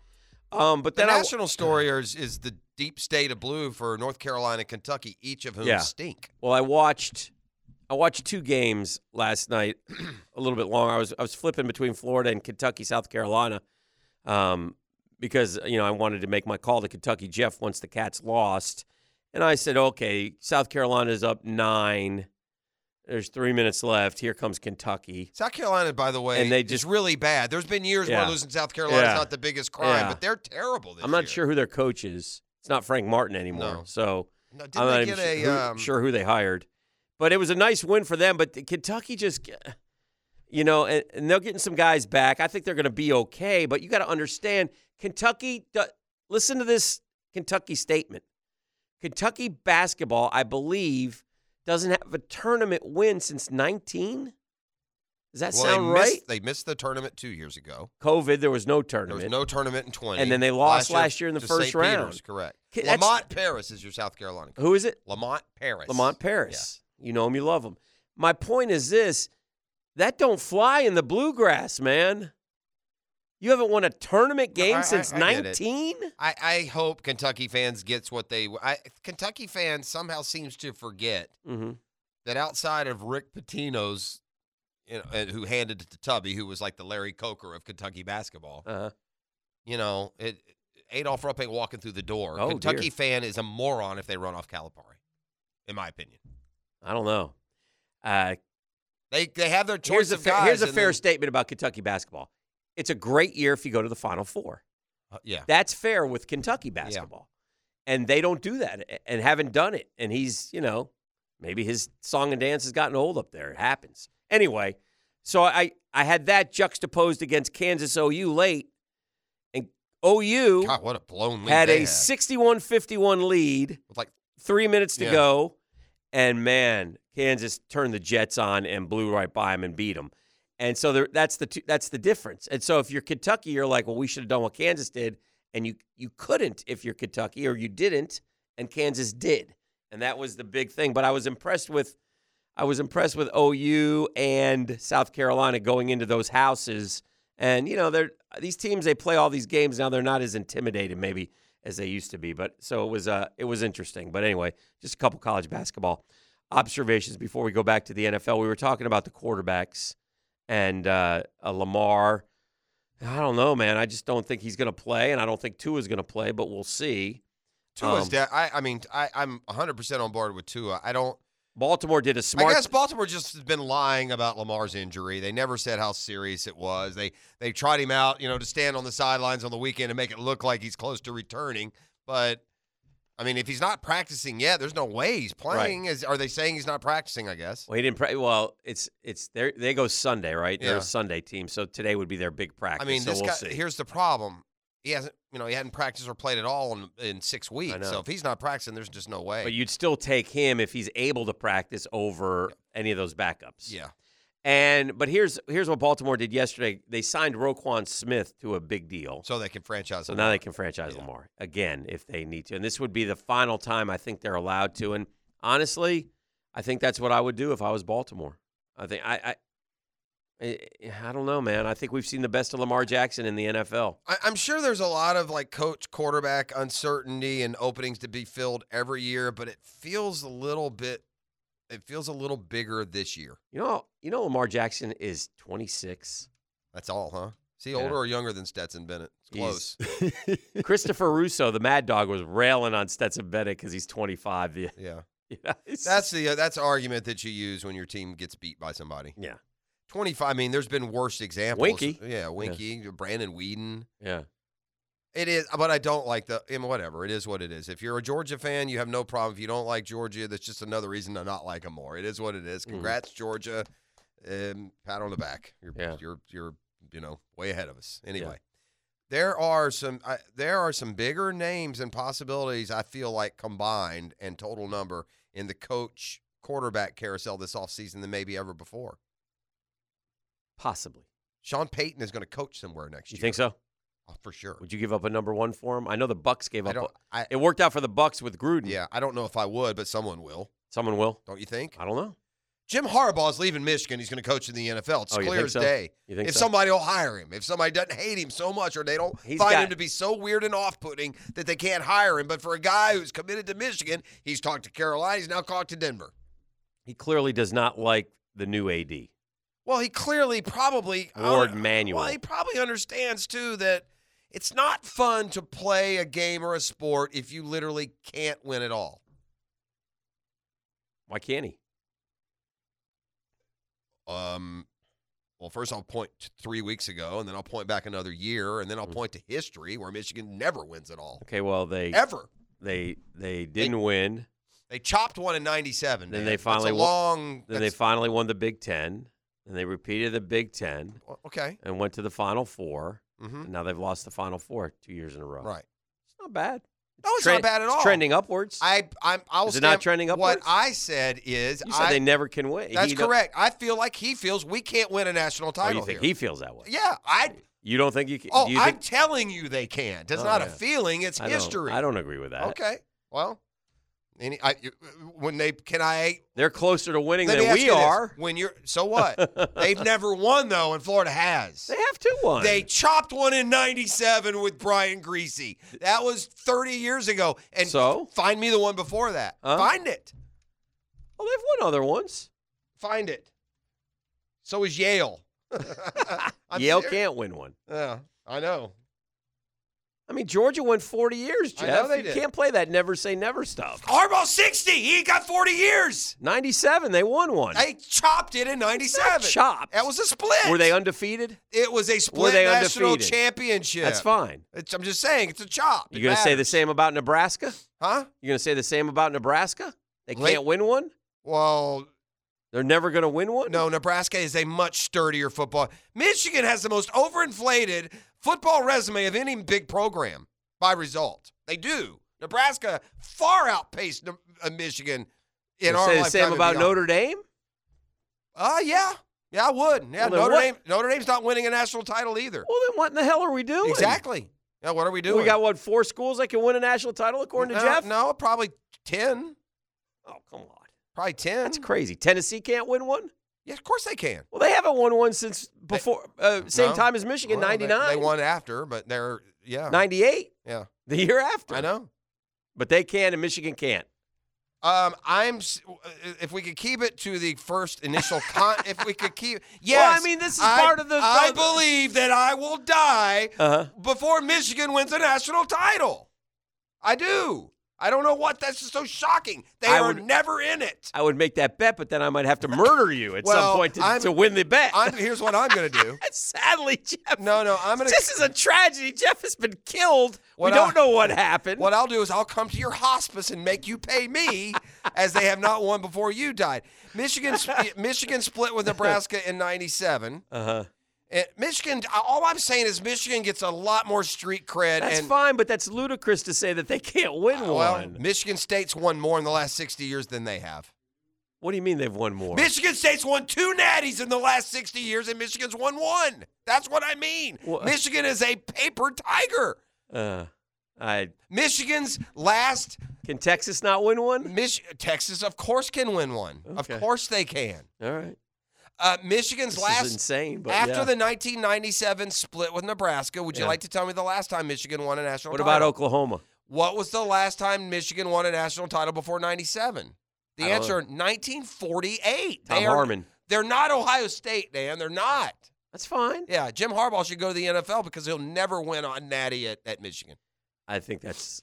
[SPEAKER 7] Um, but
[SPEAKER 2] The
[SPEAKER 7] then I,
[SPEAKER 2] national story is, is the deep state of blue for North Carolina and Kentucky, each of whom
[SPEAKER 7] Yeah.
[SPEAKER 2] stink.
[SPEAKER 7] Well, I watched I watched two games last night, a little bit long. I was I was flipping between Florida and Kentucky, South Carolina, um, because you know I wanted to make my call to Kentucky Jeff once the Cats lost, and I said, okay, South Carolina's up nine. There's three minutes left. Here comes Kentucky.
[SPEAKER 2] South Carolina, by the way,
[SPEAKER 7] And they
[SPEAKER 2] is
[SPEAKER 7] just-
[SPEAKER 2] really bad. There's been years
[SPEAKER 7] Yeah.
[SPEAKER 2] where losing South Carolina is
[SPEAKER 7] Yeah.
[SPEAKER 2] not the biggest crime,
[SPEAKER 7] Yeah.
[SPEAKER 2] but they're terrible this
[SPEAKER 7] I'm not
[SPEAKER 2] year.
[SPEAKER 7] sure who their coach is. It's not Frank Martin anymore.
[SPEAKER 2] No.
[SPEAKER 7] So
[SPEAKER 2] No, didn't
[SPEAKER 7] I'm not
[SPEAKER 2] they
[SPEAKER 7] even
[SPEAKER 2] get a,
[SPEAKER 7] su- who-
[SPEAKER 2] um,
[SPEAKER 7] sure who they hired, but it was a nice win for them. But the- Kentucky just, g- you know, and, and they're getting some guys back. I think they're going to be okay. But you got to understand, Kentucky. do- Listen to this Kentucky statement. Kentucky basketball, I believe, doesn't have a tournament win since 19. Does that
[SPEAKER 2] Well,
[SPEAKER 7] sound
[SPEAKER 2] they
[SPEAKER 7] right?
[SPEAKER 2] Missed, they missed the tournament two years ago.
[SPEAKER 7] COVID, there was no
[SPEAKER 2] There
[SPEAKER 7] tournament.
[SPEAKER 2] was no tournament in 20.
[SPEAKER 7] And then they lost last year in the
[SPEAKER 2] to
[SPEAKER 7] first
[SPEAKER 2] St.
[SPEAKER 7] round.
[SPEAKER 2] Peter's, correct.
[SPEAKER 7] K- that's-
[SPEAKER 2] Lamont Paris is your South Carolina. coach.
[SPEAKER 7] Who is it?
[SPEAKER 2] Lamont Paris.
[SPEAKER 7] Lamont Paris. You know him, you love him. My point is this that don't fly in the bluegrass, man. You haven't won a tournament game
[SPEAKER 2] I- I-
[SPEAKER 7] since
[SPEAKER 2] I get it.
[SPEAKER 7] 19?
[SPEAKER 2] I, I hope Kentucky fans gets what they. I, Kentucky fans somehow seems to forget
[SPEAKER 7] Mm-hmm.
[SPEAKER 2] that outside of Rick Pitino's, you know, and who handed it to Tubby, who was like the Larry Coker of Kentucky basketball.
[SPEAKER 7] Uh-huh.
[SPEAKER 2] You know, it, Adolph Rupp ain't walking through the door.
[SPEAKER 7] Oh,
[SPEAKER 2] Kentucky
[SPEAKER 7] dear.
[SPEAKER 2] fan is a moron if they run off Calipari, in my opinion.
[SPEAKER 7] I don't know. Uh,
[SPEAKER 2] They they have their choice
[SPEAKER 7] here's a
[SPEAKER 2] of
[SPEAKER 7] fair,
[SPEAKER 2] guys.
[SPEAKER 7] here's a
[SPEAKER 2] and
[SPEAKER 7] fair
[SPEAKER 2] then-
[SPEAKER 7] statement about Kentucky basketball it's a great year if you go to the Final Four.
[SPEAKER 2] uh, yeah.
[SPEAKER 7] That's fair with Kentucky basketball. And they don't do that a- and haven't done it. And he's, you know, maybe his song and dance has gotten old up there. It happens. Anyway, so I I had that juxtaposed against Kansas OU late. And OU
[SPEAKER 2] God, what a blown lead
[SPEAKER 7] had
[SPEAKER 2] they
[SPEAKER 7] a 61 51 lead,
[SPEAKER 2] With like
[SPEAKER 7] three minutes to
[SPEAKER 2] Yeah.
[SPEAKER 7] go. And man, Kansas turned the Jets on and blew right by them and beat them. And so there, that's the two, that's the difference. And so if you're Kentucky, you're like, well, we should have done what Kansas did, and you you couldn't if you're Kentucky, or you didn't, and Kansas did, and that was the big thing. But I was impressed with, I was impressed with OU and South Carolina going into those houses, and you know they're these teams they play all these games now they're not as intimidated maybe as they used to be. But so it was uh it was interesting. But anyway, just a couple college basketball observations before we go back to the NFL. We were talking about the quarterbacks and uh, a Lamar. I don't know, man. I just don't think he's going to play, and I don't think Tua's going to play, but we'll see.
[SPEAKER 2] Tua's
[SPEAKER 7] Um,
[SPEAKER 2] dead. I, I mean, I, I'm 100% on board with Tua. I don't.
[SPEAKER 7] Baltimore did a smart.
[SPEAKER 2] I guess Baltimore just has been lying about Lamar's injury. They never said how serious it was. They they tried him out, you know, to stand on the sidelines on the weekend and make it look like he's close to returning. But I mean, if he's not practicing yet, there's no way he's playing. Is are they saying he's not practicing? I guess.
[SPEAKER 7] Well, he didn't. Pra- well, it's it's there. They go Sunday, right? They're
[SPEAKER 2] Yeah.
[SPEAKER 7] a Sunday team, so today would be their big practice.
[SPEAKER 2] I mean,
[SPEAKER 7] so
[SPEAKER 2] this
[SPEAKER 7] we'll
[SPEAKER 2] guy.
[SPEAKER 7] see.
[SPEAKER 2] Here's the problem. He hasn't, you know, he hadn't practiced or played at all in, in six weeks.
[SPEAKER 7] know.
[SPEAKER 2] So if he's not practicing, there's just no way.
[SPEAKER 7] but you'd still take him if he's able to practice over any of those backups.
[SPEAKER 2] yeah.
[SPEAKER 7] And but here's here's what Baltimore did yesterday. They signed Roquan Smith to a big deal.
[SPEAKER 2] So they can franchise.
[SPEAKER 7] So
[SPEAKER 2] him.
[SPEAKER 7] now they can franchise Lamar again if they need to. And this would be the final time I think they're allowed to. And honestly, I think that's what I would do if I was Baltimore. I think I I I, I don't know, man. I think we've seen the best of Lamar Jackson in the NFL.
[SPEAKER 2] I, I'm sure there's a lot of like coach quarterback uncertainty and openings to be filled every year, but it feels a little bit it feels a little bigger this year.
[SPEAKER 7] You know, you know Lamar Jackson is 26.
[SPEAKER 2] That's all, huh? Is he
[SPEAKER 7] Yeah.
[SPEAKER 2] older or younger than Stetson Bennett? It's close.
[SPEAKER 7] Christopher Russo, the Mad Dog, was railing on Stetson Bennett because he's 25. Yeah,
[SPEAKER 2] yeah.
[SPEAKER 7] yeah, it's-
[SPEAKER 2] That's the uh, that's the argument that you use when your team gets beat by somebody.
[SPEAKER 7] yeah,
[SPEAKER 2] 25 I mean, there's been worse examples.
[SPEAKER 7] Winky.
[SPEAKER 2] Yeah, Winky, Brandon Whedon.
[SPEAKER 7] yeah.
[SPEAKER 2] It is, but I don't like the. I mean, whatever. It is what it is. If you're a Georgia fan, you have no problem. If you don't like Georgia, that's just another reason to not like them more. It is what it
[SPEAKER 7] Mm.
[SPEAKER 2] is. Congrats, Georgia. Um, pat on the back. You're,
[SPEAKER 7] Yeah.
[SPEAKER 2] you're, you're, you know, way ahead of us. Anyway, there are some, I there are some bigger names and possibilities. I feel like combined and total number in the coach quarterback carousel this offseason than maybe ever before.
[SPEAKER 7] Possibly.
[SPEAKER 2] Sean Payton is going to coach somewhere next
[SPEAKER 7] You
[SPEAKER 2] year.
[SPEAKER 7] think so?
[SPEAKER 2] Oh, for sure.
[SPEAKER 7] Would you give up a number one for him? I know the Bucks gave
[SPEAKER 2] I
[SPEAKER 7] up.
[SPEAKER 2] don't.
[SPEAKER 7] a-
[SPEAKER 2] I,
[SPEAKER 7] it worked out for the Bucks with Gruden.
[SPEAKER 2] yeah, I don't know if I would, but someone will.
[SPEAKER 7] Someone will.
[SPEAKER 2] Don't you think?
[SPEAKER 7] I don't know.
[SPEAKER 2] Jim Harbaugh's leaving Michigan. He's going to coach in the NFL. It's
[SPEAKER 7] Oh, you
[SPEAKER 2] clear
[SPEAKER 7] think
[SPEAKER 2] as
[SPEAKER 7] so?
[SPEAKER 2] day.
[SPEAKER 7] You think
[SPEAKER 2] if
[SPEAKER 7] so?
[SPEAKER 2] somebody will hire him, if somebody doesn't hate him so much, or they don't
[SPEAKER 7] He's
[SPEAKER 2] find
[SPEAKER 7] got-
[SPEAKER 2] him to be so weird and off-putting that they can't hire him. But for a guy who's committed to Michigan, he's talked to Carolina. He's now talked to Denver.
[SPEAKER 7] He clearly does not like the new AD.
[SPEAKER 2] Well, he clearly probably
[SPEAKER 7] Ward
[SPEAKER 2] uh,
[SPEAKER 7] Manuel.
[SPEAKER 2] Well, he probably understands too that it's not fun to play a game or a sport if you literally can't win at all.
[SPEAKER 7] Why can't he?
[SPEAKER 2] um well first i'll point to three weeks ago and then i'll point back another year and then
[SPEAKER 7] Hmm.
[SPEAKER 2] i'll point to history where michigan never wins at all
[SPEAKER 7] Okay, well they
[SPEAKER 2] ever
[SPEAKER 7] they they didn't win.
[SPEAKER 2] they chopped one in 97
[SPEAKER 7] Then
[SPEAKER 2] man.
[SPEAKER 7] they
[SPEAKER 2] That's
[SPEAKER 7] finally
[SPEAKER 2] a
[SPEAKER 7] wo-
[SPEAKER 2] long
[SPEAKER 7] Then they
[SPEAKER 2] that's-
[SPEAKER 7] finally won the Big Ten. And they repeated the Big Ten
[SPEAKER 2] o- okay
[SPEAKER 7] and went to the Final Four.
[SPEAKER 2] hmm
[SPEAKER 7] And now they've lost the Final Four two years in a row.
[SPEAKER 2] right
[SPEAKER 7] It's not bad.
[SPEAKER 2] no it's
[SPEAKER 7] Tre-
[SPEAKER 2] not bad at all
[SPEAKER 7] Trending upwards.
[SPEAKER 2] i i'm i'll
[SPEAKER 7] Is it not
[SPEAKER 2] stand-
[SPEAKER 7] trending
[SPEAKER 2] what
[SPEAKER 7] upwards?
[SPEAKER 2] i said is
[SPEAKER 7] you said
[SPEAKER 2] I,
[SPEAKER 7] they never can win.
[SPEAKER 2] that's
[SPEAKER 7] He don't-
[SPEAKER 2] correct i feel like he feels we can't win a national
[SPEAKER 7] Oh,
[SPEAKER 2] title
[SPEAKER 7] you think
[SPEAKER 2] here
[SPEAKER 7] he feels that way?
[SPEAKER 2] yeah i
[SPEAKER 7] You don't think you can?
[SPEAKER 2] oh
[SPEAKER 7] do you
[SPEAKER 2] i'm
[SPEAKER 7] think,
[SPEAKER 2] telling you they can't it's
[SPEAKER 7] Oh,
[SPEAKER 2] not a
[SPEAKER 7] yeah.
[SPEAKER 2] feeling it's
[SPEAKER 7] I don't-
[SPEAKER 2] history
[SPEAKER 7] I don't agree with that.
[SPEAKER 2] Okay. Well, any I you- when they can I
[SPEAKER 7] They're closer to winning
[SPEAKER 2] let me
[SPEAKER 7] than
[SPEAKER 2] ask
[SPEAKER 7] we
[SPEAKER 2] you this.
[SPEAKER 7] are.
[SPEAKER 2] When you're so what? They've never won though, and Florida has.
[SPEAKER 7] They have two one.
[SPEAKER 2] They chopped one in '97 with Brian Greasy. That was 30 years ago. And
[SPEAKER 7] So?
[SPEAKER 2] find me the one before that.
[SPEAKER 7] Huh?
[SPEAKER 2] Find it.
[SPEAKER 7] well, they've won other ones.
[SPEAKER 2] Find it. So is Yale. I'm
[SPEAKER 7] Yale
[SPEAKER 2] serious.
[SPEAKER 7] can't win one.
[SPEAKER 2] Yeah, I know.
[SPEAKER 7] I mean, Georgia went 40 years,
[SPEAKER 2] I
[SPEAKER 7] Jeff.
[SPEAKER 2] know they
[SPEAKER 7] you
[SPEAKER 2] did.
[SPEAKER 7] can't play that never say never stuff.
[SPEAKER 2] Harbaugh 60. He got 40 years.
[SPEAKER 7] 97, they won one.
[SPEAKER 2] They chopped it in '97.
[SPEAKER 7] chopped.
[SPEAKER 2] That was a split.
[SPEAKER 7] Were they undefeated?
[SPEAKER 2] It was a split
[SPEAKER 7] they
[SPEAKER 2] national
[SPEAKER 7] undefeated?
[SPEAKER 2] championship.
[SPEAKER 7] That's fine.
[SPEAKER 2] It's, I'm just saying, it's a chop.
[SPEAKER 7] You're
[SPEAKER 2] It
[SPEAKER 7] going to say the
[SPEAKER 2] matters.
[SPEAKER 7] same about Nebraska?
[SPEAKER 2] huh?
[SPEAKER 7] You're going to say the same about Nebraska? They
[SPEAKER 2] Late-
[SPEAKER 7] can't win one?
[SPEAKER 2] Well,
[SPEAKER 7] They're never going to win one?
[SPEAKER 2] no. Nebraska is a much sturdier football. Michigan has the most overinflated football resume of any big program by result. They do. Nebraska far outpaced Ne- uh, Michigan in
[SPEAKER 7] You'll
[SPEAKER 2] our
[SPEAKER 7] say the
[SPEAKER 2] lifetime.
[SPEAKER 7] same
[SPEAKER 2] and
[SPEAKER 7] about
[SPEAKER 2] beyond.
[SPEAKER 7] Notre Dame?
[SPEAKER 2] Uh, yeah, yeah, I would. Yeah,
[SPEAKER 7] Well, then
[SPEAKER 2] Notre
[SPEAKER 7] what-
[SPEAKER 2] Dame. Notre Dame's not winning a national title either.
[SPEAKER 7] Well, then what in the hell are we doing?
[SPEAKER 2] exactly. Yeah, what are we doing?
[SPEAKER 7] We got, what, four schools that can win a national title, according to
[SPEAKER 2] no,
[SPEAKER 7] Jeff?
[SPEAKER 2] No, probably ten.
[SPEAKER 7] Oh, come on.
[SPEAKER 2] Probably ten.
[SPEAKER 7] That's crazy. Tennessee can't win one?
[SPEAKER 2] Yeah, of course they can.
[SPEAKER 7] Well, they haven't won one since before, uh, same
[SPEAKER 2] No.
[SPEAKER 7] time as Michigan,
[SPEAKER 2] Well, they-
[SPEAKER 7] 99,
[SPEAKER 2] They, won after, but they're yeah,
[SPEAKER 7] 98,
[SPEAKER 2] yeah.
[SPEAKER 7] the year after.
[SPEAKER 2] I know.
[SPEAKER 7] But they can and Michigan can't.
[SPEAKER 2] Um, I'm. s- uh, If we could keep it to the first initial con, if we could keep. Yes.
[SPEAKER 7] Well, I mean, this is
[SPEAKER 2] I-
[SPEAKER 7] part of the-
[SPEAKER 2] I believe that I will die
[SPEAKER 7] Uh-huh.
[SPEAKER 2] before Michigan wins a national title. I do. I don't know what. That's just so shocking. They
[SPEAKER 7] I
[SPEAKER 2] are
[SPEAKER 7] would-
[SPEAKER 2] never in it.
[SPEAKER 7] I would make that bet, but then I might have to murder you at
[SPEAKER 2] Well,
[SPEAKER 7] some point to,
[SPEAKER 2] I'm-
[SPEAKER 7] to win the bet.
[SPEAKER 2] I'm, here's what I'm gonna do.
[SPEAKER 7] Sadly, Jeff.
[SPEAKER 2] No, no, I'm gonna.
[SPEAKER 7] This is a tragedy. Jeff has been killed.
[SPEAKER 2] What
[SPEAKER 7] we don't
[SPEAKER 2] I-
[SPEAKER 7] know what happened.
[SPEAKER 2] What I'll do is I'll come to your hospice and make you pay me, as they have not won before you died. Michigan, sp- Michigan split with Nebraska in '97.
[SPEAKER 7] uh-huh.
[SPEAKER 2] And Michigan, all I'm saying is Michigan gets a lot more street cred.
[SPEAKER 7] That's
[SPEAKER 2] and,
[SPEAKER 7] fine, but that's ludicrous to say that they can't win
[SPEAKER 2] Well,
[SPEAKER 7] one.
[SPEAKER 2] Michigan State's won more in the last 60 years than they have.
[SPEAKER 7] What do you mean they've won more?
[SPEAKER 2] Michigan State's won two natties in the last 60 years, and Michigan's won one. That's what I mean.
[SPEAKER 7] Wha-
[SPEAKER 2] Michigan is a paper tiger.
[SPEAKER 7] Uh, I
[SPEAKER 2] Michigan's last,
[SPEAKER 7] can Texas not win one?
[SPEAKER 2] Mich- Texas, of course, can win one.
[SPEAKER 7] Okay.
[SPEAKER 2] Of course they can.
[SPEAKER 7] All right,
[SPEAKER 2] Uh, Michigan's
[SPEAKER 7] this
[SPEAKER 2] last.
[SPEAKER 7] is insane. But
[SPEAKER 2] after
[SPEAKER 7] yeah.
[SPEAKER 2] the 1997 split with Nebraska, would you
[SPEAKER 7] Yeah.
[SPEAKER 2] like to tell me the last time Michigan won a national
[SPEAKER 7] what
[SPEAKER 2] title?
[SPEAKER 7] about Oklahoma?
[SPEAKER 2] What was the last time Michigan won a national title before 97? The
[SPEAKER 7] I don't
[SPEAKER 2] answer 1948.
[SPEAKER 7] Tom
[SPEAKER 2] they are,
[SPEAKER 7] Harmon.
[SPEAKER 2] They're not Ohio State, Dan. They're not.
[SPEAKER 7] That's fine.
[SPEAKER 2] Yeah, Jim Harbaugh should go to the NFL because he'll never win on Natty at, at Michigan.
[SPEAKER 7] I think that's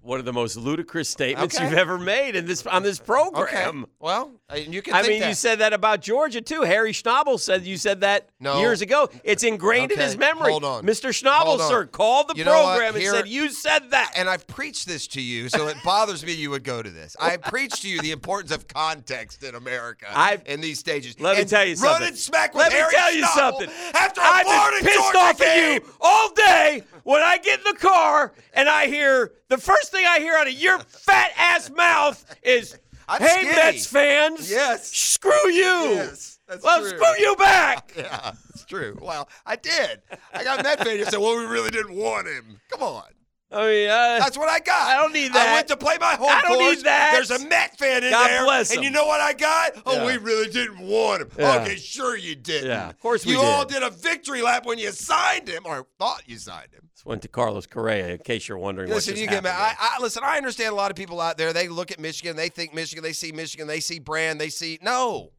[SPEAKER 7] one of the most ludicrous statements
[SPEAKER 2] Okay.
[SPEAKER 7] you've ever made in this on this program.
[SPEAKER 2] Well, uh, you can
[SPEAKER 7] I
[SPEAKER 2] think
[SPEAKER 7] mean,
[SPEAKER 2] that.
[SPEAKER 7] you said that about Georgia too. Harry Schnabel said you said that
[SPEAKER 2] No.
[SPEAKER 7] years ago. It's ingrained in
[SPEAKER 2] Okay,
[SPEAKER 7] his memory.
[SPEAKER 2] hold on.
[SPEAKER 7] Mr. Schnabel,
[SPEAKER 2] Hold on.
[SPEAKER 7] sir, called the
[SPEAKER 2] You know what?
[SPEAKER 7] program and
[SPEAKER 2] Here-
[SPEAKER 7] said you said that.
[SPEAKER 2] and I've preached this to you, so it bothers me you would go to this. I preached to you the importance of context in America
[SPEAKER 7] I've-
[SPEAKER 2] in these stages.
[SPEAKER 7] Let me
[SPEAKER 2] And
[SPEAKER 7] tell you something.
[SPEAKER 2] Running smack with
[SPEAKER 7] Let me
[SPEAKER 2] Harry
[SPEAKER 7] tell you
[SPEAKER 2] Schnabel
[SPEAKER 7] something.
[SPEAKER 2] After a
[SPEAKER 7] I've
[SPEAKER 2] Florida
[SPEAKER 7] been pissed
[SPEAKER 2] Georgia
[SPEAKER 7] off
[SPEAKER 2] game.
[SPEAKER 7] at you all day when I get in the car and I hear the first thing I hear out of your fat ass mouth is,
[SPEAKER 2] I'm
[SPEAKER 7] "Hey
[SPEAKER 2] skinny."
[SPEAKER 7] Mets fans,
[SPEAKER 2] Yes.
[SPEAKER 7] screw you."
[SPEAKER 2] Yes, that's
[SPEAKER 7] well,
[SPEAKER 2] true.
[SPEAKER 7] screw you back.
[SPEAKER 2] Yeah, it's true. Well, I did. I got Matt Fader said, well, we really didn't want him. Come on.
[SPEAKER 7] I mean, uh,
[SPEAKER 2] That's what I got.
[SPEAKER 7] I don't need
[SPEAKER 2] I
[SPEAKER 7] that.
[SPEAKER 2] went to play my home
[SPEAKER 7] I don't need
[SPEAKER 2] course.
[SPEAKER 7] that.
[SPEAKER 2] There's a Met fan in
[SPEAKER 7] God
[SPEAKER 2] there.
[SPEAKER 7] bless him.
[SPEAKER 2] And you know what I got? Oh,
[SPEAKER 7] Yeah.
[SPEAKER 2] we really didn't want him.
[SPEAKER 7] Yeah.
[SPEAKER 2] Okay, sure you didn't.
[SPEAKER 7] Yeah, of course we
[SPEAKER 2] You all
[SPEAKER 7] did.
[SPEAKER 2] did a victory lap when you signed him or thought you signed him.
[SPEAKER 7] This went to Carlos Correa, in case you're wondering. what
[SPEAKER 2] Listen,
[SPEAKER 7] just
[SPEAKER 2] you get mad.
[SPEAKER 7] happened there.
[SPEAKER 2] I, I, listen, I understand a lot of people out there. They look at Michigan, they think Michigan, they see Michigan, they see brand, they see. No,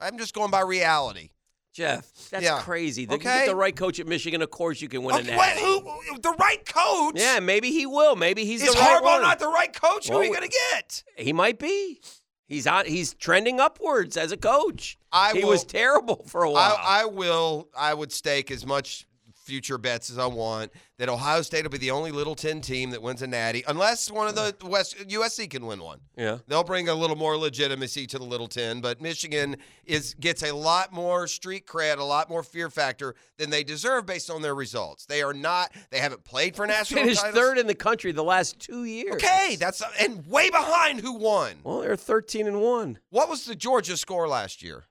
[SPEAKER 2] I'm just going by reality.
[SPEAKER 7] Jeff, that's
[SPEAKER 2] Yeah.
[SPEAKER 7] crazy. The, You
[SPEAKER 2] Okay.
[SPEAKER 7] get the right coach at Michigan, of course you can win
[SPEAKER 2] Okay,
[SPEAKER 7] a
[SPEAKER 2] what,
[SPEAKER 7] natty.
[SPEAKER 2] who, the right coach?
[SPEAKER 7] Yeah, maybe he will. Maybe he's
[SPEAKER 2] is
[SPEAKER 7] the right
[SPEAKER 2] Harbaugh
[SPEAKER 7] one.
[SPEAKER 2] not the right coach? Who
[SPEAKER 7] Well,
[SPEAKER 2] are you
[SPEAKER 7] we-
[SPEAKER 2] going to get?
[SPEAKER 7] He might be. He's on. He's trending upwards as a coach.
[SPEAKER 2] I
[SPEAKER 7] he
[SPEAKER 2] will-
[SPEAKER 7] was terrible for a while.
[SPEAKER 2] I, I will. I would stake as much future bets as I want that Ohio State will be the only Little Ten team that wins a Natty, unless one of the West USC can win one.
[SPEAKER 7] yeah.
[SPEAKER 2] They'll bring a little more legitimacy to the Little Ten, but Michigan is gets a lot more street cred, a lot more fear factor than they deserve based on their results. They are not. They haven't played for national
[SPEAKER 7] Finished
[SPEAKER 2] titles.
[SPEAKER 7] third in the country the last two years.
[SPEAKER 2] Okay, that's and way behind who won.
[SPEAKER 7] Well, they're thirteen and one.
[SPEAKER 2] What was the Georgia score last year?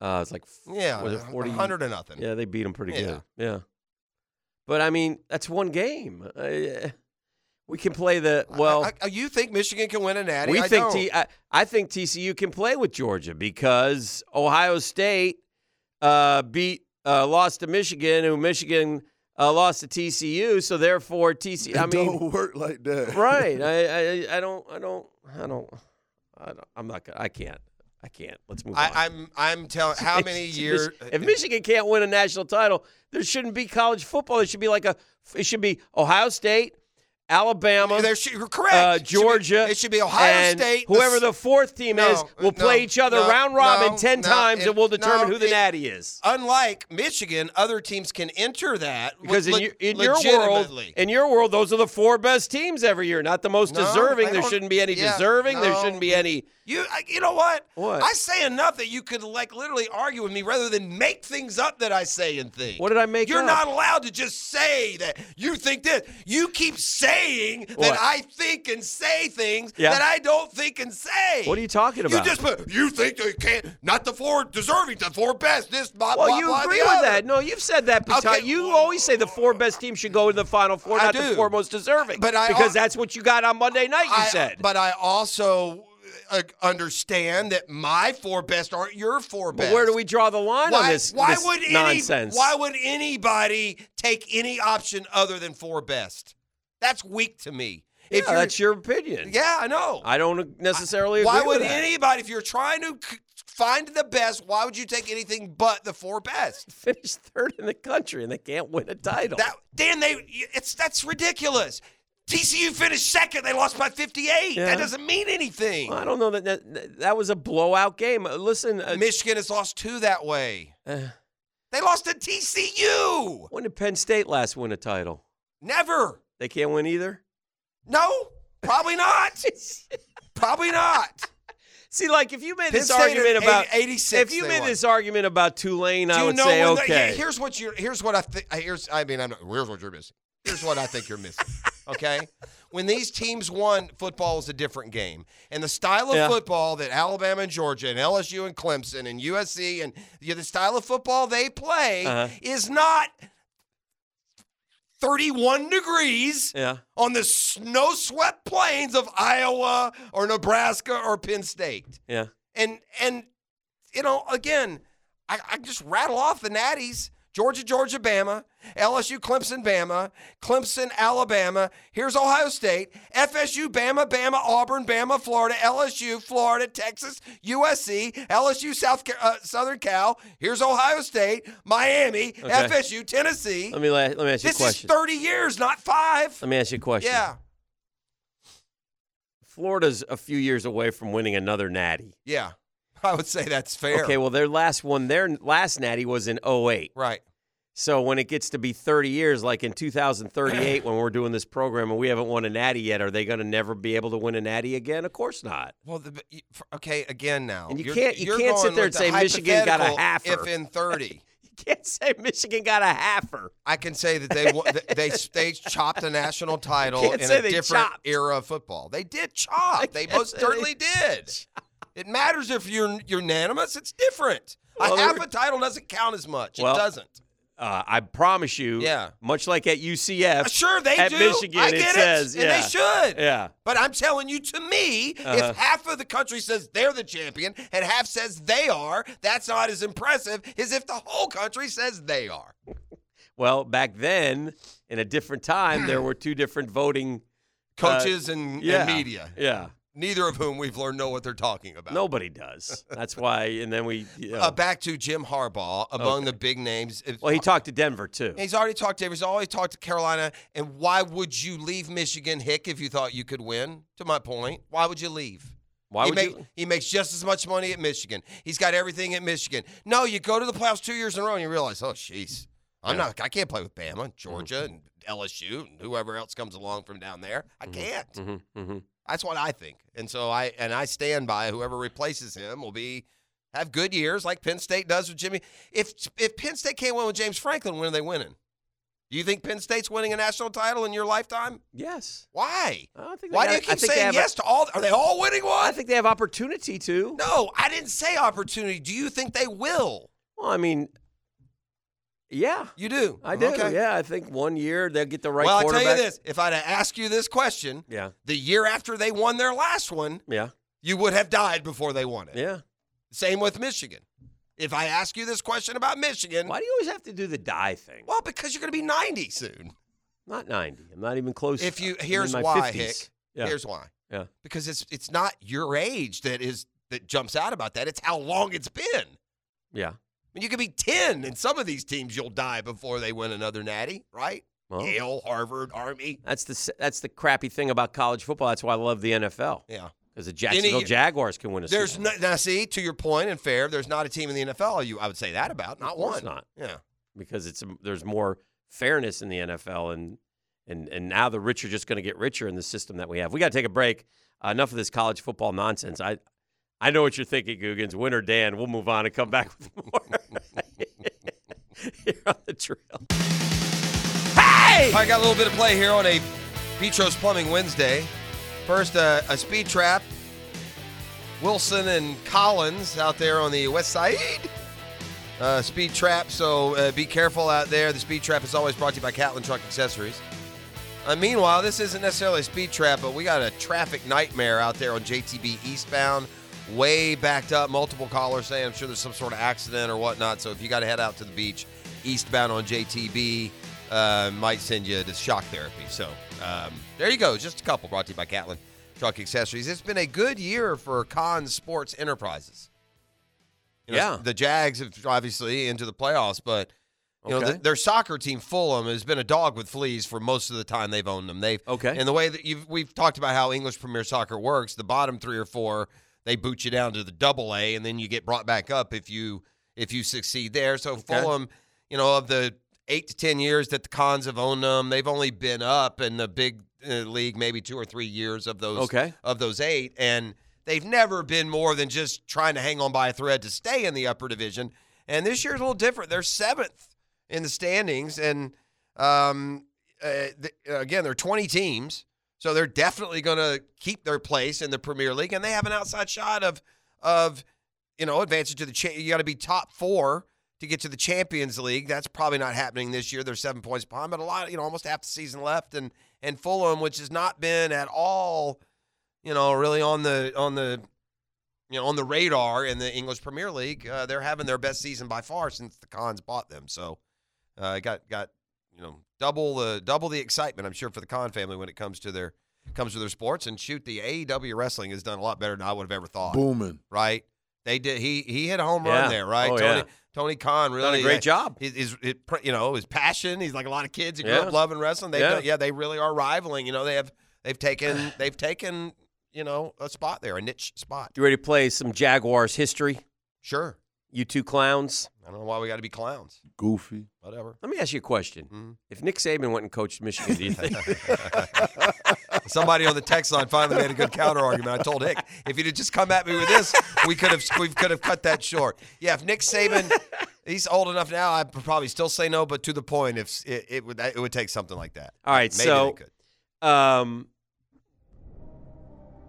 [SPEAKER 7] Uh, it's like f-
[SPEAKER 2] Yeah,
[SPEAKER 7] was it 40?
[SPEAKER 2] 100 to nothing.
[SPEAKER 7] Yeah, they beat him pretty
[SPEAKER 2] Yeah.
[SPEAKER 7] good. Yeah. But I mean, that's one game. Uh, we can play the well.
[SPEAKER 2] I- I- you think Michigan can win a natty?
[SPEAKER 7] Oh. we
[SPEAKER 2] I
[SPEAKER 7] think
[SPEAKER 2] don't.
[SPEAKER 7] T- I, I think TCU can play with Georgia because Ohio State uh, beat uh, lost to Michigan, and Michigan uh, lost to TCU. So therefore, TCU. I
[SPEAKER 6] It
[SPEAKER 7] mean,
[SPEAKER 6] don't work like that.
[SPEAKER 7] right? I, I I don't I don't I don't I don't I'm not gonna I can't I can't. Let's move on.
[SPEAKER 2] I, I'm I'm telling how many
[SPEAKER 7] If
[SPEAKER 2] years?
[SPEAKER 7] Mich- If Michigan can't win a national title, there shouldn't be college football. There should be like a. It should be Ohio State, Alabama.
[SPEAKER 2] There should- you're correct.
[SPEAKER 7] Uh,
[SPEAKER 2] It should be-
[SPEAKER 7] Georgia.
[SPEAKER 2] it should be Ohio
[SPEAKER 7] and
[SPEAKER 2] State, the
[SPEAKER 7] Whoever
[SPEAKER 2] s-
[SPEAKER 7] the fourth team
[SPEAKER 2] No,
[SPEAKER 7] is
[SPEAKER 2] no,
[SPEAKER 7] will play each other
[SPEAKER 2] no,
[SPEAKER 7] round robin
[SPEAKER 2] no,
[SPEAKER 7] ten
[SPEAKER 2] no,
[SPEAKER 7] times,
[SPEAKER 2] it-
[SPEAKER 7] and we'll determine
[SPEAKER 2] no,
[SPEAKER 7] who the
[SPEAKER 2] it- uh,
[SPEAKER 7] natty is.
[SPEAKER 2] Unlike Michigan, other teams can enter that with
[SPEAKER 7] Because in,
[SPEAKER 2] le-
[SPEAKER 7] your, in your world,
[SPEAKER 2] legitimately.
[SPEAKER 7] in your world, those are the four best teams every year, not the most
[SPEAKER 2] No,
[SPEAKER 7] deserving.
[SPEAKER 2] I
[SPEAKER 7] There
[SPEAKER 2] don't-
[SPEAKER 7] shouldn't be any
[SPEAKER 2] yeah,
[SPEAKER 7] deserving. There
[SPEAKER 2] no.
[SPEAKER 7] shouldn't be any.
[SPEAKER 2] you I- you know what?
[SPEAKER 7] What?
[SPEAKER 2] I say enough that you could like literally argue with me rather than make things up that I say and think.
[SPEAKER 7] What did I make
[SPEAKER 2] You're
[SPEAKER 7] up?
[SPEAKER 2] not allowed to just say that you think this. You keep saying
[SPEAKER 7] What?
[SPEAKER 2] that I think and say things
[SPEAKER 7] Yeah.
[SPEAKER 2] that I don't think and say.
[SPEAKER 7] What are you talking about?
[SPEAKER 2] You just put, you think they can't, not the four deserving, the four best, this, blah,
[SPEAKER 7] Well,
[SPEAKER 2] blah,
[SPEAKER 7] you
[SPEAKER 2] blah,
[SPEAKER 7] agree
[SPEAKER 2] the
[SPEAKER 7] with
[SPEAKER 2] other.
[SPEAKER 7] that. No, you've said that. Pata-
[SPEAKER 2] Okay.
[SPEAKER 7] You always say the four best teams should go to the final four,
[SPEAKER 2] I
[SPEAKER 7] not the
[SPEAKER 2] do.
[SPEAKER 7] four most deserving.
[SPEAKER 2] But I
[SPEAKER 7] because
[SPEAKER 2] al-
[SPEAKER 7] that's what you got on Monday night. You
[SPEAKER 2] I,
[SPEAKER 7] said.
[SPEAKER 2] But I also uh, understand that my four best aren't your four
[SPEAKER 7] But
[SPEAKER 2] best.
[SPEAKER 7] where do we draw the line on
[SPEAKER 2] why,
[SPEAKER 7] this,
[SPEAKER 2] why
[SPEAKER 7] this
[SPEAKER 2] would any,
[SPEAKER 7] nonsense?
[SPEAKER 2] Why would anybody take any option other than four best? That's weak to me. If
[SPEAKER 7] Yeah,
[SPEAKER 2] you're-
[SPEAKER 7] that's your opinion.
[SPEAKER 2] yeah, I know.
[SPEAKER 7] I don't necessarily agree
[SPEAKER 2] why would
[SPEAKER 7] with that.
[SPEAKER 2] anybody, if you're trying to c- find the best, why would you take anything but the four best?
[SPEAKER 7] finish third in the country and they can't win a title.
[SPEAKER 2] That Dan, they it's that's ridiculous. TCU finished second. They lost by 58.
[SPEAKER 7] Yeah.
[SPEAKER 2] That doesn't mean anything.
[SPEAKER 7] I don't know that that, that was a blowout game. Uh, Listen, uh,
[SPEAKER 2] Michigan has lost two that way.
[SPEAKER 7] uh,
[SPEAKER 2] They lost to TCU.
[SPEAKER 7] when did Penn State last win a title?
[SPEAKER 2] Never.
[SPEAKER 7] They can't win either.
[SPEAKER 2] No, probably not. Probably not.
[SPEAKER 7] See, like if you made
[SPEAKER 2] Penn
[SPEAKER 7] this
[SPEAKER 2] State
[SPEAKER 7] argument
[SPEAKER 2] at
[SPEAKER 7] about
[SPEAKER 2] 80 86
[SPEAKER 7] if you
[SPEAKER 2] they
[SPEAKER 7] made
[SPEAKER 2] won.
[SPEAKER 7] this argument about Tulane,
[SPEAKER 2] Do
[SPEAKER 7] I
[SPEAKER 2] you
[SPEAKER 7] would
[SPEAKER 2] know
[SPEAKER 7] say
[SPEAKER 2] when the-
[SPEAKER 7] okay.
[SPEAKER 2] yeah, here's what you are here's what I think here's I mean I'm not, here's what you're missing. Here's what I think you're missing. Okay? When these teams won, football is a different game. And the style of
[SPEAKER 7] Yeah.
[SPEAKER 2] football that Alabama and Georgia and LSU and Clemson and USC and yeah, the style of football they play
[SPEAKER 7] Uh-huh.
[SPEAKER 2] is not 31 degrees
[SPEAKER 7] yeah,
[SPEAKER 2] on the snow-swept plains of Iowa or Nebraska or Penn State
[SPEAKER 7] yeah.
[SPEAKER 2] and and you know again I, I just rattle off the natties georgia georgia bama lsu clemson bama clemson alabama here's ohio state fsu bama bama auburn bama florida lsu florida texas usc lsu south Ca- uh, southern cal here's ohio state miami fsu tennessee
[SPEAKER 7] Let me la- let me ask you
[SPEAKER 2] this
[SPEAKER 7] a question.
[SPEAKER 2] is 30 years not five
[SPEAKER 7] let me ask you a question.
[SPEAKER 2] yeah
[SPEAKER 7] Florida's a few years away from winning another Natty.
[SPEAKER 2] yeah i would say that's fair
[SPEAKER 7] Okay, well their last one, their last Natty was in 08.
[SPEAKER 2] right
[SPEAKER 7] So when it gets to be 30 years, like in 2038, when we're doing this program and we haven't won a natty yet, are they going to never be able to win a natty again? Of course not.
[SPEAKER 2] Well, the, but you- for- okay, again now.
[SPEAKER 7] And you
[SPEAKER 2] You're-
[SPEAKER 7] can't- you
[SPEAKER 2] you're
[SPEAKER 7] can't sit
[SPEAKER 2] going
[SPEAKER 7] there
[SPEAKER 2] with
[SPEAKER 7] and
[SPEAKER 2] the
[SPEAKER 7] say Michigan got a
[SPEAKER 2] hypothetical
[SPEAKER 7] halfer.
[SPEAKER 2] If in thirty,
[SPEAKER 7] You can't say Michigan got a halfer.
[SPEAKER 2] I can say that they wa- that they they chopped a national title
[SPEAKER 7] Can't
[SPEAKER 2] in
[SPEAKER 7] say
[SPEAKER 2] a
[SPEAKER 7] they
[SPEAKER 2] different
[SPEAKER 7] chopped.
[SPEAKER 2] era of football. They did chop. They
[SPEAKER 7] can't
[SPEAKER 2] most
[SPEAKER 7] say they
[SPEAKER 2] certainly did. It matters if you're unanimous. It's different.
[SPEAKER 7] Well,
[SPEAKER 2] a
[SPEAKER 7] they
[SPEAKER 2] half
[SPEAKER 7] were-
[SPEAKER 2] a title doesn't count as much.
[SPEAKER 7] Well,
[SPEAKER 2] it doesn't.
[SPEAKER 7] Uh, I promise you,
[SPEAKER 2] Yeah.
[SPEAKER 7] much like at UCF,
[SPEAKER 2] Uh, Sure, they
[SPEAKER 7] at
[SPEAKER 2] do.
[SPEAKER 7] Michigan,
[SPEAKER 2] I
[SPEAKER 7] it
[SPEAKER 2] get it,
[SPEAKER 7] says,
[SPEAKER 2] and
[SPEAKER 7] yeah.
[SPEAKER 2] they should.
[SPEAKER 7] yeah.
[SPEAKER 2] But I'm telling you, to me,
[SPEAKER 7] Uh-huh.
[SPEAKER 2] if half of the country says they're the champion and half says they are, that's not as impressive as if the whole country says they are.
[SPEAKER 7] Well, back then, in a different time, there were two different voting
[SPEAKER 2] Coaches and, and
[SPEAKER 7] Uh, yeah,
[SPEAKER 2] media,
[SPEAKER 7] Yeah,
[SPEAKER 2] neither of whom we've learned know what they're talking about.
[SPEAKER 7] nobody does. That's why. And then we, you know,
[SPEAKER 2] Uh, back to Jim Harbaugh, among the big names. if-
[SPEAKER 7] well, he talked to Denver too.
[SPEAKER 2] He's already talked to. He's always talked to Carolina. And why would you leave Michigan, Hick, if you thought you could win? To my point, why would you leave?
[SPEAKER 7] Why
[SPEAKER 2] he
[SPEAKER 7] would
[SPEAKER 2] make-
[SPEAKER 7] you?
[SPEAKER 2] He makes just as much money at Michigan. He's got everything at Michigan. No, you go to the playoffs two years in a row and you realize, oh, jeez, I'm not. I can't play with Bama, and Georgia,
[SPEAKER 7] Mm-hmm.
[SPEAKER 2] and LSU, and whoever else comes along from down there. I can't.
[SPEAKER 7] Mm-hmm, mm-hmm.
[SPEAKER 2] That's what I think. And so I and I stand by whoever replaces him will be have good years like Penn State does with Jimmy. If if Penn State can't win with James Franklin, when are they winning? Do you think Penn State's winning a national title in your lifetime?
[SPEAKER 7] Yes.
[SPEAKER 2] Why?
[SPEAKER 7] I don't think they
[SPEAKER 2] Why
[SPEAKER 7] got-
[SPEAKER 2] do you
[SPEAKER 7] I
[SPEAKER 2] keep
[SPEAKER 7] think they
[SPEAKER 2] saying
[SPEAKER 7] have a-
[SPEAKER 2] yes to all? Are they all winning
[SPEAKER 7] I
[SPEAKER 2] one?
[SPEAKER 7] think they have opportunity to.
[SPEAKER 2] No, I didn't say opportunity. Do you think they will?
[SPEAKER 7] Well, I mean, yeah,
[SPEAKER 2] You do.
[SPEAKER 7] I do.
[SPEAKER 2] Okay.
[SPEAKER 7] Yeah, I think one year they'll get the right
[SPEAKER 2] well, I
[SPEAKER 7] quarterback.
[SPEAKER 2] tell you this: if I'd have asked you this question
[SPEAKER 7] Yeah,
[SPEAKER 2] the year after they won their last one,
[SPEAKER 7] yeah,
[SPEAKER 2] you would have died before they won it.
[SPEAKER 7] yeah.
[SPEAKER 2] Same with Michigan. If I ask you this question about Michigan,
[SPEAKER 7] Why do you always have to do the die thing?
[SPEAKER 2] well, because you're going to be 90 soon.
[SPEAKER 7] Not 90. I'm not even close.
[SPEAKER 2] If you
[SPEAKER 7] I'm in
[SPEAKER 2] here's
[SPEAKER 7] my
[SPEAKER 2] why,
[SPEAKER 7] 50s.
[SPEAKER 2] Hick.
[SPEAKER 7] Yeah.
[SPEAKER 2] Here's why.
[SPEAKER 7] Yeah.
[SPEAKER 2] Because it's it's not your age that is that jumps out about that. It's how long it's been. I
[SPEAKER 7] yeah.
[SPEAKER 2] mean, you could be 10 and some of these teams you'll die before they win another natty, right?
[SPEAKER 7] Well,
[SPEAKER 2] Yale, Harvard, Army.
[SPEAKER 7] that's the s- that's the crappy thing about college football. That's why I love the NFL
[SPEAKER 2] Yeah.
[SPEAKER 7] because the Jacksonville Jaguars can win a
[SPEAKER 2] There's
[SPEAKER 7] Super
[SPEAKER 2] no,
[SPEAKER 7] Bowl.
[SPEAKER 2] now see to your point and fair. There's not a team in the NFL you I would say that about not
[SPEAKER 7] Of course
[SPEAKER 2] one.
[SPEAKER 7] not.
[SPEAKER 2] Yeah.
[SPEAKER 7] because it's um, there's more fairness in the NFL and and and now the rich are just going to get richer in the system that we have. We got to take a break. Uh, enough of this college football nonsense. I I know what you're thinking, Googans. Winner Dan. We'll move on and come back with more. Here on the trail. Hey!
[SPEAKER 2] All right, got a little bit of play here on a Petros Plumbing Wednesday. First, uh, a speed trap. Wilson and Collins out there on the west side. Uh, speed trap, so uh, be careful out there. The speed trap is always brought to you by Catlin Truck Accessories. Uh, meanwhile, this isn't necessarily a speed trap, but we got a traffic nightmare out there on JTB eastbound. Way backed up. Multiple callers saying, I'm sure there's some sort of accident or whatnot. So if you got to head out to the beach eastbound on JTB, uh, uh, might send you to shock therapy. So um, there you go. Just a couple brought to you by Catlin Truck Accessories. It's been a good year for Con Sports Enterprises. You know,
[SPEAKER 7] Yeah.
[SPEAKER 2] The Jags have obviously into the playoffs, but you know
[SPEAKER 7] Okay.
[SPEAKER 2] th- their soccer team Fulham has been a dog with fleas for most of the time they've owned them. They've
[SPEAKER 7] Okay.
[SPEAKER 2] and the way that you've we've talked about how English Premier Soccer works, the bottom three or four they boot you down to the double A, and then you get brought back up if you if you succeed there. So Fulham, you know, of the eight to ten years that the Cons have owned them, they've only been up in the big uh, league maybe two or three years of those
[SPEAKER 7] Okay.
[SPEAKER 2] of those eight, and they've never been more than just trying to hang on by a thread to stay in the upper division. And this year's a little different. They're seventh in the standings, and um, uh, th- again, there are 20 teams, so they're definitely going to keep their place in the Premier League, and they have an outside shot of of you know advancing to the. Cha- you got to be top four to get to the Champions League. That's probably not happening this year. They're seven points behind, but a lot, you know, almost half the season left, and and Fulham, which has not been at all, you know, really on the on the. You know, on the radar in the English Premier League, uh, they're having their best season by far since the Cons bought them. So, uh, got got you know double the double the excitement I'm sure for the Khan family when it comes to their comes to their sports and shoot the AEW wrestling has done a lot better than I would have ever thought.
[SPEAKER 6] Booming.
[SPEAKER 2] Right? They did. He he hit a home
[SPEAKER 7] Yeah.
[SPEAKER 2] run there, right?
[SPEAKER 7] Oh,
[SPEAKER 2] Tony
[SPEAKER 7] yeah.
[SPEAKER 2] Tony Khan really uh,
[SPEAKER 7] Done a great job.
[SPEAKER 2] His, his, his pr- you know his passion. He's like a lot of kids who grew
[SPEAKER 7] Yeah.
[SPEAKER 2] up loving wrestling. They
[SPEAKER 7] Yeah.
[SPEAKER 2] yeah. yeah they really are rivaling. You know they have they've taken they've taken you know a spot there a niche spot.
[SPEAKER 7] You ready to play some Jaguars history?
[SPEAKER 2] Sure.
[SPEAKER 7] You two clowns.
[SPEAKER 2] I don't know why we got to be clowns.
[SPEAKER 6] Goofy.
[SPEAKER 2] Whatever. Mm-hmm.
[SPEAKER 7] Let me ask you a question. If Nick Saban went and coached Michigan, do you think?
[SPEAKER 2] Somebody on the text line finally made a good counter argument. I told Hick if he'd have just come at me with this, we could have we could have cut that short. Yeah, if Nick Saban, he's old enough now, I'd probably still say no. But to the point, if s- it, it would it would take something like that.
[SPEAKER 7] All right,
[SPEAKER 2] Maybe
[SPEAKER 7] so-
[SPEAKER 2] they could.
[SPEAKER 7] um,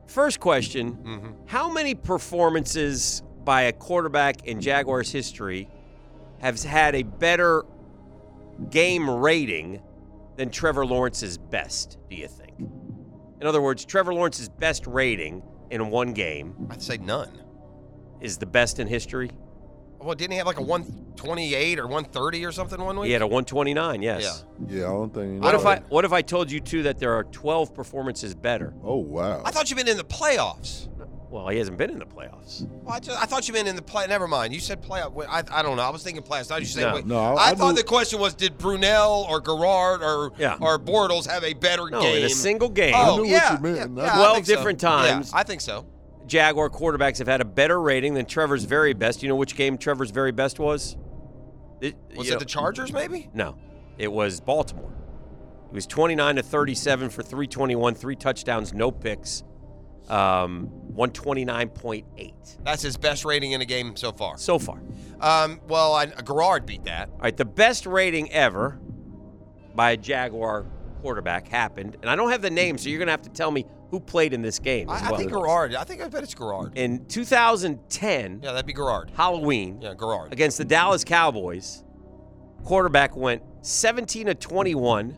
[SPEAKER 7] first question
[SPEAKER 2] Mm-hmm.
[SPEAKER 7] How many performances by a quarterback in Jaguars history has had a better game rating than Trevor Lawrence's best, do you think? In other words, Trevor Lawrence's best rating in one game
[SPEAKER 2] I'd say none.
[SPEAKER 7] is the best in history?
[SPEAKER 2] Well, didn't he have like a one twenty eight or one thirty or something one week?
[SPEAKER 7] He had a 129, yes.
[SPEAKER 2] Yeah.
[SPEAKER 6] Yeah, I don't think.
[SPEAKER 7] What if I what if I told you too that there are 12 performances better?
[SPEAKER 6] Oh wow.
[SPEAKER 2] I thought you'd been in the playoffs.
[SPEAKER 7] Well, he hasn't been in the playoffs.
[SPEAKER 2] Well, I, just, I thought you meant in the play. Never mind. You said playoff. Wait, I, I don't know. I was thinking playoffs. Now you say
[SPEAKER 7] No,
[SPEAKER 2] wait.
[SPEAKER 6] no,
[SPEAKER 2] I,
[SPEAKER 6] I
[SPEAKER 2] thought
[SPEAKER 6] moved-
[SPEAKER 2] the question was, did Brunel or Garrard or
[SPEAKER 7] Yeah.
[SPEAKER 2] or Bortles have a better
[SPEAKER 7] No,
[SPEAKER 2] game?
[SPEAKER 7] in a single game,
[SPEAKER 2] Oh,
[SPEAKER 6] I knew what
[SPEAKER 2] yeah,
[SPEAKER 6] you meant,
[SPEAKER 2] yeah,
[SPEAKER 6] and
[SPEAKER 2] yeah,
[SPEAKER 6] I-
[SPEAKER 2] I
[SPEAKER 7] 12
[SPEAKER 2] think so.
[SPEAKER 7] different
[SPEAKER 2] Yeah,
[SPEAKER 7] times.
[SPEAKER 2] I think so.
[SPEAKER 7] Jaguar quarterbacks have had a better rating than Trevor's very best. You know which game Trevor's very best was? It,
[SPEAKER 2] Was
[SPEAKER 7] you
[SPEAKER 2] it
[SPEAKER 7] know-
[SPEAKER 2] the Chargers? Maybe.
[SPEAKER 7] No, it was Baltimore. He was 29 to 37 for 321, three touchdowns, no picks, um, 129.8
[SPEAKER 2] That's his best rating in a game so far.
[SPEAKER 7] so far.
[SPEAKER 2] Um, well, I, Garrard beat that.
[SPEAKER 7] All right, the best rating ever by a Jaguar quarterback happened, and I don't have the name, so you're gonna have to tell me who played in this game. as
[SPEAKER 2] I, I
[SPEAKER 7] well.
[SPEAKER 2] think Garrard. I think I bet it's Garrard.
[SPEAKER 7] in 2010
[SPEAKER 2] Yeah, that'd be Garrard.
[SPEAKER 7] Halloween
[SPEAKER 2] Yeah, Garrard.
[SPEAKER 7] against the Dallas Cowboys. Quarterback went 17 to 21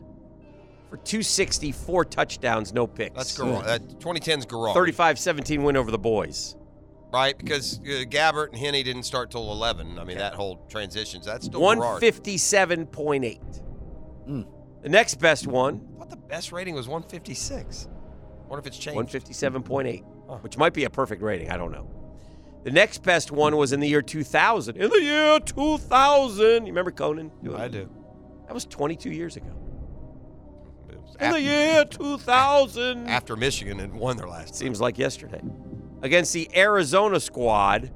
[SPEAKER 7] for 260, four touchdowns, no picks.
[SPEAKER 2] That's Garrard. That 2010's Garrard.
[SPEAKER 7] 35-17 win over the boys.
[SPEAKER 2] Right, because uh, Gabbert and Henny didn't start till 11. I mean, that whole transitions. That's still Garrard.
[SPEAKER 7] 157.8.
[SPEAKER 2] Hmm.
[SPEAKER 7] The next best one,
[SPEAKER 2] What the best rating was 156? What if it's changed?
[SPEAKER 7] 157.8,
[SPEAKER 2] Oh.
[SPEAKER 7] which might be a perfect rating. I don't know. The next best one was in the year 2000. In the year 2000, you remember Conan? doing
[SPEAKER 2] I
[SPEAKER 7] that?
[SPEAKER 2] do.
[SPEAKER 7] That was 22 years ago.
[SPEAKER 2] It was
[SPEAKER 7] In the
[SPEAKER 2] af-
[SPEAKER 7] year 2000.
[SPEAKER 2] After Michigan had won their last.
[SPEAKER 7] seems like yesterday against the Arizona squad.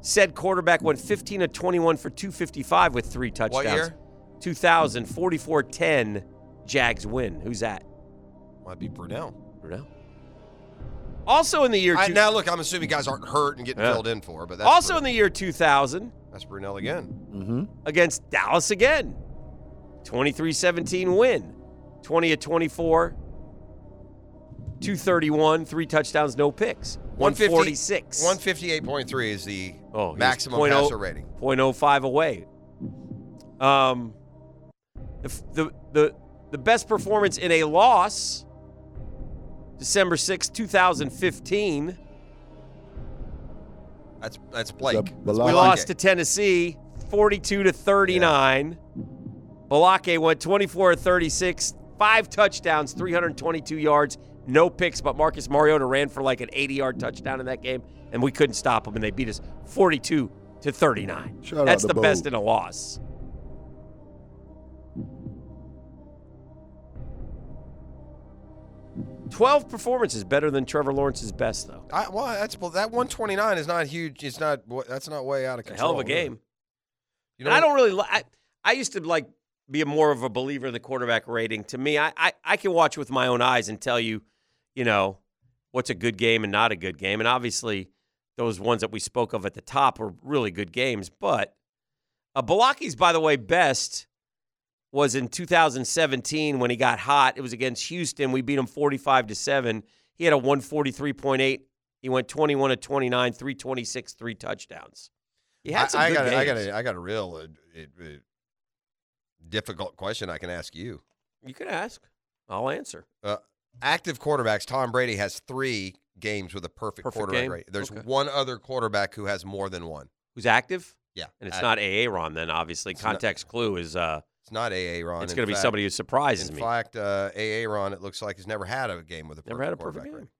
[SPEAKER 7] Said quarterback went 15 to 21 for 255 with three touchdowns.
[SPEAKER 2] What year?
[SPEAKER 7] 2000, 44-10, Jags win. Who's that?
[SPEAKER 2] Might be Brunel.
[SPEAKER 7] Brunel. Also in the year
[SPEAKER 2] I,
[SPEAKER 7] two-
[SPEAKER 2] now look, I'm assuming guys aren't hurt and getting
[SPEAKER 7] Yeah.
[SPEAKER 2] filled in for, but that's
[SPEAKER 7] also
[SPEAKER 2] Brunel.
[SPEAKER 7] in the year 2000
[SPEAKER 2] that's Brunel again.
[SPEAKER 6] Mm-hmm.
[SPEAKER 7] against Dallas again. 23-17 win. 20 to 24. 231, three touchdowns, no picks.
[SPEAKER 2] 150
[SPEAKER 7] 146.
[SPEAKER 2] 158.3 is the
[SPEAKER 7] Oh, he's
[SPEAKER 2] maximum
[SPEAKER 7] 0.0
[SPEAKER 2] passer rating.
[SPEAKER 7] 0.05 away. Um, the, f- the the the best performance in a loss, December sixth, two 2015.
[SPEAKER 2] That's that's Blake.
[SPEAKER 6] Is that
[SPEAKER 2] That's
[SPEAKER 6] Bala-
[SPEAKER 7] We
[SPEAKER 2] Blake.
[SPEAKER 7] lost to Tennessee, 42 to 39. Balake went 24 of 36, five touchdowns, 322 yards, no picks, but Marcus Mariota ran for like an 80 yard touchdown in that game, and we couldn't stop him, and they beat us 42 to 39.
[SPEAKER 6] Shout out
[SPEAKER 7] That's
[SPEAKER 6] to
[SPEAKER 7] the best
[SPEAKER 6] Bo.
[SPEAKER 7] in a loss. Twelve performances better than Trevor Lawrence's best, though.
[SPEAKER 2] I, well, that's well, that 129 is not huge. It's not. That's not way out of
[SPEAKER 7] A
[SPEAKER 2] control.
[SPEAKER 7] hell of a game.
[SPEAKER 2] You
[SPEAKER 7] And I don't really. Li- I, I used to like be a more of a believer in the quarterback rating. To me, I, I I can watch with my own eyes and tell you, you know, what's a good game and not a good game. And obviously, those ones that we spoke of at the top were really good games. But uh, Balaki's, by the way, best was in 2017 when he got hot. It was against Houston. We beat him 45 to seven. He had a 143.8. He went 21 to 29, 326, three touchdowns. He had some
[SPEAKER 2] I, I
[SPEAKER 7] good
[SPEAKER 2] got. A, I
[SPEAKER 7] games.
[SPEAKER 2] got. A, I got a real uh, it, it- difficult question I can ask you.
[SPEAKER 7] You can ask. I'll answer.
[SPEAKER 2] Uh, active quarterbacks. Tom Brady has three games with a perfect,
[SPEAKER 7] Perfect
[SPEAKER 2] quarterback
[SPEAKER 7] game?
[SPEAKER 2] rate. There's
[SPEAKER 7] Okay.
[SPEAKER 2] one other quarterback who has more than one.
[SPEAKER 7] Who's active?
[SPEAKER 2] Yeah,
[SPEAKER 7] And it's
[SPEAKER 2] I-
[SPEAKER 7] not Aaron then, obviously.
[SPEAKER 2] It's not-
[SPEAKER 7] Context clue is uh
[SPEAKER 2] It's not AA Ron.
[SPEAKER 7] it's
[SPEAKER 2] In
[SPEAKER 7] gonna be
[SPEAKER 2] fact-
[SPEAKER 7] somebody who surprises
[SPEAKER 2] In
[SPEAKER 7] me.
[SPEAKER 2] fact, uh, AA Ron, it looks like has never had a game with a perfect
[SPEAKER 7] Never had a
[SPEAKER 2] quarterback
[SPEAKER 7] perfect game.
[SPEAKER 2] rate.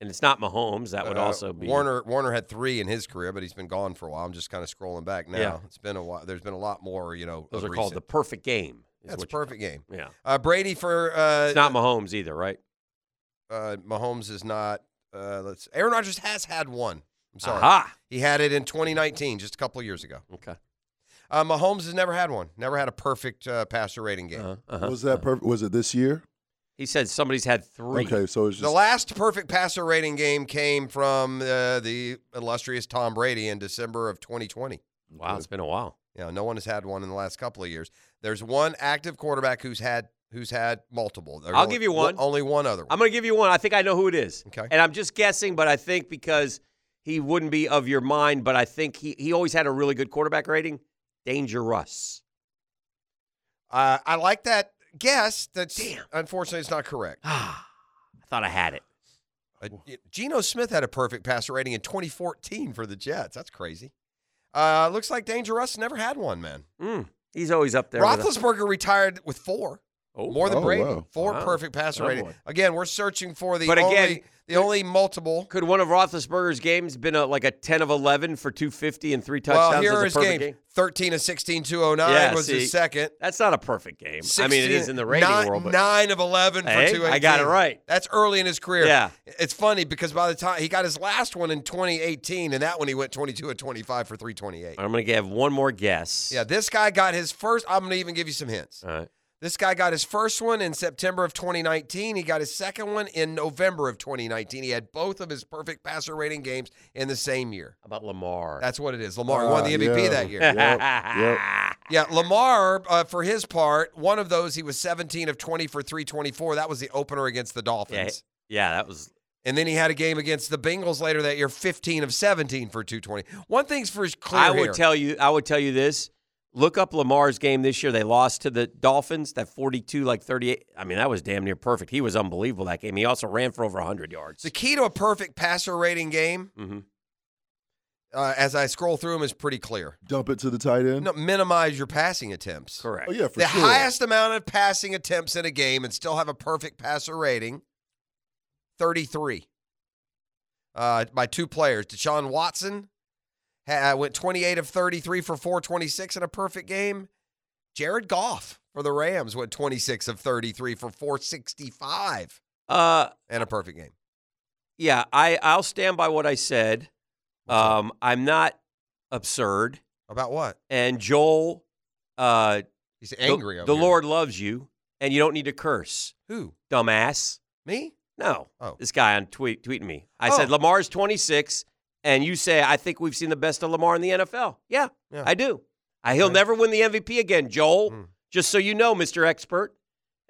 [SPEAKER 7] And it's not Mahomes. That would
[SPEAKER 2] Uh,
[SPEAKER 7] also be
[SPEAKER 2] Warner. Warner had three in his career, but he's been gone for a while. I'm just kind of scrolling back now.
[SPEAKER 7] Yeah.
[SPEAKER 2] It's been a while. There's been a lot more. You know,
[SPEAKER 7] those are
[SPEAKER 2] of
[SPEAKER 7] called the
[SPEAKER 2] recent-
[SPEAKER 7] perfect game. is
[SPEAKER 2] That's a
[SPEAKER 7] what you-
[SPEAKER 2] perfect game.
[SPEAKER 7] Yeah.
[SPEAKER 2] Uh, Brady for uh,
[SPEAKER 7] It's not Mahomes either, right?
[SPEAKER 2] uh, Mahomes is not. Uh, let's. Aaron Rodgers has had one. I'm sorry.
[SPEAKER 7] Aha.
[SPEAKER 2] He had it in 2019, just a couple years ago.
[SPEAKER 7] Okay.
[SPEAKER 2] Uh, Mahomes has never had one. Never had a perfect uh, passer rating game.
[SPEAKER 7] Uh-huh. uh-huh.
[SPEAKER 6] Was that perfect? Was it this year?
[SPEAKER 7] He said somebody's had three.
[SPEAKER 6] Okay, so it's
[SPEAKER 2] The
[SPEAKER 6] just
[SPEAKER 2] last perfect passer rating game came from uh, the illustrious Tom Brady in December of 2020.
[SPEAKER 7] Wow, it's been a while.
[SPEAKER 2] You know, no one has had one in the last couple of years. There's one active quarterback who's had who's had multiple. There's
[SPEAKER 7] I'll
[SPEAKER 2] only-
[SPEAKER 7] give you one.
[SPEAKER 2] Only one other one.
[SPEAKER 7] I'm going to give you one. I think I know who it is.
[SPEAKER 2] Okay.
[SPEAKER 7] And I'm just guessing, but I think because he wouldn't be of your mind, but I think he, he always had a really good quarterback rating. Danger Russ.
[SPEAKER 2] Uh, I like that guess. That's
[SPEAKER 7] Damn.
[SPEAKER 2] unfortunately it's not correct.
[SPEAKER 7] Ah, I thought I had it.
[SPEAKER 2] Uh, Geno Smith had a perfect passer rating in 2014 for the Jets. That's crazy. Uh, looks like Danger Russ never had one, man.
[SPEAKER 7] Mm, he's always up there. with us.
[SPEAKER 2] Roethlisberger retired with four,
[SPEAKER 7] Oh.
[SPEAKER 2] more than
[SPEAKER 6] Oh,
[SPEAKER 2] Brady.
[SPEAKER 6] wow.
[SPEAKER 2] Four
[SPEAKER 7] Wow.
[SPEAKER 2] perfect passer
[SPEAKER 7] Oh,
[SPEAKER 2] rating.
[SPEAKER 7] boy.
[SPEAKER 2] Again, we're searching for the
[SPEAKER 7] But
[SPEAKER 2] only
[SPEAKER 7] again,
[SPEAKER 2] the only multiple.
[SPEAKER 7] Could one of Roethlisberger's games been a, like a ten of eleven for two fifty and three touchdowns?
[SPEAKER 2] Well, here
[SPEAKER 7] as a
[SPEAKER 2] are his
[SPEAKER 7] perfect
[SPEAKER 2] games.
[SPEAKER 7] game?
[SPEAKER 2] 13 of 16, 209
[SPEAKER 7] Yeah,
[SPEAKER 2] was
[SPEAKER 7] see.
[SPEAKER 2] his second.
[SPEAKER 7] That's not a perfect game. I mean,
[SPEAKER 2] 16
[SPEAKER 7] it is in the rating
[SPEAKER 2] nine,
[SPEAKER 7] world, but
[SPEAKER 2] nine of eleven for
[SPEAKER 7] Hey,
[SPEAKER 2] two.
[SPEAKER 7] I got it right.
[SPEAKER 2] That's early in his career.
[SPEAKER 7] Yeah.
[SPEAKER 2] it's funny because by the time he got his last one in 2018, and that one he went 22 of 25 for 328.
[SPEAKER 7] I'm going to give one more guess.
[SPEAKER 2] Yeah, this guy got his first. I'm going to even give you some hints.
[SPEAKER 7] All right.
[SPEAKER 2] This guy got his first one in September of 2019. He got his second one in November of 2019. He had both of his perfect passer rating games in the same year.
[SPEAKER 7] How about Lamar?
[SPEAKER 2] That's what it is. Lamar
[SPEAKER 6] Ah,
[SPEAKER 2] won the MVP
[SPEAKER 6] yeah.
[SPEAKER 2] that year.
[SPEAKER 6] Yep, yep.
[SPEAKER 2] Yeah, Lamar, uh, for his part, one of those, he was 17 of 20 for 324. That was the opener against the Dolphins.
[SPEAKER 7] yeah, that was
[SPEAKER 2] And then he had a game against the Bengals later that year, 15 of 17 for 220. One thing's for clear
[SPEAKER 7] I would
[SPEAKER 2] here.
[SPEAKER 7] tell you. I would tell you this. Look up Lamar's game this year. They lost to the Dolphins. That forty-two, like thirty-eight. I mean, that was damn near perfect. He was unbelievable that game. He also ran for over hundred yards.
[SPEAKER 2] the key to a perfect passer rating game,
[SPEAKER 7] Mhm.
[SPEAKER 2] uh, as I scroll through them, is pretty clear.
[SPEAKER 6] dump it to the tight end.
[SPEAKER 2] No, minimize your passing attempts.
[SPEAKER 7] Correct.
[SPEAKER 6] Oh yeah, for
[SPEAKER 2] the
[SPEAKER 6] sure.
[SPEAKER 2] highest amount of passing attempts in a game and still have a perfect passer rating 33 uh, by two players. Deshaun Watson ha- uh, went 28 of 33 for 426 in a perfect game. Jared Goff for the Rams went 26 of 33 for 465
[SPEAKER 7] Uh,
[SPEAKER 2] in a perfect game.
[SPEAKER 7] yeah, I I'll stand by what I said.
[SPEAKER 2] What's up?
[SPEAKER 7] Um, I'm not absurd.
[SPEAKER 2] About what?
[SPEAKER 7] And Joel, uh,
[SPEAKER 2] He's
[SPEAKER 7] the-
[SPEAKER 2] angry
[SPEAKER 7] The,
[SPEAKER 2] over here.
[SPEAKER 7] Lord loves you, and you don't need to curse,
[SPEAKER 2] Who?
[SPEAKER 7] dumbass.
[SPEAKER 2] Me?
[SPEAKER 7] No,
[SPEAKER 2] Oh.
[SPEAKER 7] this guy on tweet tweeting me. I
[SPEAKER 2] Oh.
[SPEAKER 7] said Lamar's 26, and you say I think we've seen the best of Lamar in the NFL. Yeah,
[SPEAKER 2] Yeah.
[SPEAKER 7] I do. I, he'll
[SPEAKER 2] Okay.
[SPEAKER 7] never win the MVP again, Joel.
[SPEAKER 2] Mm.
[SPEAKER 7] Just so you know, Mister Expert.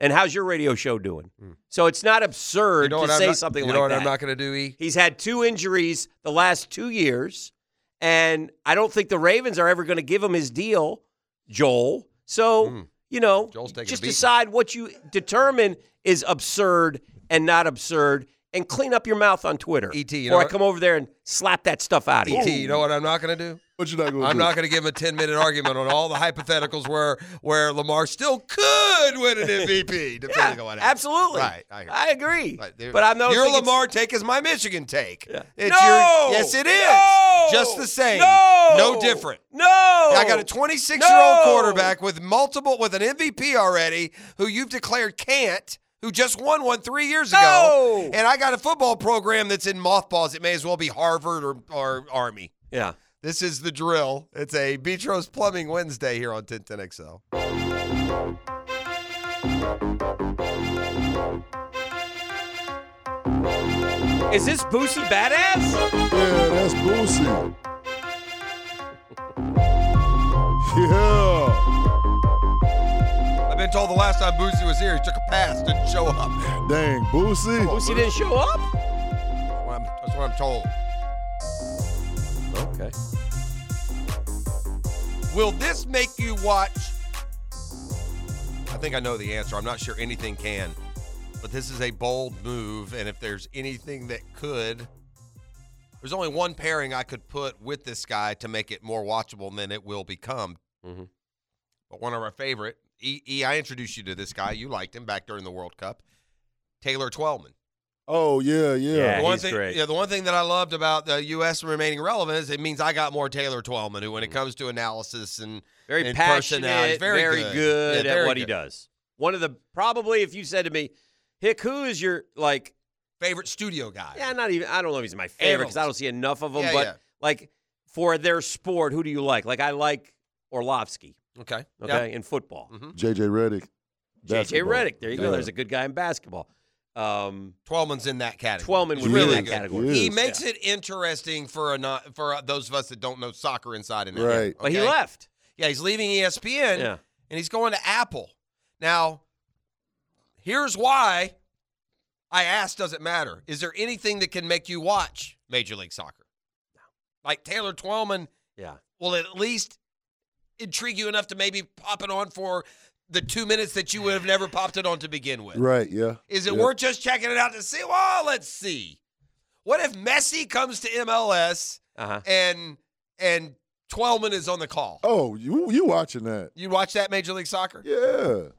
[SPEAKER 7] And how's your radio show doing?
[SPEAKER 2] Mm.
[SPEAKER 7] So it's not absurd
[SPEAKER 2] You know what
[SPEAKER 7] to
[SPEAKER 2] I'm
[SPEAKER 7] say
[SPEAKER 2] not-
[SPEAKER 7] something
[SPEAKER 2] you
[SPEAKER 7] like
[SPEAKER 2] know what
[SPEAKER 7] that.
[SPEAKER 2] I'm not going to do, E?
[SPEAKER 7] He's had two injuries the last two years, and I don't think the Ravens are ever going to give him his deal, Joel. So,
[SPEAKER 2] Mm.
[SPEAKER 7] you know,
[SPEAKER 2] Joel's taking a
[SPEAKER 7] just
[SPEAKER 2] beating.
[SPEAKER 7] decide what you determine is absurd and not absurd and clean up your mouth on Twitter.
[SPEAKER 2] E.T., E you know
[SPEAKER 7] Or I
[SPEAKER 2] what-
[SPEAKER 7] come over there and slap that stuff out of
[SPEAKER 2] ET,
[SPEAKER 7] you.
[SPEAKER 2] you know what I'm not going to do?
[SPEAKER 6] What you not gonna
[SPEAKER 2] I'm
[SPEAKER 6] do?
[SPEAKER 2] not going to give him a 10 minute argument on all the hypotheticals where where Lamar still could win an MVP, depending
[SPEAKER 7] Yeah,
[SPEAKER 2] on what happens.
[SPEAKER 7] absolutely.
[SPEAKER 2] Right, I hear you.
[SPEAKER 7] agree.
[SPEAKER 2] Right, there-
[SPEAKER 7] but I'm not.
[SPEAKER 2] Your
[SPEAKER 7] thinking-
[SPEAKER 2] Lamar take is my Michigan take. It's
[SPEAKER 7] no.
[SPEAKER 2] your, yes, it is.
[SPEAKER 7] No!
[SPEAKER 2] Just the same.
[SPEAKER 7] No.
[SPEAKER 2] No different.
[SPEAKER 7] No.
[SPEAKER 2] I got a 26 year old
[SPEAKER 7] No!
[SPEAKER 2] quarterback with multiple, with an MVP already, who you've declared can't, who just won one three years ago.
[SPEAKER 7] No!
[SPEAKER 2] And I got a football program that's in mothballs. It may as well be Harvard or, or Army.
[SPEAKER 7] Yeah.
[SPEAKER 2] This is the drill. It's a Beach Rose Plumbing Wednesday here on 1010XL.
[SPEAKER 7] Is this Boosie badass?
[SPEAKER 6] Yeah, that's Boosie. Yeah.
[SPEAKER 2] I've been told the last time Boosie was here, he took a pass, didn't show up.
[SPEAKER 6] Dang, Boosie.
[SPEAKER 7] Boosie didn't show up.
[SPEAKER 2] That's what I'm, that's what I'm told.
[SPEAKER 7] Okay.
[SPEAKER 2] Will this make you watch? I think I know the answer. I'm not sure anything can, but this is a bold move. And if there's anything that could, there's only one pairing I could put with this guy to make it more watchable than it will become.
[SPEAKER 7] Mhm.
[SPEAKER 2] But one of our favorite, e, e, I introduced you to this guy. You liked him back during the World Cup, Taylor Twelman.
[SPEAKER 6] Oh yeah, yeah.
[SPEAKER 7] Yeah.
[SPEAKER 2] the one
[SPEAKER 7] he's
[SPEAKER 2] thing,
[SPEAKER 7] great.
[SPEAKER 2] Yeah, the one thing that I loved about the U.S. remaining relevant is it means I got more Taylor Twelman, who, when it comes to analysis and
[SPEAKER 7] Mm. Very
[SPEAKER 2] And personality.
[SPEAKER 7] passionate.
[SPEAKER 2] Very
[SPEAKER 7] Very,
[SPEAKER 2] good.
[SPEAKER 7] good,
[SPEAKER 2] Yeah,
[SPEAKER 7] at
[SPEAKER 2] very
[SPEAKER 7] what he
[SPEAKER 2] good.
[SPEAKER 7] does. One of the probably, if you said to me, Hick, who is your like?
[SPEAKER 2] favorite studio guy.
[SPEAKER 7] Yeah, not even. I don't know if he's my favorite because I don't see enough of him.
[SPEAKER 2] Yeah,
[SPEAKER 7] but
[SPEAKER 2] yeah.
[SPEAKER 7] like for their sport, who do you like? Like I like Orlovsky.
[SPEAKER 2] Okay. Mm-hmm.
[SPEAKER 7] Okay, in football.
[SPEAKER 6] JJ Reddick.
[SPEAKER 7] JJ
[SPEAKER 6] Basketball.
[SPEAKER 7] Reddick. There you
[SPEAKER 6] Yeah.
[SPEAKER 7] go. There's a good guy in basketball. Um,
[SPEAKER 2] Twelman's in that category.
[SPEAKER 7] Twelman
[SPEAKER 2] He's
[SPEAKER 7] was
[SPEAKER 6] He
[SPEAKER 7] really
[SPEAKER 6] is.
[SPEAKER 7] in that category.
[SPEAKER 6] He is.
[SPEAKER 2] He
[SPEAKER 6] Yeah.
[SPEAKER 2] makes it interesting for a not, for uh, those of us that don't know soccer inside and out.
[SPEAKER 6] Right.
[SPEAKER 7] But he
[SPEAKER 2] Okay?
[SPEAKER 7] left.
[SPEAKER 2] Yeah, he's leaving E ESPN
[SPEAKER 7] Yeah.
[SPEAKER 2] and he's going to Apple. Now, here's why I asked does it matter? Is there anything that can make you watch Major League Soccer? Like Taylor Twelman
[SPEAKER 7] Yeah.
[SPEAKER 2] will at least intrigue you enough to maybe pop it on for the two minutes that you would have never popped it on to begin with.
[SPEAKER 6] Right, yeah.
[SPEAKER 2] Is it
[SPEAKER 6] yeah.
[SPEAKER 2] worth just checking it out to see? Well, let's see. What if Messi comes to MLS
[SPEAKER 7] Uh huh.
[SPEAKER 2] and and Twelman is on the call?
[SPEAKER 6] Oh, you you watching that?
[SPEAKER 2] You watch that Major League Soccer?
[SPEAKER 6] Yeah.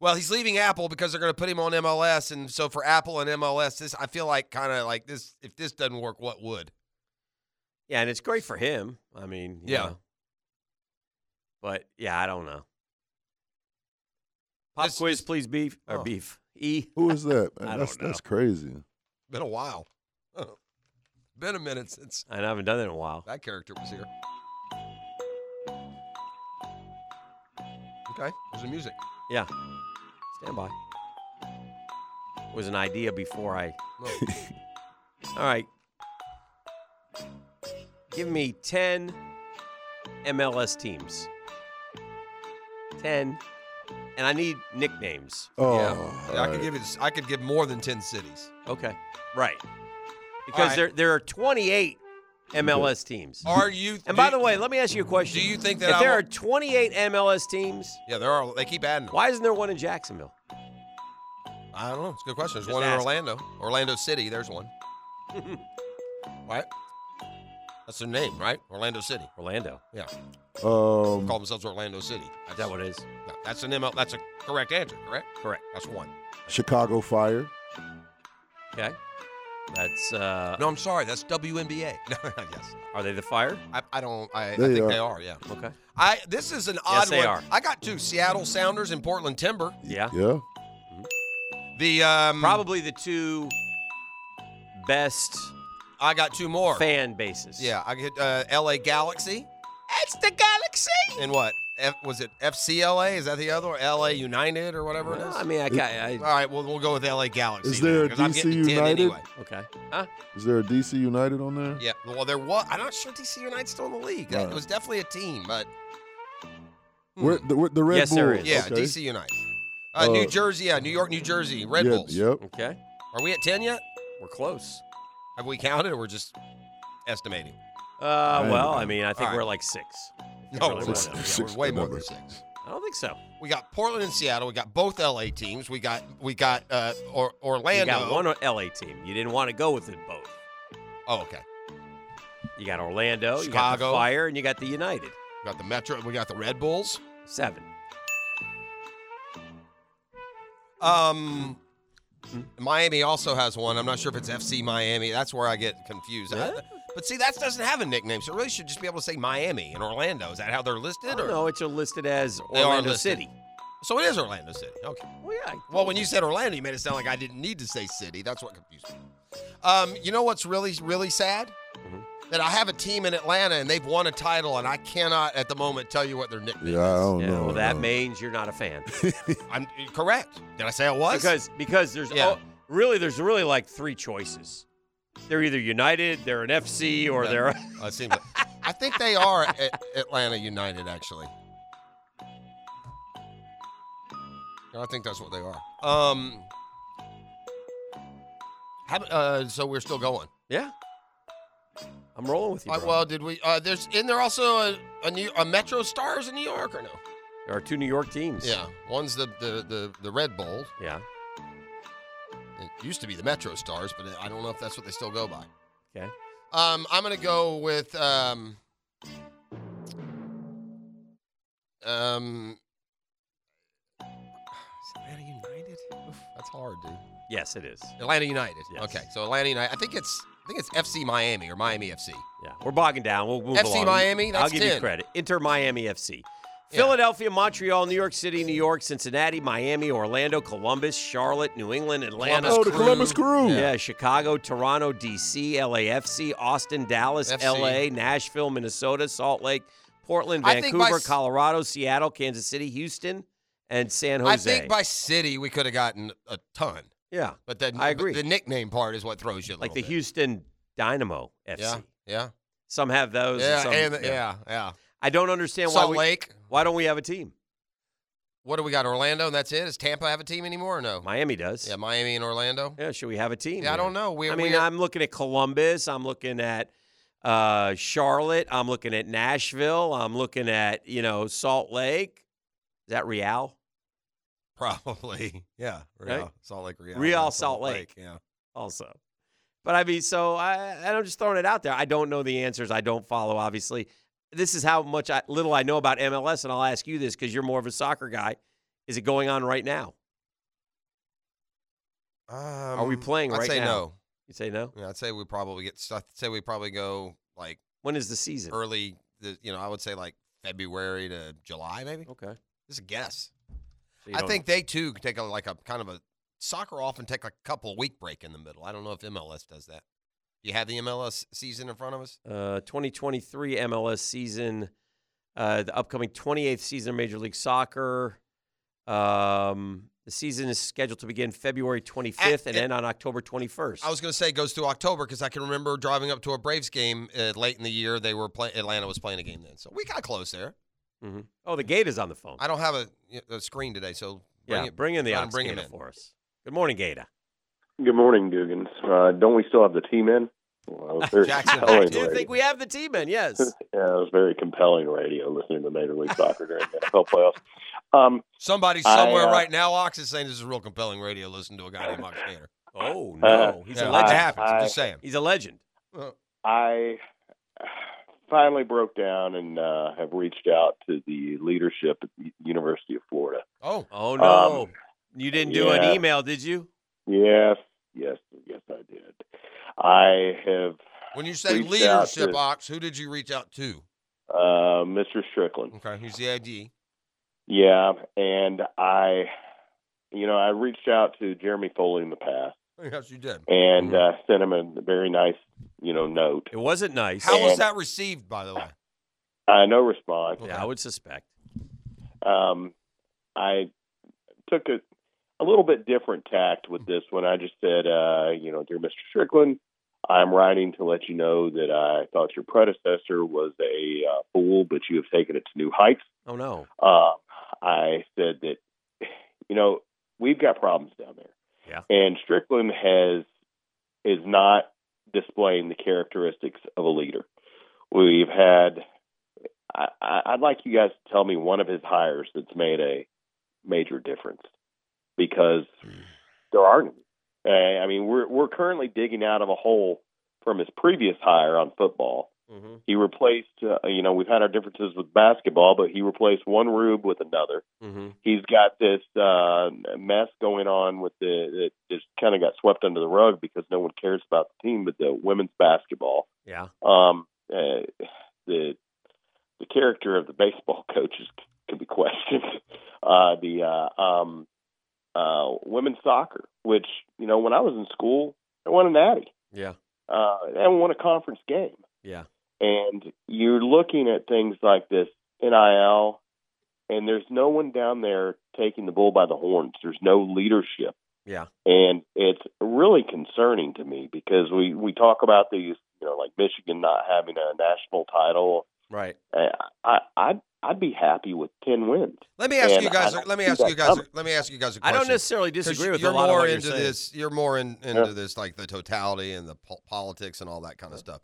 [SPEAKER 2] Well, he's leaving Apple because they're going to put him on MLS, and so for Apple and MLS, this I feel like kind of like this. If this doesn't work, what would?
[SPEAKER 7] Yeah, and it's great for him. I mean, you
[SPEAKER 2] Yeah.
[SPEAKER 7] know. But yeah, I don't know. Pop
[SPEAKER 2] This-
[SPEAKER 7] quiz, please. Beef or
[SPEAKER 2] Oh.
[SPEAKER 7] beef? E.
[SPEAKER 6] Who is that? Man,
[SPEAKER 7] I don't
[SPEAKER 6] that's
[SPEAKER 7] know.
[SPEAKER 6] that's crazy.
[SPEAKER 2] Been a while. Been a minute since
[SPEAKER 7] And I haven't done it in a while.
[SPEAKER 2] that character was here. Okay, there's the music.
[SPEAKER 7] Yeah. Stand by. Was an idea before I.
[SPEAKER 2] Look.
[SPEAKER 7] All right. Give me ten MLS teams. Ten, and I need nicknames.
[SPEAKER 6] Oh,
[SPEAKER 2] yeah, I could give you. This, I could give more than ten cities.
[SPEAKER 7] Okay. Right. Because
[SPEAKER 2] right.
[SPEAKER 7] there there are 28 MLS teams.
[SPEAKER 2] Are you?
[SPEAKER 7] and
[SPEAKER 2] do
[SPEAKER 7] by
[SPEAKER 2] you-
[SPEAKER 7] the way, let me ask you a question.
[SPEAKER 2] do you think that
[SPEAKER 7] if
[SPEAKER 2] I
[SPEAKER 7] there
[SPEAKER 2] wa-
[SPEAKER 7] are 28 MLS teams,
[SPEAKER 2] yeah, there are. They keep adding. Them.
[SPEAKER 7] why isn't there one in Jacksonville?
[SPEAKER 2] I don't know. It's a good question. There's
[SPEAKER 7] Just
[SPEAKER 2] one in
[SPEAKER 7] ask.
[SPEAKER 2] Orlando, Orlando City. There's one. right. That's their name, right? Orlando City.
[SPEAKER 7] Orlando.
[SPEAKER 2] Yeah,
[SPEAKER 6] Um,
[SPEAKER 2] call themselves Orlando City. That's,
[SPEAKER 7] Is that what it is?
[SPEAKER 2] no, that's an ML. That's a correct answer. Correct.
[SPEAKER 7] Correct.
[SPEAKER 2] That's one.
[SPEAKER 6] Chicago Fire.
[SPEAKER 7] Okay. That's uh
[SPEAKER 2] No, I'm sorry. That's WNBA. No, yes.
[SPEAKER 7] are they the fire?
[SPEAKER 2] I, I don't. I, I
[SPEAKER 6] They
[SPEAKER 2] think
[SPEAKER 6] are.
[SPEAKER 2] they are. Yeah.
[SPEAKER 7] Okay.
[SPEAKER 2] I. This is an odd
[SPEAKER 7] Yes, they
[SPEAKER 2] one.
[SPEAKER 7] are.
[SPEAKER 2] I got two Seattle Sounders and Portland Timber.
[SPEAKER 7] Yeah.
[SPEAKER 6] Yeah.
[SPEAKER 2] The um.
[SPEAKER 7] Probably the two best
[SPEAKER 2] I got two more.
[SPEAKER 7] fan bases.
[SPEAKER 2] Yeah, I get uh, L.A. Galaxy. It's the Galaxy. And what? F- was it FCLA? Is that the other? one? L.A. United or whatever it
[SPEAKER 7] Well,
[SPEAKER 2] is.
[SPEAKER 7] I mean, I, I,
[SPEAKER 2] All right, well we'll go with L.A. Galaxy.
[SPEAKER 6] Is there a
[SPEAKER 2] because I'm
[SPEAKER 6] DC
[SPEAKER 2] getting to 10
[SPEAKER 6] United?
[SPEAKER 2] Anyway.
[SPEAKER 7] I okay. Huh?
[SPEAKER 6] Is there a DC United on there?
[SPEAKER 2] Yeah. Well, there was. I'm not sure DC United's still in the league. That-
[SPEAKER 6] Right.
[SPEAKER 2] It was definitely a team, but
[SPEAKER 6] Where, the, where- the Red
[SPEAKER 7] Hmm. Yes,
[SPEAKER 6] Bull.
[SPEAKER 7] there is.
[SPEAKER 2] yeah,
[SPEAKER 6] okay.
[SPEAKER 2] DC United. Uh,
[SPEAKER 6] Uh,
[SPEAKER 2] New Jersey, yeah, New York, New Jersey, Red
[SPEAKER 6] yeah,
[SPEAKER 2] Bulls.
[SPEAKER 6] Yep.
[SPEAKER 7] Okay.
[SPEAKER 2] Are we at ten yet?
[SPEAKER 7] We're close.
[SPEAKER 2] Have we counted, or we're just estimating?
[SPEAKER 7] Uh,
[SPEAKER 6] am
[SPEAKER 7] well,
[SPEAKER 6] good.
[SPEAKER 7] I mean, I think
[SPEAKER 2] All right. Oh,
[SPEAKER 7] we're like six.
[SPEAKER 2] No,
[SPEAKER 7] Really
[SPEAKER 2] we're,
[SPEAKER 7] well,
[SPEAKER 2] yeah,
[SPEAKER 6] Oh, six
[SPEAKER 2] we're way
[SPEAKER 6] good
[SPEAKER 2] more than
[SPEAKER 6] numbers.
[SPEAKER 2] six.
[SPEAKER 7] I don't think so.
[SPEAKER 2] We got Portland and Seattle. We got both LA teams. We got we got uh, or, Orlando.
[SPEAKER 7] You got one LA team. You didn't want to go with it both.
[SPEAKER 2] Oh, okay.
[SPEAKER 7] You got Orlando, you got the
[SPEAKER 2] Chicago.
[SPEAKER 7] Fire, and you got the United.
[SPEAKER 2] We got the Metro. We got the Red Bulls.
[SPEAKER 7] Seven.
[SPEAKER 2] Um, Miami also has one. I'm not sure if it's FC Miami. That's where I get confused. I-
[SPEAKER 7] Yeah.
[SPEAKER 2] but see, that doesn't have a nickname, so it really should just be able to say Miami and Orlando. Is that how they're listed? Or?
[SPEAKER 7] No, it's listed as
[SPEAKER 2] They are
[SPEAKER 7] Orlando
[SPEAKER 2] listed.
[SPEAKER 7] City.
[SPEAKER 2] So it is Orlando City. Okay.
[SPEAKER 7] Well, yeah. I-
[SPEAKER 2] Well, when you said Orlando, you made it sound like I didn't need to say city. That's what confused me. Um, you know what's really, really sad?
[SPEAKER 7] Mm-hmm.
[SPEAKER 2] That I have a team in Atlanta and they've won a title, and I cannot at the moment tell you what their nickname
[SPEAKER 6] Yeah, I
[SPEAKER 2] is.
[SPEAKER 6] don't
[SPEAKER 7] yeah,
[SPEAKER 6] know.
[SPEAKER 7] well, that
[SPEAKER 6] no.
[SPEAKER 7] means you're not a fan
[SPEAKER 2] I'm correct. Did I say I was?
[SPEAKER 7] because because there's
[SPEAKER 2] Yeah.
[SPEAKER 7] oh, really there's really like three choices. They're either United, they're an FC, or
[SPEAKER 2] Yeah.
[SPEAKER 7] they're
[SPEAKER 2] Uh, it seems like- I think they are at Atlanta United, actually. I think that's what they are. Um, how, uh, so we're still going.
[SPEAKER 7] yeah. I'm rolling with you.
[SPEAKER 2] Uh,
[SPEAKER 7] bro.
[SPEAKER 2] well, did we? Uh, there's in there also a, a new a Metro Stars in New York or no?
[SPEAKER 7] there are two New York teams.
[SPEAKER 2] Yeah, one's the the the, the Red Bull.
[SPEAKER 7] Yeah.
[SPEAKER 2] It used to be the Metro Stars, but I don't know if that's what they still go by.
[SPEAKER 7] Okay.
[SPEAKER 2] Um, I'm gonna go with um, um, is Atlanta United. Oof, that's hard, dude.
[SPEAKER 7] Yes, it is.
[SPEAKER 2] Atlanta United.
[SPEAKER 7] Yes.
[SPEAKER 2] Okay, so Atlanta United. I think it's I think it's FC Miami or Miami FC.
[SPEAKER 7] Yeah. We're bogging down. We'll move
[SPEAKER 2] FC
[SPEAKER 7] along.
[SPEAKER 2] Miami,
[SPEAKER 7] I'll
[SPEAKER 2] that's
[SPEAKER 7] give you
[SPEAKER 2] 10.
[SPEAKER 7] credit. Inter Miami FC.
[SPEAKER 2] Yeah.
[SPEAKER 7] Philadelphia, Montreal, New York City, New York, Cincinnati, Miami, Orlando, Columbus, Charlotte, New England, Atlanta.
[SPEAKER 2] Columbus
[SPEAKER 6] Oh, the
[SPEAKER 2] Crew.
[SPEAKER 6] Columbus Crew.
[SPEAKER 7] Yeah. Chicago, Toronto, DC, LAFC, Austin, Dallas,
[SPEAKER 2] FC.
[SPEAKER 7] LA, Nashville, Minnesota, Salt Lake, Portland,
[SPEAKER 2] I think by
[SPEAKER 7] Vancouver,
[SPEAKER 2] s-
[SPEAKER 7] Colorado, Seattle, Kansas City, Houston, and San Jose.
[SPEAKER 2] I think by city we could have gotten a ton,
[SPEAKER 7] yeah,
[SPEAKER 2] but the
[SPEAKER 7] I agree.
[SPEAKER 2] The nickname part is what throws you a
[SPEAKER 7] like the
[SPEAKER 2] little bit.
[SPEAKER 7] Houston Dynamo FC.
[SPEAKER 2] Yeah,
[SPEAKER 7] Some have
[SPEAKER 2] yeah,
[SPEAKER 7] those. and
[SPEAKER 2] yeah,
[SPEAKER 7] some-
[SPEAKER 2] and, yeah, yeah.
[SPEAKER 7] I don't understand why
[SPEAKER 2] Salt
[SPEAKER 7] we,
[SPEAKER 2] Lake.
[SPEAKER 7] why don't we have a team?
[SPEAKER 2] What do we got? Orlando, and that's it. Does Tampa have a team anymore or no?
[SPEAKER 7] Miami does.
[SPEAKER 2] Yeah, Miami and Orlando.
[SPEAKER 7] Yeah, should we have a team?
[SPEAKER 2] Yeah, I
[SPEAKER 7] here?
[SPEAKER 2] don't know. We,
[SPEAKER 7] I mean,
[SPEAKER 2] we,
[SPEAKER 7] I'm looking at Columbus. I'm looking at uh, Charlotte. I'm looking at Nashville. I'm looking at you know Salt Lake. Is that Real?
[SPEAKER 2] probably yeah. Real,
[SPEAKER 7] Right?
[SPEAKER 2] Salt Lake, Real,
[SPEAKER 7] Real Salt Lake.
[SPEAKER 2] Yeah,
[SPEAKER 7] also. But I mean, so I, and I'm just throwing it out there. I don't know the answers. I don't follow, obviously. This is how much I, little I know about MLS, and I'll ask you this because you're more of a soccer guy. Is it going on right now?
[SPEAKER 2] um,
[SPEAKER 7] we playing
[SPEAKER 2] I'd
[SPEAKER 7] right
[SPEAKER 2] say
[SPEAKER 7] now?
[SPEAKER 2] no.
[SPEAKER 7] You say no.
[SPEAKER 2] Yeah, I'd say we probably get. I'd say we probably go like
[SPEAKER 7] When is the season?
[SPEAKER 2] early. The, you know, I would say like February to July, maybe.
[SPEAKER 7] Okay.
[SPEAKER 2] Just a guess.
[SPEAKER 7] So you
[SPEAKER 2] I
[SPEAKER 7] don't-
[SPEAKER 2] think they too could take a, like a kind of a soccer off and take a couple week break in the middle. I don't know if MLS does that. Do you have the MLS season in front of us?
[SPEAKER 7] uh, 2023 MLS season, uh, the upcoming 28th season of Major League Soccer. Um, the season is scheduled to begin February 25th and
[SPEAKER 2] it-
[SPEAKER 7] end on October 21st.
[SPEAKER 2] I was going to say it goes through October because I can remember driving up to a Braves game uh, late in the year. They were play- Atlanta was playing a game then, so we got close there.
[SPEAKER 7] Mhm. Oh, the gate is on the phone.
[SPEAKER 2] I don't have a, a screen today, so bring
[SPEAKER 7] yeah,
[SPEAKER 2] it,
[SPEAKER 7] bring in the
[SPEAKER 2] try to
[SPEAKER 7] Ox
[SPEAKER 2] bring him
[SPEAKER 7] Gata
[SPEAKER 2] in.
[SPEAKER 7] for us. Good morning, Gata.
[SPEAKER 10] Good morning, Googans. Uh, don't we still have the team in? Well, that was very
[SPEAKER 2] Jackson,
[SPEAKER 10] compelling
[SPEAKER 7] I do
[SPEAKER 10] radio.
[SPEAKER 7] think we have the team in. Yes.
[SPEAKER 10] yeah, it was very compelling radio listening to Major League Soccer during the NFL playoffs. Um,
[SPEAKER 2] Somebody
[SPEAKER 10] I,
[SPEAKER 2] somewhere
[SPEAKER 10] uh,
[SPEAKER 2] right now, Ox is saying this is real compelling radio. Listen to a guy named Ox Gator.
[SPEAKER 7] Oh
[SPEAKER 10] Uh,
[SPEAKER 7] no, he's a
[SPEAKER 2] Yeah,
[SPEAKER 7] legend.
[SPEAKER 2] It happens. I'm
[SPEAKER 10] I-
[SPEAKER 2] just saying.
[SPEAKER 7] He's a legend.
[SPEAKER 10] I finally broke down and uh, have reached out to the leadership at the University of Florida.
[SPEAKER 2] Oh,
[SPEAKER 7] Oh no,
[SPEAKER 10] Um,
[SPEAKER 7] you didn't do
[SPEAKER 10] yeah.
[SPEAKER 7] an email, did you?
[SPEAKER 10] Yes, yes, yes, I did. I have
[SPEAKER 2] when you say
[SPEAKER 10] reached out
[SPEAKER 2] leadership,
[SPEAKER 10] to-
[SPEAKER 2] Ox, who did you reach out to?
[SPEAKER 10] uh, Mr. Strickland.
[SPEAKER 2] Okay, who's the ID?
[SPEAKER 10] Yeah, and I, you know, I reached out to Jeremy Foley in the past
[SPEAKER 2] Yes, you did. Mm-hmm.
[SPEAKER 10] and uh, sent him a very nice, you know, note.
[SPEAKER 7] It wasn't nice.
[SPEAKER 2] How was
[SPEAKER 10] And-
[SPEAKER 2] that received, by the way?
[SPEAKER 10] Uh, no response.
[SPEAKER 7] Yeah, I would suspect.
[SPEAKER 10] Um, I took a, a little bit different tact with this one. I just said, uh, you know, dear Mr. Strickland, I'm writing to let you know that I thought your predecessor was a uh, fool, but you have taken it to new heights.
[SPEAKER 7] Oh no.
[SPEAKER 10] uh, I said that, you know, we've got problems down there.
[SPEAKER 7] Yeah.
[SPEAKER 10] And Strickland has is not displaying the characteristics of a leader. We've had. I, I- I'd like you guys to tell me one of his hires that's made a major difference, because there aren't. Uh, I mean, we're we're currently digging out of a hole from his previous hire on football,
[SPEAKER 2] Mm-hmm.
[SPEAKER 10] He replaced, uh, you know, we've had our differences with basketball, but he replaced one Rube with another.
[SPEAKER 7] Mm-hmm.
[SPEAKER 10] He's got this uh, mess going on with the, it just kind of got swept under the rug because no one cares about the team, but the women's basketball.
[SPEAKER 7] Yeah.
[SPEAKER 10] Um, uh, the the character of the baseball coaches can be questioned. Uh, the uh, um, uh, women's soccer, which you know, when I was in school, they won a natty.
[SPEAKER 7] Yeah.
[SPEAKER 10] Uh, they won a conference game.
[SPEAKER 7] Yeah.
[SPEAKER 10] And you're looking at things like this NIL, and there's no one down there taking the bull by the horns. There's no leadership,
[SPEAKER 7] Yeah.
[SPEAKER 10] and it's really concerning to me because we we talk about these, you know, like Michigan not having a national title.
[SPEAKER 7] Right.
[SPEAKER 10] I I I'd, I'd be happy with ten wins.
[SPEAKER 2] Let me ask
[SPEAKER 10] And
[SPEAKER 2] you guys.
[SPEAKER 10] I-
[SPEAKER 2] let me
[SPEAKER 10] I
[SPEAKER 2] ask
[SPEAKER 10] see
[SPEAKER 2] you
[SPEAKER 10] that
[SPEAKER 2] guys.
[SPEAKER 10] coming.
[SPEAKER 2] Let me ask you guys a
[SPEAKER 7] I
[SPEAKER 2] question.
[SPEAKER 7] don't necessarily disagree with a
[SPEAKER 2] you're
[SPEAKER 7] lot of
[SPEAKER 2] more
[SPEAKER 7] what you're
[SPEAKER 2] into
[SPEAKER 7] saying.
[SPEAKER 2] this. You're more in, into
[SPEAKER 10] Yeah.
[SPEAKER 2] this, like the totality and the po- politics and all that kind of stuff.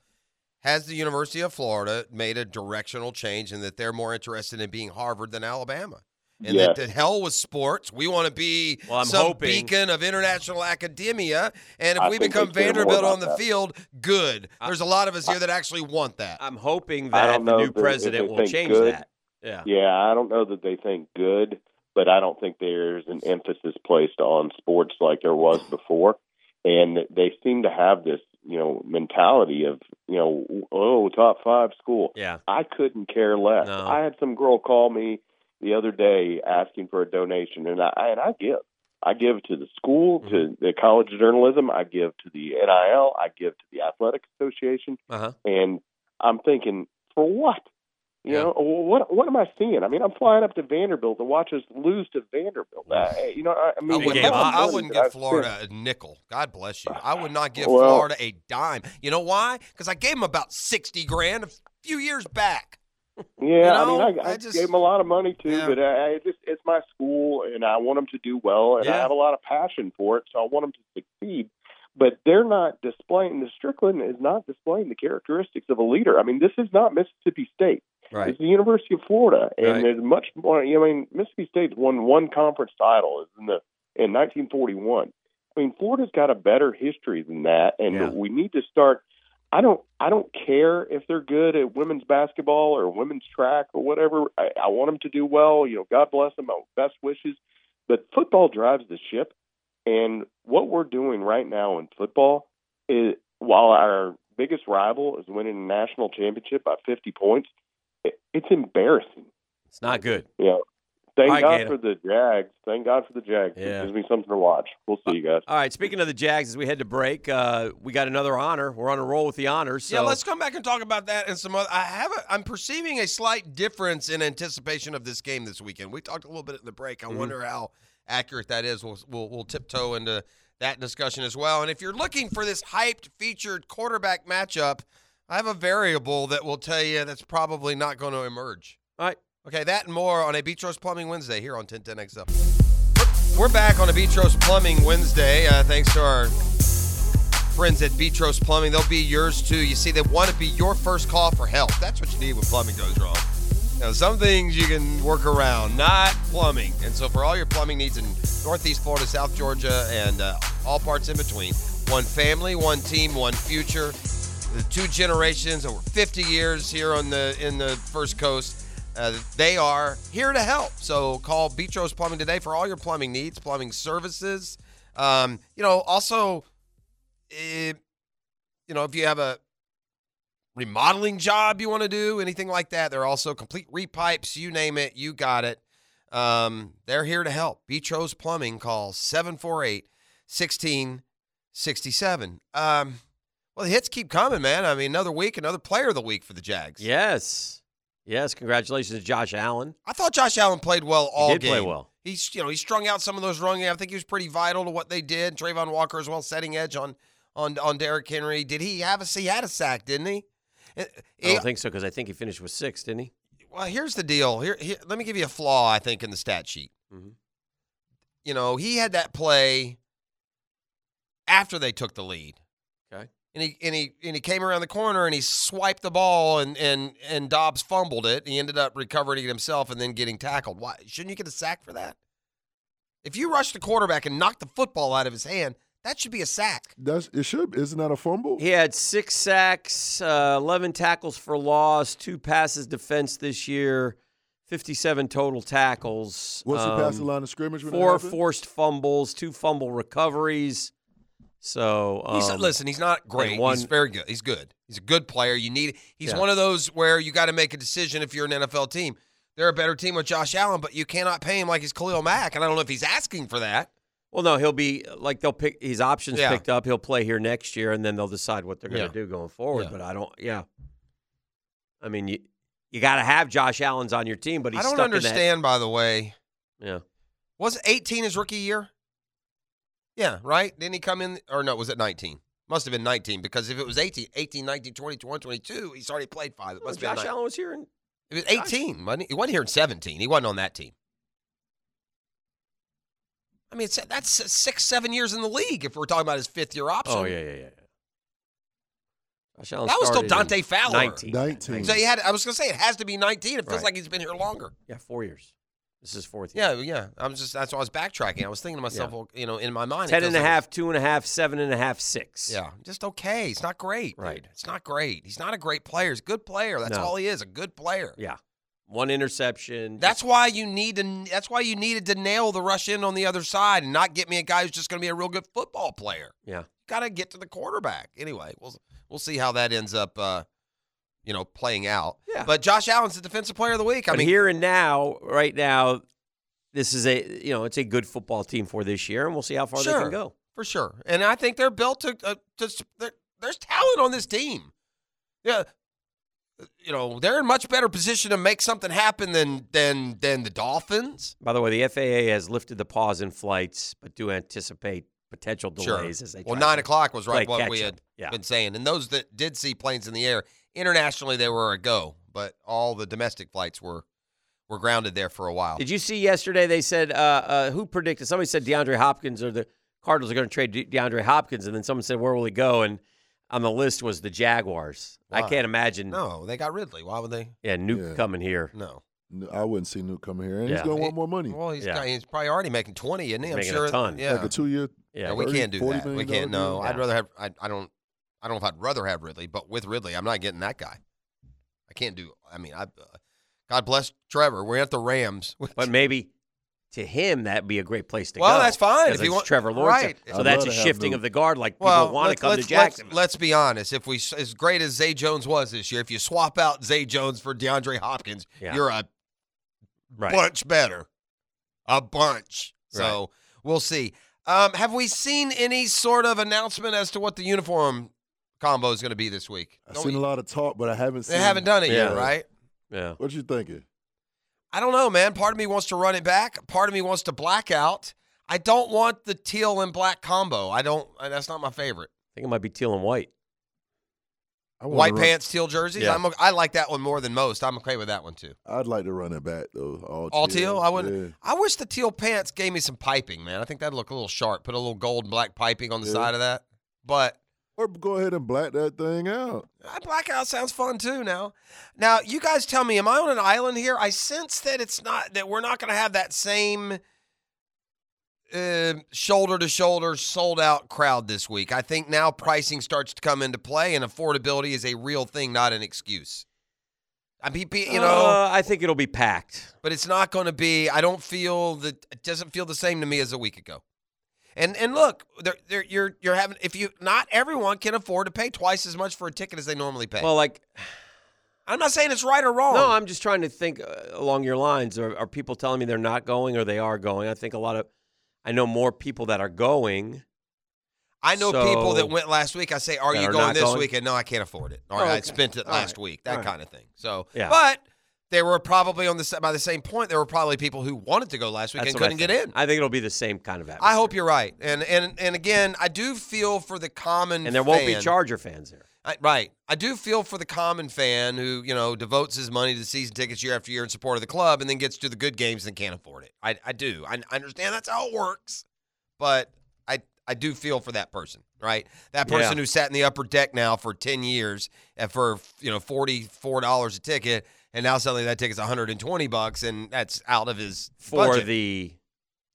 [SPEAKER 2] Has the University of Florida made a directional change in that they're more interested in being Harvard than Alabama? And that
[SPEAKER 10] Yes.
[SPEAKER 2] to hell with sports. We want to be
[SPEAKER 7] Well, I'm
[SPEAKER 2] some
[SPEAKER 7] hoping-
[SPEAKER 2] beacon of international academia. And if
[SPEAKER 10] I
[SPEAKER 2] we
[SPEAKER 10] think
[SPEAKER 2] become
[SPEAKER 10] they care more
[SPEAKER 2] Vanderbilt
[SPEAKER 10] about
[SPEAKER 2] on the
[SPEAKER 10] that.
[SPEAKER 2] field, good.
[SPEAKER 7] I-
[SPEAKER 2] There's a lot of us here that actually want that.
[SPEAKER 7] I'm hoping
[SPEAKER 10] I
[SPEAKER 7] that
[SPEAKER 10] don't
[SPEAKER 7] the
[SPEAKER 10] know
[SPEAKER 7] new
[SPEAKER 10] if they- if
[SPEAKER 7] president
[SPEAKER 10] they
[SPEAKER 7] will
[SPEAKER 10] think
[SPEAKER 7] change
[SPEAKER 10] good.
[SPEAKER 7] that. Yeah.
[SPEAKER 10] Yeah, I don't know that they think good, but I don't think there's an emphasis placed on sports like there was before. And they seem to have this, you know, mentality of, you know, oh, top five school.
[SPEAKER 7] Yeah.
[SPEAKER 10] I couldn't care less.
[SPEAKER 7] No.
[SPEAKER 10] I had some girl call me the other day asking for a donation, and I and I give. I give to the school,
[SPEAKER 7] Mm-hmm.
[SPEAKER 10] to the College of Journalism. I give to the NIL. I give to the Athletic Association
[SPEAKER 7] Uh huh.
[SPEAKER 10] and I'm thinking, for what? You
[SPEAKER 7] Yeah.
[SPEAKER 10] know, what what am I seeing? I mean, I'm flying up to Vanderbilt to watch us lose to Vanderbilt. Uh, you know, I, I
[SPEAKER 2] I
[SPEAKER 10] mean,
[SPEAKER 2] wouldn't,
[SPEAKER 7] gave
[SPEAKER 2] give,
[SPEAKER 7] up.
[SPEAKER 2] I
[SPEAKER 10] money
[SPEAKER 2] wouldn't
[SPEAKER 10] that
[SPEAKER 2] give
[SPEAKER 10] I've
[SPEAKER 2] Florida a nickel. God bless you. I would not give
[SPEAKER 10] Well-
[SPEAKER 2] Florida a dime. You know why? Because I gave them about sixty grand a few years back.
[SPEAKER 10] spent. Yeah,
[SPEAKER 2] know,
[SPEAKER 10] I mean, I, I,
[SPEAKER 2] I just-
[SPEAKER 10] gave them a lot of money too,
[SPEAKER 2] Yeah.
[SPEAKER 10] but I, I just it's my school, and I want them to do well, and I
[SPEAKER 7] Yeah.
[SPEAKER 10] have a lot of passion for it, so I want them to succeed. But they're not displaying the Strickland is not displaying the characteristics of a leader. I mean, this is not Mississippi State.
[SPEAKER 7] Right.
[SPEAKER 10] It's the University of Florida, and
[SPEAKER 7] Right.
[SPEAKER 10] there's much more. I mean, Mississippi State's won one conference title in the in 1941. I mean, Florida's got a better history than that, and
[SPEAKER 7] Yeah.
[SPEAKER 10] we need to start. I don't. I don't care if they're good at women's basketball or women's track or whatever. I, I want them to do well. You know, God bless them. My best wishes. But football drives the ship, and what we're doing right now in football is while our biggest rival is winning a national championship by 50 points, it, it's embarrassing.
[SPEAKER 7] It's not good.
[SPEAKER 10] You know, thank
[SPEAKER 7] I
[SPEAKER 10] God
[SPEAKER 7] get it.
[SPEAKER 10] for the Jags. Thank God for the Jags.
[SPEAKER 7] Yeah.
[SPEAKER 10] It gives me something to watch. We'll see you guys.
[SPEAKER 7] All right. Speaking of the Jags, as we head to break, uh, we got another honor. We're on a roll with the honors. So
[SPEAKER 2] yeah, let's come back and talk about that and some other. I have. A, I'm perceiving a slight difference in anticipation of this game this weekend. We talked a little bit in the break. I
[SPEAKER 7] Mm-hmm.
[SPEAKER 2] wonder how accurate that is. We'll, we'll we'll tiptoe into that discussion as well. And if you're looking for this hyped featured quarterback matchup, I have a variable that will tell you that's probably not going to emerge.
[SPEAKER 7] All right.
[SPEAKER 2] Okay, that and more on a Beatros Plumbing Wednesday here on 1010XL. We're back on a Beatros Plumbing Wednesday. Uh, thanks to our friends at Beatros Plumbing. They'll be yours too. You see, they want to be your first call for help. That's what you need when plumbing goes wrong. Now, some things you can work around, not plumbing. And so, for all your plumbing needs in Northeast Florida, South Georgia, and uh, all parts in between, one family, one team, one future. The two generations over 50 years here on the in the First Coast. Uh, they are here to help. So call Beatros Plumbing today for all your plumbing needs, plumbing services. Um, you know, also eh, you know, if you have a remodeling job you want to do, anything like that, they're also complete repipes. You name it, you got it. Um, they're here to help. Beatrice Plumbing, call 748 1667. Um, well, the hits keep coming, man. I mean, another week, another player of the week for the Jags.
[SPEAKER 7] Yes. Yes. Congratulations to Josh Allen.
[SPEAKER 2] I thought Josh Allen played well all
[SPEAKER 7] did
[SPEAKER 2] game.
[SPEAKER 7] play well.
[SPEAKER 2] He's you know he strung out some of those running. I think he was pretty vital to what they did. Trayvon Walker as well, setting edge on on on Derrick Henry. Did he have a he had a sack? Didn't he? Eh,
[SPEAKER 7] I
[SPEAKER 2] eh,
[SPEAKER 7] don't think so because I think he finished with six, didn't he?
[SPEAKER 2] well, here's the deal. Here, here, let me give you a flaw. I think in the stat sheet.
[SPEAKER 7] Mhm.
[SPEAKER 2] You know he had that play after they took the lead.
[SPEAKER 7] Okay.
[SPEAKER 2] And he and he and he came around the corner and he swiped the ball and and and Dobbs fumbled it. He ended up recovering it himself and then getting tackled. Why shouldn't you get a sack for that? If you rush the quarterback and knock the football out of his hand, That should be a sack.
[SPEAKER 6] That's it. Should isn't that a fumble?
[SPEAKER 7] He had six sacks, uh, 11 tackles for loss, two passes defense this year, 57 total tackles.
[SPEAKER 6] Was he
[SPEAKER 7] Um,
[SPEAKER 6] past the line of scrimmage when it
[SPEAKER 7] Four
[SPEAKER 6] happened?
[SPEAKER 7] forced fumbles, two fumble recoveries. So um,
[SPEAKER 2] He's listen. He's not great.
[SPEAKER 7] and one-
[SPEAKER 2] he's very good. He's good. He's a good player. You need. He's
[SPEAKER 7] Yeah.
[SPEAKER 2] one of those where you got to make a decision if you're an NFL team. They're a better team with Josh Allen, but you cannot pay him like he's Khalil Mack. And I don't know if he's asking for that.
[SPEAKER 7] Well, no, he'll be like they'll pick his options
[SPEAKER 2] Yeah.
[SPEAKER 7] picked up. He'll play here next year, and then they'll decide what they're going to
[SPEAKER 2] Yeah.
[SPEAKER 7] do going forward.
[SPEAKER 2] Yeah.
[SPEAKER 7] But I don't. Yeah, I mean, you you got to have Josh Allen's on your team, but he's
[SPEAKER 2] I don't
[SPEAKER 7] stuck In
[SPEAKER 2] understand. By the way,
[SPEAKER 7] that, yeah,
[SPEAKER 2] was it 18 his rookie year? Yeah, right? Didn't he come in? Or no, was it 19? Must have been 19 because if it was 18, 18, 19, 20, 21, 22, he's already played five. It
[SPEAKER 7] Well,
[SPEAKER 2] must be
[SPEAKER 7] Josh
[SPEAKER 2] nine.
[SPEAKER 7] Allen was here, and
[SPEAKER 2] It was 18. Wasn't he? he wasn't here in 17. He wasn't on that team. I mean, it's, that's six, seven years in the league if we're talking about his fifth year option.
[SPEAKER 7] oh yeah, yeah, yeah, yeah. Josh Allen
[SPEAKER 2] That was still
[SPEAKER 7] started
[SPEAKER 2] Dante
[SPEAKER 7] in
[SPEAKER 2] Fowler.
[SPEAKER 7] 19.
[SPEAKER 6] Nineteen.
[SPEAKER 2] So he had, I was going to say, it has to be 19. It feels
[SPEAKER 7] Right.
[SPEAKER 2] like he's been here longer.
[SPEAKER 7] Yeah, four years. This is fourth year.
[SPEAKER 2] Yeah, yeah. I was just, that's why I was backtracking. I was thinking to myself,
[SPEAKER 7] Yeah.
[SPEAKER 2] well, you know, in my mind, it
[SPEAKER 7] Ten
[SPEAKER 2] feels
[SPEAKER 7] and a
[SPEAKER 2] like it's-
[SPEAKER 7] half, two and a half, seven and a half, six.
[SPEAKER 2] Yeah, just okay. He's not great. dude.
[SPEAKER 7] Right.
[SPEAKER 2] It's not great. He's not a great player. He's a good player. That's
[SPEAKER 7] No.
[SPEAKER 2] all he is, a good player.
[SPEAKER 7] yeah. One interception.
[SPEAKER 2] That's why you need to that's why you needed to nail the rush in on the other side and not get me a guy who's just going to be a real good football player.
[SPEAKER 7] yeah.
[SPEAKER 2] Got to get to the quarterback. Anyway, we'll we'll see how that ends up uh you know, playing out.
[SPEAKER 7] Yeah.
[SPEAKER 2] But Josh Allen's the defensive player of the week. I
[SPEAKER 7] but
[SPEAKER 2] mean,
[SPEAKER 7] here and now, right now, this is a you know it's a good football team for this year, and we'll see how far they
[SPEAKER 2] Sure.
[SPEAKER 7] can go.
[SPEAKER 2] for sure. And I think they're built to. Uh, to s- there- there's talent on this team. Yeah, you know they're in much better position to make something happen than than than the Dolphins.
[SPEAKER 7] By the way, the FAA has lifted the pause in flights, but do anticipate potential delays as they
[SPEAKER 2] Well,
[SPEAKER 7] try
[SPEAKER 2] nine
[SPEAKER 7] to
[SPEAKER 2] o'clock was right
[SPEAKER 7] play
[SPEAKER 2] what we
[SPEAKER 7] catch up.
[SPEAKER 2] had
[SPEAKER 7] Yeah.
[SPEAKER 2] been saying. And those that did see planes in the air internationally, they were a go, but all the domestic flights were were grounded there for a while.
[SPEAKER 7] Did you see yesterday? They said uh, uh, who predicted? Somebody said DeAndre Hopkins or the Cardinals are going to trade De- DeAndre Hopkins, and then someone said where will he go? And on the list was the Jaguars. I
[SPEAKER 2] Why?
[SPEAKER 7] can't imagine.
[SPEAKER 2] no, they got Ridley. Why would they?
[SPEAKER 7] Yeah, Nuke
[SPEAKER 6] Yeah.
[SPEAKER 7] coming here.
[SPEAKER 2] No.
[SPEAKER 6] No, I wouldn't see Nuke coming here, and
[SPEAKER 7] Yeah.
[SPEAKER 6] he's gonna want more money.
[SPEAKER 2] Well, he's
[SPEAKER 7] Yeah.
[SPEAKER 2] got, he's probably already making twenty, isn't he?
[SPEAKER 7] He's
[SPEAKER 2] I'm
[SPEAKER 7] making a
[SPEAKER 2] sure.
[SPEAKER 7] ton.
[SPEAKER 2] Yeah.
[SPEAKER 6] Like a two-year.
[SPEAKER 7] Yeah,
[SPEAKER 2] No, we
[SPEAKER 6] 30,
[SPEAKER 2] can't do
[SPEAKER 6] 40
[SPEAKER 2] that. We
[SPEAKER 6] million
[SPEAKER 2] can't.
[SPEAKER 6] dollar
[SPEAKER 2] No,
[SPEAKER 6] deal?
[SPEAKER 2] I'd rather have. I, I don't. I don't know if I'd rather have Ridley, but with Ridley, I'm not getting that guy. I can't do. I mean, I. Uh, God bless Trevor. We're at the Rams.
[SPEAKER 7] But maybe to him that'd be a great place to go.
[SPEAKER 2] Well, that's fine.
[SPEAKER 7] 'cause
[SPEAKER 2] If he
[SPEAKER 7] it's
[SPEAKER 2] want-
[SPEAKER 7] Trevor Lawrence.
[SPEAKER 2] right.
[SPEAKER 7] So
[SPEAKER 6] I'd
[SPEAKER 7] that's
[SPEAKER 6] love
[SPEAKER 7] a
[SPEAKER 6] to have
[SPEAKER 7] shifting
[SPEAKER 6] Nuke.
[SPEAKER 7] of the guard. Like people
[SPEAKER 2] well,
[SPEAKER 7] want to
[SPEAKER 2] let's-
[SPEAKER 7] come to
[SPEAKER 2] let's-
[SPEAKER 7] Jacksonville.
[SPEAKER 2] Let's, let's be honest. If we, as great as Zay Jones was this year, if you swap out Zay Jones for DeAndre Hopkins,
[SPEAKER 7] Yeah.
[SPEAKER 2] you're a
[SPEAKER 7] right.
[SPEAKER 2] bunch better, a bunch. So we'll see. Um, have we seen any sort of announcement as to what the uniform combo is going to be this week?
[SPEAKER 6] I've
[SPEAKER 2] Don't
[SPEAKER 6] seen
[SPEAKER 2] we-
[SPEAKER 6] a lot of talk, but I haven't seen.
[SPEAKER 2] they haven't done it yet,
[SPEAKER 7] Yeah.
[SPEAKER 2] right?
[SPEAKER 7] yeah.
[SPEAKER 6] What you thinking?
[SPEAKER 2] I don't know, man. Part of me wants to run it back. Part of me wants to black out. I don't want the teal and black combo. I don't. I- That's not my favorite.
[SPEAKER 7] I think it might be teal and white.
[SPEAKER 6] I wanna
[SPEAKER 2] White
[SPEAKER 6] run-
[SPEAKER 2] pants, teal jerseys.
[SPEAKER 7] Yeah.
[SPEAKER 2] I'm. o- I like that one more than most. I'm okay with that one too.
[SPEAKER 6] I'd like to run it back though. All,
[SPEAKER 2] All teal. I wouldn't.
[SPEAKER 6] Yeah.
[SPEAKER 2] I wish the teal pants gave me some piping, man. I think that'd look a little sharp. Put a little gold and black piping on the
[SPEAKER 6] Yeah.
[SPEAKER 2] side of that. But
[SPEAKER 6] Or go ahead and black that thing out.
[SPEAKER 2] uh, blackout sounds fun too. Now, now you guys tell me, am I on an island here? I sense that it's not that we're not going to have that same shoulder to shoulder sold out crowd this week. I think now pricing starts to come into play, and affordability is a real thing, not an excuse. I mean, pe- you know.
[SPEAKER 7] Uh, I think it'll be packed.
[SPEAKER 2] but it's not going to be. I don't feel that it doesn't feel the same to me as a week ago. And and look, they're, they're, you're you're having if you not everyone can afford to pay twice as much for a ticket as they normally pay.
[SPEAKER 7] Well, like
[SPEAKER 2] I'm not saying it's right or wrong.
[SPEAKER 7] No, I'm just trying to think uh, along your lines. Are, are people telling me they're not going or they are going? I think a lot of, I know more people that are going.
[SPEAKER 2] I know people
[SPEAKER 7] So-
[SPEAKER 2] that went last week. I say, "Are
[SPEAKER 7] That
[SPEAKER 2] you
[SPEAKER 7] are
[SPEAKER 2] going
[SPEAKER 7] not
[SPEAKER 2] this
[SPEAKER 7] going?
[SPEAKER 2] week?" And no, I can't afford it. Or
[SPEAKER 7] Oh,
[SPEAKER 2] I
[SPEAKER 7] okay.
[SPEAKER 2] spent it
[SPEAKER 7] All
[SPEAKER 2] last
[SPEAKER 7] right.
[SPEAKER 2] week. That
[SPEAKER 7] All right.
[SPEAKER 2] kind of thing. So,
[SPEAKER 7] Yeah.
[SPEAKER 2] but there were probably on the s- by the same point, there were probably people who wanted to go last week
[SPEAKER 7] That's
[SPEAKER 2] and
[SPEAKER 7] what I
[SPEAKER 2] couldn't get
[SPEAKER 7] think.
[SPEAKER 2] in.
[SPEAKER 7] I think it'll be the same kind of atmosphere.
[SPEAKER 2] I hope you're right. And and and again, I do feel for the common
[SPEAKER 7] And there won't be
[SPEAKER 2] fan.
[SPEAKER 7] Charger fans there.
[SPEAKER 2] I, right. I do feel for the common fan who, you know, devotes his money to season tickets year after year in support of the club and then gets to the good games and can't afford it. I, I do. I, I understand that's how it works, but I, I do feel for that person, right? That person
[SPEAKER 7] Yeah.
[SPEAKER 2] who sat in the upper deck now for 10 years and for, you know, $44 a ticket. And now suddenly that ticket's 120 bucks and that's out of his
[SPEAKER 7] For
[SPEAKER 2] budget
[SPEAKER 7] the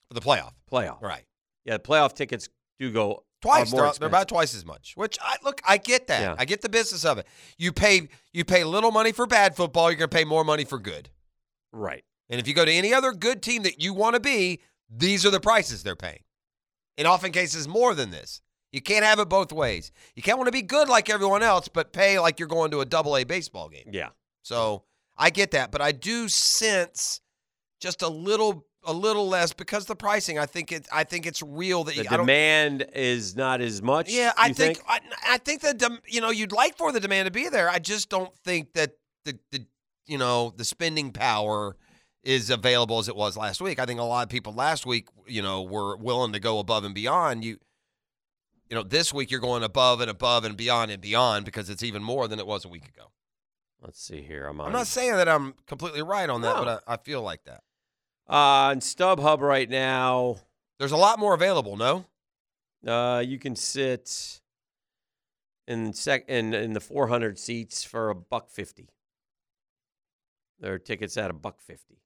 [SPEAKER 2] for the playoff.
[SPEAKER 7] playoff.
[SPEAKER 2] Right.
[SPEAKER 7] Yeah, the playoff tickets do go
[SPEAKER 2] twice.
[SPEAKER 7] more
[SPEAKER 2] They're, they're about
[SPEAKER 7] expensive.
[SPEAKER 2] twice as much. Which I look, I get that.
[SPEAKER 7] Yeah.
[SPEAKER 2] I get the business of it. You pay you pay little money for bad football. You're going to pay more money for good.
[SPEAKER 7] Right.
[SPEAKER 2] And if you go to any other good team that you want to be, these are the prices they're paying. In often cases, more than this. You can't have it both ways. You can't want to be good like everyone else, but pay like you're going to a double A baseball game.
[SPEAKER 7] Yeah.
[SPEAKER 2] So I get that, but I do sense just a little a little less because the pricing. I think it. I think it's real that
[SPEAKER 7] The
[SPEAKER 2] you, I don't.
[SPEAKER 7] demand is not as much.
[SPEAKER 2] Yeah, I
[SPEAKER 7] you
[SPEAKER 2] think, I, I think the dem- you know you'd like for the demand to be there. I just don't think that the the you know the spending power is available as it was last week. I think a lot of people last week you know were willing to go above and beyond. You you know this week you're going above and above and beyond and beyond because it's even more than it was a week ago.
[SPEAKER 7] Let's see here. I'm on.
[SPEAKER 2] I'm not saying that I'm completely right on that,
[SPEAKER 7] No.
[SPEAKER 2] but I, I feel like that.
[SPEAKER 7] Uh, on StubHub right now,
[SPEAKER 2] there's a lot more available. No,
[SPEAKER 7] uh, you can sit in sec in, in the 400 seats for a buck fifty. There are tickets at a buck fifty.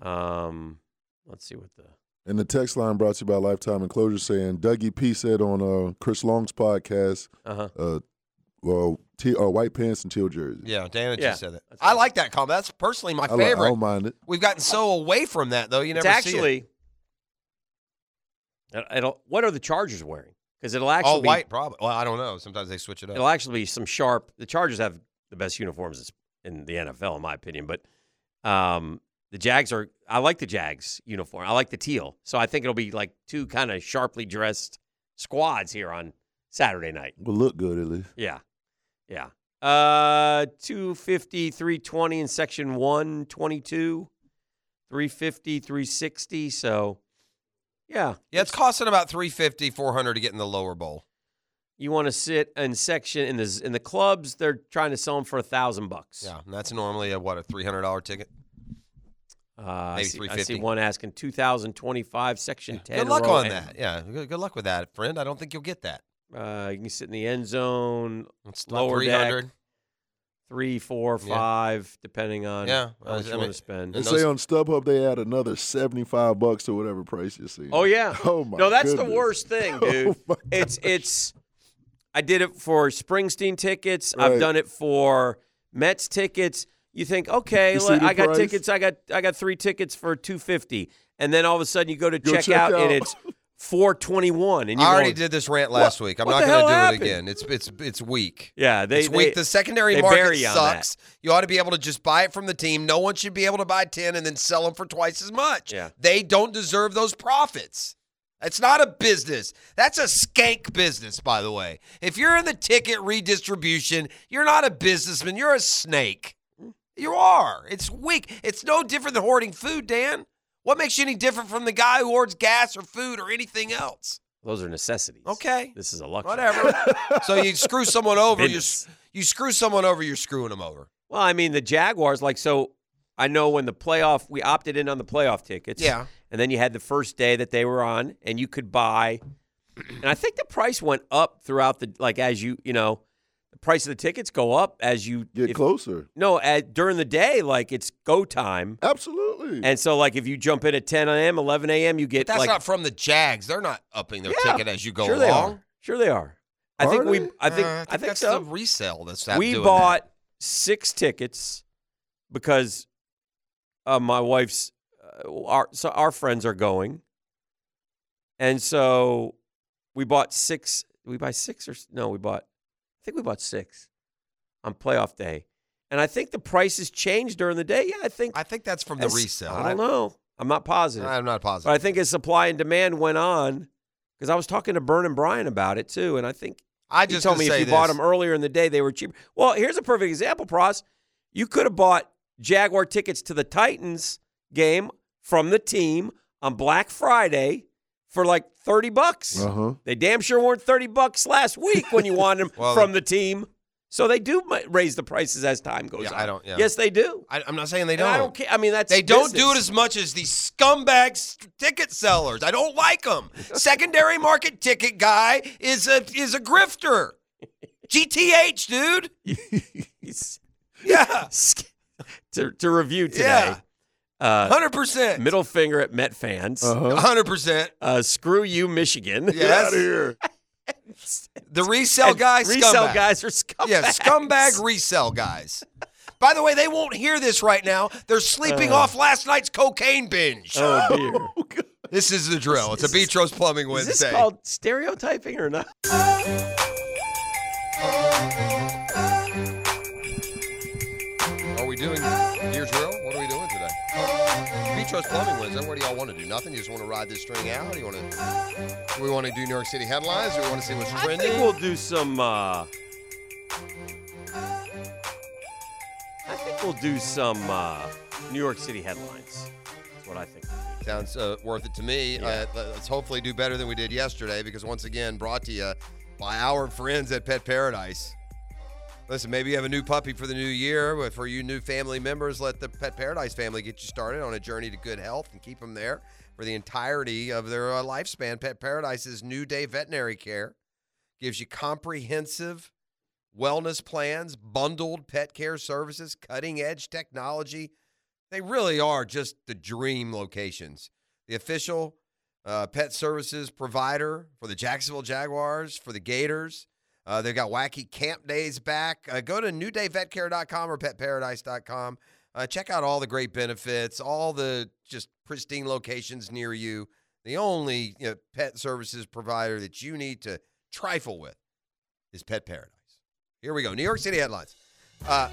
[SPEAKER 7] Um, let's see what the
[SPEAKER 6] And the text line brought to you by Lifetime Enclosure saying Dougie P said on uh, Chris Long's podcast,
[SPEAKER 7] Uh-huh.
[SPEAKER 6] uh, well, t- uh, white pants and teal jersey.
[SPEAKER 2] Yeah, Dana
[SPEAKER 7] Yeah,
[SPEAKER 2] just said that. I like that comment. That's personally my
[SPEAKER 6] I, li- I
[SPEAKER 2] favorite.
[SPEAKER 6] don't mind it.
[SPEAKER 2] We've gotten so away from that though. You
[SPEAKER 7] It's
[SPEAKER 2] never see it.
[SPEAKER 7] actually. it- It'll, what are the Chargers wearing? Because it'll actually
[SPEAKER 2] all
[SPEAKER 7] be-
[SPEAKER 2] white, probably. Well, I don't know. Sometimes they switch it up.
[SPEAKER 7] It'll actually be some sharp. The Chargers have the best uniforms in the NFL, in my opinion. But um, the Jags are. I like the Jags uniform. I like the teal. So I think it'll be like two kind of sharply dressed squads here on Saturday night.
[SPEAKER 6] Will look good at least.
[SPEAKER 7] Yeah, yeah. Uh, 250, 320 in section 122, 350, 360. So, yeah.
[SPEAKER 2] yeah, it's costing about 350 400 to get in the lower bowl.
[SPEAKER 7] You want to sit in section in the in the clubs? They're trying to sell them for a thousand bucks.
[SPEAKER 2] Yeah, and that's normally a what a $300 ticket.
[SPEAKER 7] Uh, I
[SPEAKER 2] Maybe
[SPEAKER 7] see- I see
[SPEAKER 2] 350.
[SPEAKER 7] one asking 2025 section 10.
[SPEAKER 2] Good luck
[SPEAKER 7] row
[SPEAKER 2] on
[SPEAKER 7] A.
[SPEAKER 2] that. Yeah, good, good luck with that, friend. I don't think you'll get that.
[SPEAKER 7] Uh, you can sit in the end zone,
[SPEAKER 2] It's about
[SPEAKER 7] lower 300.
[SPEAKER 2] 300.
[SPEAKER 7] three, four,
[SPEAKER 2] Yeah.
[SPEAKER 7] five, depending on
[SPEAKER 2] Yeah,
[SPEAKER 7] how
[SPEAKER 2] I
[SPEAKER 7] much
[SPEAKER 2] mean-
[SPEAKER 7] you want to spend.
[SPEAKER 6] They say on StubHub they add another seventy five bucks to whatever price you see.
[SPEAKER 7] Oh yeah.
[SPEAKER 6] Oh my.
[SPEAKER 7] No, that's the
[SPEAKER 6] goodness. Oh,
[SPEAKER 7] worst thing, dude. it's it's. I did it for Springsteen tickets. I've
[SPEAKER 6] Right.
[SPEAKER 7] done it for Mets tickets. You think, okay,
[SPEAKER 6] You see
[SPEAKER 7] let-
[SPEAKER 6] the
[SPEAKER 7] I got
[SPEAKER 6] price?
[SPEAKER 7] tickets. I got I got three tickets for two fifty, and then all of a sudden you go to
[SPEAKER 6] Go
[SPEAKER 7] check,
[SPEAKER 6] check
[SPEAKER 7] out,
[SPEAKER 6] out.
[SPEAKER 7] and it's four twenty one. And
[SPEAKER 2] I
[SPEAKER 7] you
[SPEAKER 2] already
[SPEAKER 7] going,
[SPEAKER 2] did this rant last week. I'm
[SPEAKER 7] what
[SPEAKER 2] not
[SPEAKER 7] the
[SPEAKER 2] going to
[SPEAKER 7] hell
[SPEAKER 2] do
[SPEAKER 7] happened?
[SPEAKER 2] it again. It's it's it's weak.
[SPEAKER 7] Yeah, they
[SPEAKER 2] it's weak.
[SPEAKER 7] they-
[SPEAKER 2] the secondary
[SPEAKER 7] they
[SPEAKER 2] market
[SPEAKER 7] bury you on that.
[SPEAKER 2] sucks. You ought to be able to just buy it from the team. No one should be able to buy 10 and then sell them for twice as much.
[SPEAKER 7] Yeah.
[SPEAKER 2] They don't deserve those profits. It's not a business. That's a skank business, by the way. If you're in the ticket redistribution, you're not a businessman. You're a snake. You are. It's weak. It's no different than hoarding food, Dan. What makes you any different from the guy who hoards gas or food or anything else?
[SPEAKER 7] Those are necessities.
[SPEAKER 2] Okay.
[SPEAKER 7] This is a luxury.
[SPEAKER 2] Whatever. so you screw someone over, you
[SPEAKER 7] Business.
[SPEAKER 2] you screw someone over, you're screwing them over.
[SPEAKER 7] Well, I mean, the Jaguars, like, so I know when the playoff, we opted in on the playoff tickets.
[SPEAKER 2] Yeah.
[SPEAKER 7] And then you had the first day that they were on, and you could buy. And I think the price went up throughout the, like, as you, you know, the price of the tickets go up as you
[SPEAKER 6] Get
[SPEAKER 7] if-
[SPEAKER 6] closer.
[SPEAKER 7] No, at, during the day, like, it's go time.
[SPEAKER 6] Absolutely.
[SPEAKER 7] And so, like, if you jump in at 10 a.m., 11 a.m., you get
[SPEAKER 2] But that's
[SPEAKER 7] like.
[SPEAKER 2] not from the Jags. They're not upping their
[SPEAKER 7] Yeah,
[SPEAKER 2] ticket as you go
[SPEAKER 7] sure They
[SPEAKER 2] along.
[SPEAKER 7] are. Sure, they are. I
[SPEAKER 6] Are
[SPEAKER 7] think we,
[SPEAKER 6] they?
[SPEAKER 7] I think,
[SPEAKER 2] Uh,
[SPEAKER 7] I think
[SPEAKER 2] that's
[SPEAKER 7] so.
[SPEAKER 2] the resale that's not
[SPEAKER 7] we
[SPEAKER 2] doing
[SPEAKER 7] bought six tickets because uh, my wife's uh, our so our friends are going, and so we bought six. We buy six or s- no? We bought. I think we bought six on playoff day, and I think the prices changed during the day. Yeah, I think
[SPEAKER 2] That. I think that's from the
[SPEAKER 7] as-
[SPEAKER 2] resale.
[SPEAKER 7] I don't know. I'm not positive,
[SPEAKER 2] I'm not
[SPEAKER 7] but I
[SPEAKER 2] positive.
[SPEAKER 7] think as supply and demand went on, because I was talking to Burn and Brian about it too, and I think
[SPEAKER 2] I
[SPEAKER 7] you
[SPEAKER 2] just gonna
[SPEAKER 7] told me if
[SPEAKER 2] say
[SPEAKER 7] you
[SPEAKER 2] this.
[SPEAKER 7] bought them earlier in the day, they were cheaper. Well, here's a perfect example, Pros. You could have bought Jaguar tickets to the Titans game from the team on Black Friday for like 30 bucks.
[SPEAKER 6] Uh huh.
[SPEAKER 7] They damn sure weren't 30 bucks last week when you wanted them
[SPEAKER 2] Well,
[SPEAKER 7] from the team. So they do mi- raise the prices as time goes
[SPEAKER 2] Yeah,
[SPEAKER 7] on.
[SPEAKER 2] I don't- yeah.
[SPEAKER 7] Yes, they do.
[SPEAKER 2] I, I'm not saying they
[SPEAKER 7] And
[SPEAKER 2] don't.
[SPEAKER 7] I don't care. I mean, that's
[SPEAKER 2] They don't do it
[SPEAKER 7] business.
[SPEAKER 2] as much as these scumbag st- ticket sellers. I don't like them. Secondary market ticket guy is a is a grifter. GTH, dude.
[SPEAKER 7] It's-
[SPEAKER 2] Yeah.
[SPEAKER 7] to, to review today.
[SPEAKER 2] Yeah.
[SPEAKER 7] Hundred
[SPEAKER 2] percent.
[SPEAKER 7] Middle finger at Met fans.
[SPEAKER 2] Uh-huh. 100%.
[SPEAKER 7] Uh, screw you, Michigan.
[SPEAKER 2] Yes. Get out of here. The resell
[SPEAKER 7] And
[SPEAKER 2] guys,
[SPEAKER 7] resell
[SPEAKER 2] scumbag.
[SPEAKER 7] guys are scumbags.
[SPEAKER 2] Yeah, scumbag resell guys. By the way, they won't hear this right now. They're sleeping
[SPEAKER 7] Uh.
[SPEAKER 2] off last night's cocaine binge.
[SPEAKER 7] Oh, dear.
[SPEAKER 2] This is the drill. It's a Beatrice Plumbing Wednesday.
[SPEAKER 7] Is this called stereotyping or not?
[SPEAKER 2] Are we doing Deer Drill? What are we doing today? Beatrice Plumbing Wednesday. What do y'all want to do? Nothing? You just want to ride this string out? You want to? We want to do New York City headlines. We want to see what's
[SPEAKER 7] I
[SPEAKER 2] trending.
[SPEAKER 7] think we'll do some. Uh, I think we'll do some uh, New York City headlines. That's what I think.
[SPEAKER 2] Sounds uh, worth it to me. Uh, let- let's hopefully do better than we did yesterday because, once again, brought to you by our friends at Pet Paradise. Listen, maybe you have a new puppy for the new year. But for you new family members, let the Pet Paradise family get you started on a journey to good health and keep them there for the entirety of their uh, lifespan. Pet Paradise's new day veterinary care gives you comprehensive wellness plans, bundled pet care services, cutting edge technology. They really are just the dream locations. The official uh, pet services provider for the Jacksonville Jaguars, for the Gators. Uh, they've got wacky camp days back. Uh, go to newdayvetcare.com or petparadise.com. Uh, check out all the great benefits, all the just pristine locations near you. The only you know, pet services provider that you need to trifle with is Pet Paradise. Here we go. New York City headlines. Uh,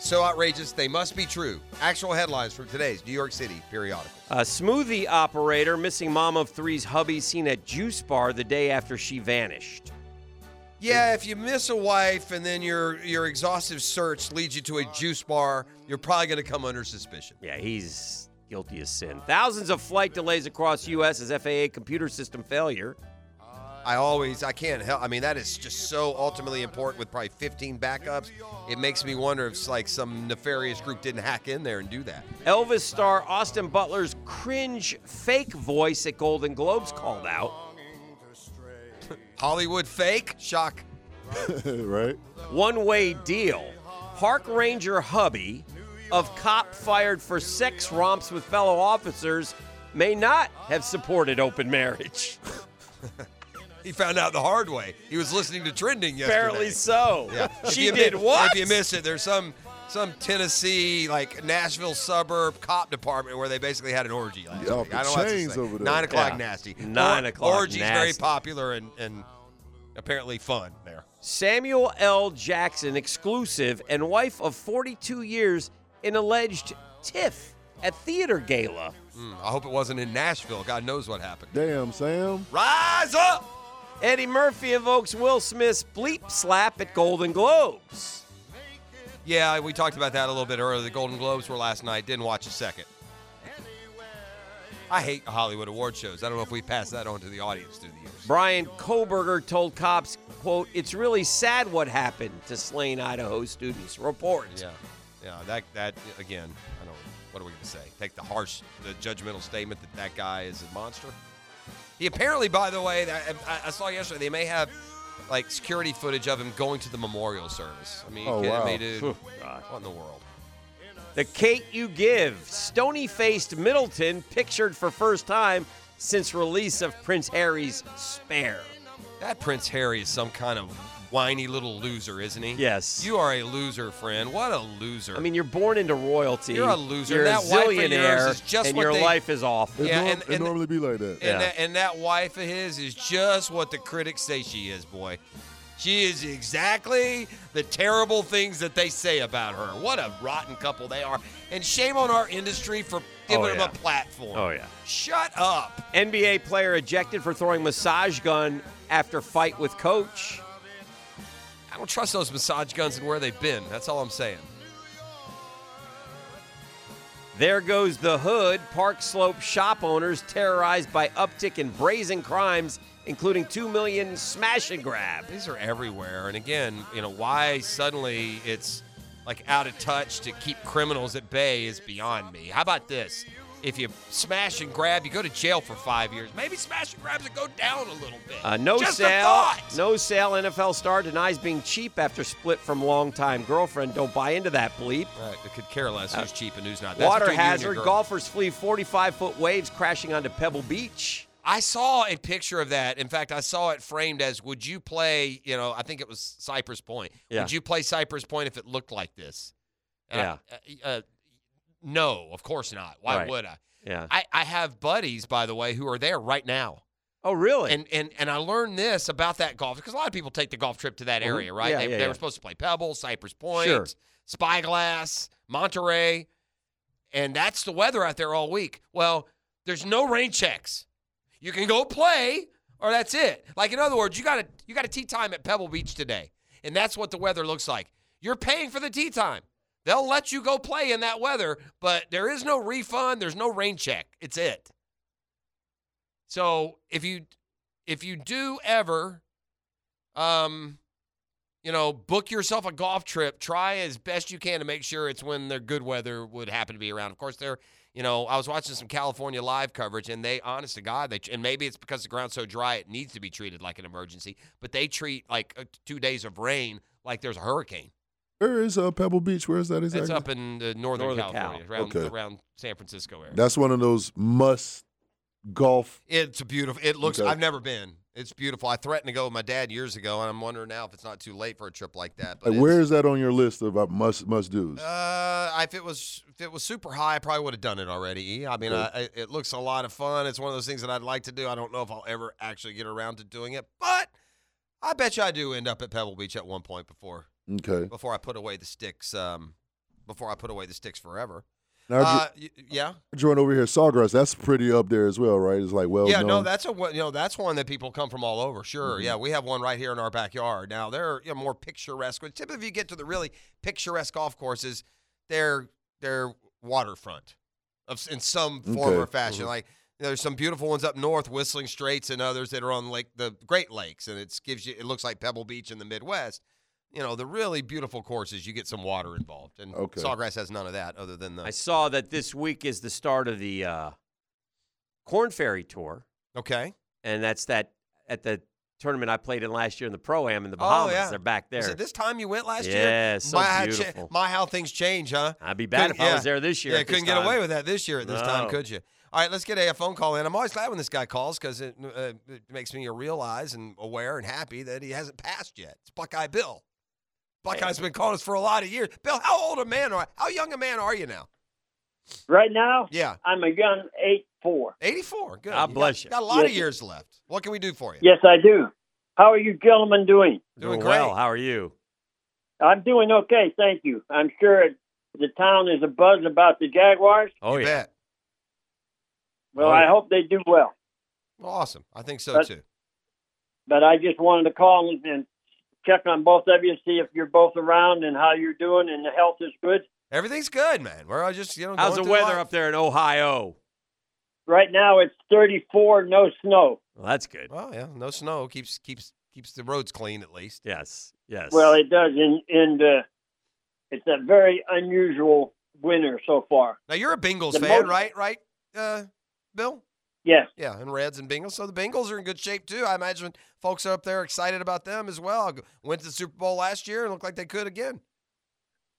[SPEAKER 2] so outrageous, they must be true. Actual headlines from today's New York City periodical.
[SPEAKER 7] A smoothie operator missing mom of three's hubby seen at juice bar the day after she vanished.
[SPEAKER 2] Yeah, if you miss a wife and then your your exhaustive search leads you to a juice bar, you're probably going to come under suspicion.
[SPEAKER 7] Yeah, he's guilty as sin. Thousands of flight delays across U.S. as FAA computer system failure.
[SPEAKER 2] I always I can't help. I mean, that is just so ultimately important with probably 15 backups. It makes me wonder if like some nefarious group didn't hack in there and do that.
[SPEAKER 7] Elvis star Austin Butler's cringe fake voice at Golden Globes called out.
[SPEAKER 2] Hollywood fake? Shock.
[SPEAKER 7] right? One way deal. Park Ranger hubby of cop fired for sex romps with fellow officers may not have supported open marriage.
[SPEAKER 2] He found out the hard way. He was listening to trending yesterday.
[SPEAKER 7] Apparently so.
[SPEAKER 2] Yeah. If
[SPEAKER 7] She
[SPEAKER 2] you
[SPEAKER 7] did
[SPEAKER 2] mi-
[SPEAKER 7] what?
[SPEAKER 2] If you miss it, there's some some Tennessee like Nashville suburb cop department where they basically had an orgy last
[SPEAKER 6] Yeah, off
[SPEAKER 2] week.
[SPEAKER 6] the
[SPEAKER 2] I don't know what to
[SPEAKER 6] chains
[SPEAKER 2] say.
[SPEAKER 6] over there.
[SPEAKER 2] Nine o'clock
[SPEAKER 6] Yeah.
[SPEAKER 2] nasty.
[SPEAKER 7] Nine
[SPEAKER 2] Or-
[SPEAKER 7] o'clock
[SPEAKER 2] Orgies very
[SPEAKER 7] nasty.
[SPEAKER 2] popular and and apparently fun there.
[SPEAKER 7] Samuel L. Jackson, exclusive and wife of 42 years in alleged tiff at theater gala.
[SPEAKER 2] Mm, I hope it wasn't in Nashville. God knows what happened.
[SPEAKER 6] Damn, Sam.
[SPEAKER 2] Rise up!
[SPEAKER 7] Eddie Murphy evokes Will Smith's bleep slap at Golden Globes.
[SPEAKER 2] Yeah, we talked about that a little bit earlier. The Golden Globes were last night. Didn't watch a second. I hate Hollywood award shows. I don't know if we pass that on to the audience through the years.
[SPEAKER 7] Brian Koberger told cops, quote, it's really sad what happened to slain Idaho students. Report.
[SPEAKER 2] Yeah, yeah. That that again. I don't. What are we going to say? Take the harsh, the judgmental statement that that guy is a monster. He apparently, by the way, that, I, I saw yesterday. They may have like security footage of him going to the memorial service. I mean, you
[SPEAKER 7] Oh,
[SPEAKER 2] kidding
[SPEAKER 7] wow.
[SPEAKER 2] me, dude?
[SPEAKER 7] Phew.
[SPEAKER 2] What in the world?
[SPEAKER 7] The Kate You Give, stony faced Middleton pictured for first time since release of Prince Harry's Spare.
[SPEAKER 2] That Prince Harry is some kind of whiny little loser, isn't he?
[SPEAKER 7] Yes.
[SPEAKER 2] You are a loser, friend. What a loser.
[SPEAKER 7] I mean, you're born into royalty.
[SPEAKER 2] You're a loser.
[SPEAKER 7] You're
[SPEAKER 2] That
[SPEAKER 7] a
[SPEAKER 2] wife of yours
[SPEAKER 7] zillionaire,
[SPEAKER 2] is just
[SPEAKER 7] and
[SPEAKER 2] what
[SPEAKER 7] your
[SPEAKER 2] they-
[SPEAKER 7] life is awful.
[SPEAKER 6] It, norm- it normally be like that.
[SPEAKER 2] And, that, and that wife of his is just what the critics say she is, boy. She is exactly the terrible things that they say about her. What a rotten couple they are. And shame on our industry for giving
[SPEAKER 7] Oh,
[SPEAKER 2] them
[SPEAKER 7] yeah.
[SPEAKER 2] a platform.
[SPEAKER 7] Oh, yeah.
[SPEAKER 2] Shut up.
[SPEAKER 7] NBA player ejected for throwing massage gun after fight with coach.
[SPEAKER 2] I don't trust those massage guns and where they've been. That's all I'm saying.
[SPEAKER 7] There goes the hood. Park Slope shop owners terrorized by uptick in brazen crimes, including two million smash and grab.
[SPEAKER 2] These are everywhere. And again, you know, why suddenly it's like out of touch to keep criminals at bay is beyond me. How about this? If you smash and grab, you go to jail for five years. Maybe smash and grabs it go down a little bit.
[SPEAKER 7] Uh, no
[SPEAKER 2] Just a
[SPEAKER 7] sale.
[SPEAKER 2] thought.
[SPEAKER 7] No sale. NFL star denies being cheap after split from longtime girlfriend. Don't buy into that bleep.
[SPEAKER 2] Right. It Uh, could care less who's cheap and who's not. That's
[SPEAKER 7] Water
[SPEAKER 2] between you and your
[SPEAKER 7] hazard.
[SPEAKER 2] girl.
[SPEAKER 7] Golfers flee 45 foot waves crashing onto Pebble Beach.
[SPEAKER 2] I saw a picture of that. In fact, I saw it framed as would you play, you know, I think it was Cypress Point.
[SPEAKER 7] Yeah.
[SPEAKER 2] Would you play Cypress Point if it looked like this? And I- uh, uh, no, of course not. Why
[SPEAKER 7] Right.
[SPEAKER 2] would I?
[SPEAKER 7] Yeah.
[SPEAKER 2] I, I have buddies, by the way, who are there right now.
[SPEAKER 7] Oh, really?
[SPEAKER 2] And and and I learned this about that golf because a lot of people take the golf trip to that
[SPEAKER 7] Mhm.
[SPEAKER 2] area, right?
[SPEAKER 7] Yeah,
[SPEAKER 2] they
[SPEAKER 7] yeah,
[SPEAKER 2] they
[SPEAKER 7] yeah.
[SPEAKER 2] were supposed to play Pebble, Cypress Point,
[SPEAKER 7] Sure.
[SPEAKER 2] Spyglass, Monterey, and that's the weather out there all week. Well, there's no rain checks. You can go play, or that's it. Like in other words, you got a you got a tee time at Pebble Beach today, and that's what the weather looks like. You're paying for the tee time. They'll let you go play in that weather, but there is no refund. There's no rain check. It's it. So if you if you do ever, um, you know, book yourself a golf trip, try as best you can to make sure it's when their good weather would happen to be around. Of course, they're you know, I was watching some California live coverage, and they, honest to God, they and maybe it's because the ground's so dry it needs to be treated like an emergency, but they treat like uh, two days of rain like there's a hurricane.
[SPEAKER 6] Where is uh, Pebble Beach? Where is that exactly?
[SPEAKER 2] It's up in the northern,
[SPEAKER 7] Northern Cal.
[SPEAKER 2] California, around
[SPEAKER 6] Okay.
[SPEAKER 2] around San Francisco area.
[SPEAKER 6] That's one of those must golf.
[SPEAKER 2] It's beautiful. It looks.
[SPEAKER 6] Okay.
[SPEAKER 2] I've never been. It's beautiful. I threatened to go with my dad years ago, and I'm wondering now if it's not too late for a trip like that. But
[SPEAKER 6] Like, where is that on your list of uh, must must dos?
[SPEAKER 2] uh, if it was if it was super high, I probably would have done it already. E. I mean, I, I, it looks a lot of fun. It's one of those things that I'd like to do. I don't know if I'll ever actually get around to doing it, but I bet you I do end up at Pebble Beach at one point before
[SPEAKER 6] Okay.
[SPEAKER 2] before I put away the sticks. Um, before I put away the sticks forever.
[SPEAKER 6] Now,
[SPEAKER 2] uh,
[SPEAKER 6] Jo-
[SPEAKER 2] y- yeah.
[SPEAKER 6] Jordan over here, Sawgrass. That's pretty up there as well, right? It's like well
[SPEAKER 2] yeah,
[SPEAKER 6] known.
[SPEAKER 2] no, that's a one- you know that's one that people come from all over. Sure, yeah, we have one right here in our backyard. Now they're you know, more picturesque. But Typically, if you get to the really picturesque golf courses, they're they're waterfront of in some form
[SPEAKER 11] Okay.
[SPEAKER 2] or fashion.
[SPEAKER 11] Mhm.
[SPEAKER 2] Like there's some beautiful ones up north, Whistling Straits, and others that are on Lake the Great Lakes, and it gives you it looks like Pebble Beach in the Midwest. You know the really beautiful courses, you get some water involved, and
[SPEAKER 7] Okay.
[SPEAKER 2] Sawgrass has none of that other than the
[SPEAKER 7] I saw that this week is the start of the uh, Corn Ferry Tour.
[SPEAKER 2] Okay.
[SPEAKER 7] And that's that at the tournament I played in last year in the Pro Am in the Bahamas. They're back there.
[SPEAKER 2] Was Oh, it this time you went last year?
[SPEAKER 7] Yeah, so
[SPEAKER 2] my, how cha-
[SPEAKER 7] beautiful.
[SPEAKER 2] my, how things change, huh?
[SPEAKER 7] I'd be bad
[SPEAKER 2] Couldn't-
[SPEAKER 7] if I was there this year.
[SPEAKER 2] Yeah,
[SPEAKER 7] at this
[SPEAKER 2] couldn't get
[SPEAKER 7] time.
[SPEAKER 2] away with that this year at this time,
[SPEAKER 7] No.
[SPEAKER 2] could you? All right, let's get a, phone call in. I'm always glad when this guy calls because it, uh, it makes me realize and aware and happy that he hasn't passed yet. It's Buckeye Bill. Buckeye's been calling us for a lot of years. Bill, how old a man are? How young a man are you now?
[SPEAKER 12] Right now,
[SPEAKER 2] yeah,
[SPEAKER 12] I'm a young eight four.
[SPEAKER 2] Eighty four. Good.
[SPEAKER 12] God
[SPEAKER 2] got-
[SPEAKER 12] bless you.
[SPEAKER 2] Got a lot of
[SPEAKER 12] Yes.
[SPEAKER 2] years left. What can we do for you?
[SPEAKER 12] Yes, I do. How are you gentlemen doing?
[SPEAKER 7] Doing well. How are you?
[SPEAKER 12] I'm doing okay, thank you. I'm sure it, the town is abuzz about the Jaguars.
[SPEAKER 7] Oh yeah.
[SPEAKER 12] Well,
[SPEAKER 2] Oh,
[SPEAKER 12] I
[SPEAKER 2] yeah.
[SPEAKER 12] hope they do well.
[SPEAKER 2] Awesome. I think so
[SPEAKER 12] But-
[SPEAKER 2] too.
[SPEAKER 12] But I just wanted to call and- and check on both of you, see if you're both around and how you're doing and the health is good.
[SPEAKER 2] Everything's good, man. We're all just you know.
[SPEAKER 7] How's the
[SPEAKER 2] going through
[SPEAKER 7] weather
[SPEAKER 2] life.
[SPEAKER 7] up there in Ohio?
[SPEAKER 12] Right now, it's 34, no snow.
[SPEAKER 7] Well, that's good.
[SPEAKER 2] Well, yeah, no snow keeps keeps keeps the roads clean at least.
[SPEAKER 7] Yes, yes.
[SPEAKER 12] Well, it does, and and uh, it's a very unusual winter so far.
[SPEAKER 2] Now you're a Bengals
[SPEAKER 12] The
[SPEAKER 2] fan,
[SPEAKER 12] most-
[SPEAKER 2] right? Right, uh, Bill?
[SPEAKER 12] Yes.
[SPEAKER 2] Yeah, and Reds and Bengals. So the Bengals are in good shape too. I imagine folks up there are excited about them as well. Went to the Super Bowl last year and looked like they could again.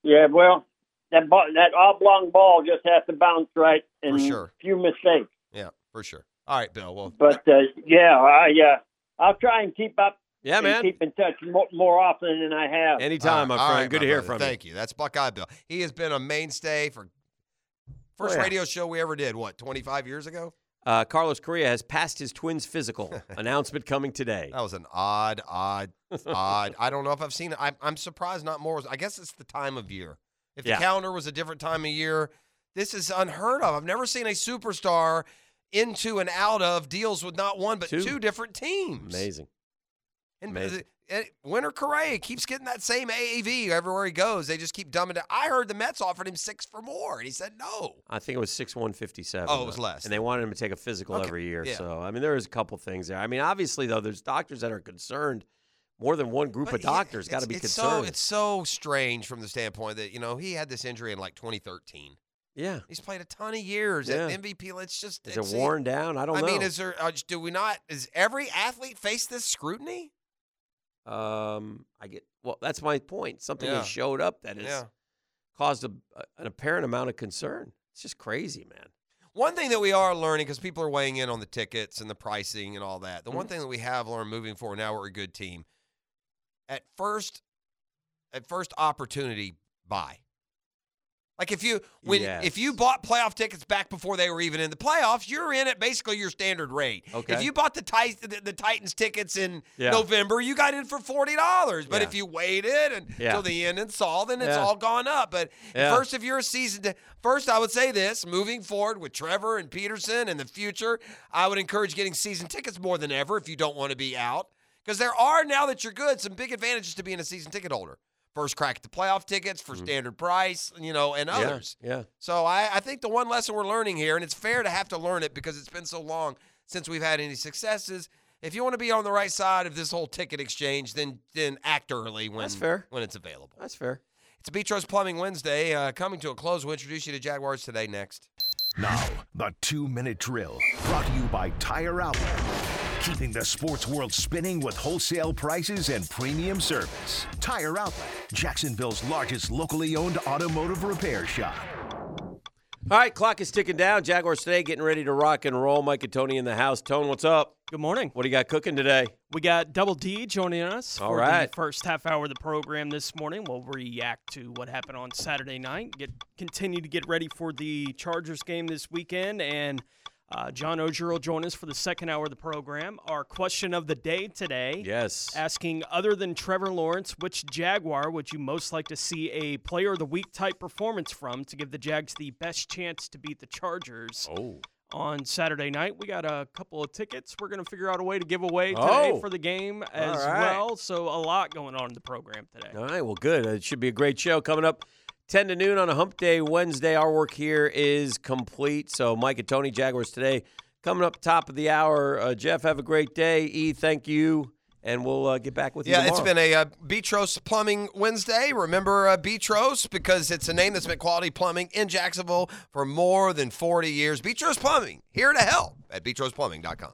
[SPEAKER 12] Yeah, well, that ball, that oblong ball just has to bounce right, and
[SPEAKER 2] sure.
[SPEAKER 12] few mistakes.
[SPEAKER 2] Yeah, for sure. All right, Bill. Well,
[SPEAKER 12] But uh, yeah, I uh, I'll try and keep up.
[SPEAKER 7] Yeah,
[SPEAKER 12] and
[SPEAKER 7] man.
[SPEAKER 12] Keep in touch more, more often than I have.
[SPEAKER 7] Anytime, my
[SPEAKER 2] all
[SPEAKER 7] friend. Good to hear
[SPEAKER 2] brother.
[SPEAKER 7] from you.
[SPEAKER 2] Thank you. That's Buckeye Bill. He has been a mainstay for first
[SPEAKER 7] Oh, yeah.
[SPEAKER 2] radio show we ever did. What, 25 years ago?
[SPEAKER 7] Uh, Carlos Correa has passed his twins physical. Announcement coming today.
[SPEAKER 2] That was an odd, odd, odd. I don't know if I've seen it. I'm, I'm surprised not more. I guess it's the time of year. If
[SPEAKER 7] Yeah.
[SPEAKER 2] the calendar was a different time of year, this is unheard of. I've never seen a superstar into and out of deals with not one but two,
[SPEAKER 7] Two.
[SPEAKER 2] different teams.
[SPEAKER 7] Amazing.
[SPEAKER 2] And
[SPEAKER 7] Amazing.
[SPEAKER 2] the- and Winter Correa keeps getting that same AAV everywhere he goes. They just keep dumbing down. I heard the Mets offered him six for more, and he said no.
[SPEAKER 7] I think it was six one fifty seven.
[SPEAKER 2] Oh, it was less.
[SPEAKER 7] And they wanted him to take a physical
[SPEAKER 2] Okay,
[SPEAKER 7] every year.
[SPEAKER 2] yeah.
[SPEAKER 7] So I mean, there is a couple things there. I mean, obviously though, there's doctors that are concerned. More than one group
[SPEAKER 2] But
[SPEAKER 7] of
[SPEAKER 2] he-
[SPEAKER 7] doctors got to
[SPEAKER 2] it's-
[SPEAKER 7] be
[SPEAKER 2] it's
[SPEAKER 7] concerned.
[SPEAKER 2] So, it's so strange from the standpoint that you know he had this injury in like 2013.
[SPEAKER 7] Yeah.
[SPEAKER 2] He's played a ton of years at
[SPEAKER 7] Yeah.
[SPEAKER 2] MVP. Let's just
[SPEAKER 7] Is it
[SPEAKER 2] it's-
[SPEAKER 7] worn down? I don't
[SPEAKER 2] I mean,
[SPEAKER 7] know.
[SPEAKER 2] is there? Uh, do we not? Is every athlete face this scrutiny?
[SPEAKER 7] Um, I get well. That's my point. Something
[SPEAKER 2] Yeah.
[SPEAKER 7] has showed up that has
[SPEAKER 2] Yeah.
[SPEAKER 7] caused a, an apparent amount of concern. It's just crazy, man.
[SPEAKER 2] One thing that we are learning because people are weighing in on the tickets and the pricing and all that. The one
[SPEAKER 7] Mm-hmm.
[SPEAKER 2] thing that we have learned moving forward now we're a good team. At first, at first opportunity, buy. Like if you when if you bought playoff tickets back before they were even in the playoffs, you're in at basically your standard rate.
[SPEAKER 7] Okay.
[SPEAKER 2] If you bought the, Tit- the, the Titans tickets in
[SPEAKER 7] Yeah.
[SPEAKER 2] November, you got in for forty dollars. But
[SPEAKER 7] Yeah.
[SPEAKER 2] if you waited until
[SPEAKER 7] Yeah.
[SPEAKER 2] the end and saw, then it's
[SPEAKER 7] Yeah.
[SPEAKER 2] all gone up. But
[SPEAKER 7] Yeah.
[SPEAKER 2] first, if you're a seasoned, first I would say this: moving forward with Trevor and Peterson in the future, I would encourage getting season tickets more than ever if you don't want to be out, because there are now that you're good some big advantages to being a season ticket holder. First crack at the playoff tickets for standard price, you know, and others.
[SPEAKER 7] Mm-hmm. Yeah. yeah.
[SPEAKER 2] So I, I think the one lesson we're learning here, and it's fair to have to learn it because it's been so long since we've had any successes. If you want to be on the right side of this whole ticket exchange, then then act early when
[SPEAKER 7] That's fair.
[SPEAKER 2] when it's available.
[SPEAKER 7] That's fair.
[SPEAKER 2] It's Beatrice Plumbing Wednesday uh, coming to a close. We'll introduce you to Jaguars today next.
[SPEAKER 5] Now, the two minute drill brought to you by Tire Outlet. Keeping the sports world spinning with wholesale prices and premium service. Tire Outlet, Jacksonville's largest locally owned automotive repair shop.
[SPEAKER 7] All right, clock is ticking down. Jaguars today getting ready to rock and roll. Mike and Tony in the house. Tone, what's up?
[SPEAKER 13] Good morning.
[SPEAKER 7] What do you got cooking today?
[SPEAKER 13] We got Double D joining us
[SPEAKER 7] All
[SPEAKER 13] for
[SPEAKER 7] right.
[SPEAKER 13] the first half hour of the program this morning. We'll react to what happened on Saturday night, get continue to get ready for the Chargers game this weekend, and uh, John Ogier will join us for the second hour of the program. Our question of the day today,
[SPEAKER 7] Yes.
[SPEAKER 13] asking other than Trevor Lawrence, which Jaguar would you most like to see a Player of the Week type performance from to give the Jags the best chance to beat the Chargers?
[SPEAKER 7] Oh.
[SPEAKER 13] On Saturday night, we got a couple of tickets. We're going to figure out a way to give away today
[SPEAKER 7] Oh.
[SPEAKER 13] for the game as
[SPEAKER 7] All right.
[SPEAKER 13] well. So a lot going on in the program today.
[SPEAKER 7] All right, well, good. It should be a great show coming up 10 to noon on a hump day Wednesday. Our work here is complete. So, Mike and Tony, Jaguars today, coming up top of the hour. Uh, Jeff, have a great day. E, thank you. And we'll uh, get back with you
[SPEAKER 2] Yeah, it's
[SPEAKER 7] tomorrow.
[SPEAKER 2] been a uh, Betros Plumbing Wednesday. Remember uh, Betros because it's a name that's been quality plumbing in Jacksonville for more than 40 years. Betros Plumbing, here to help at betrosplumbing.com.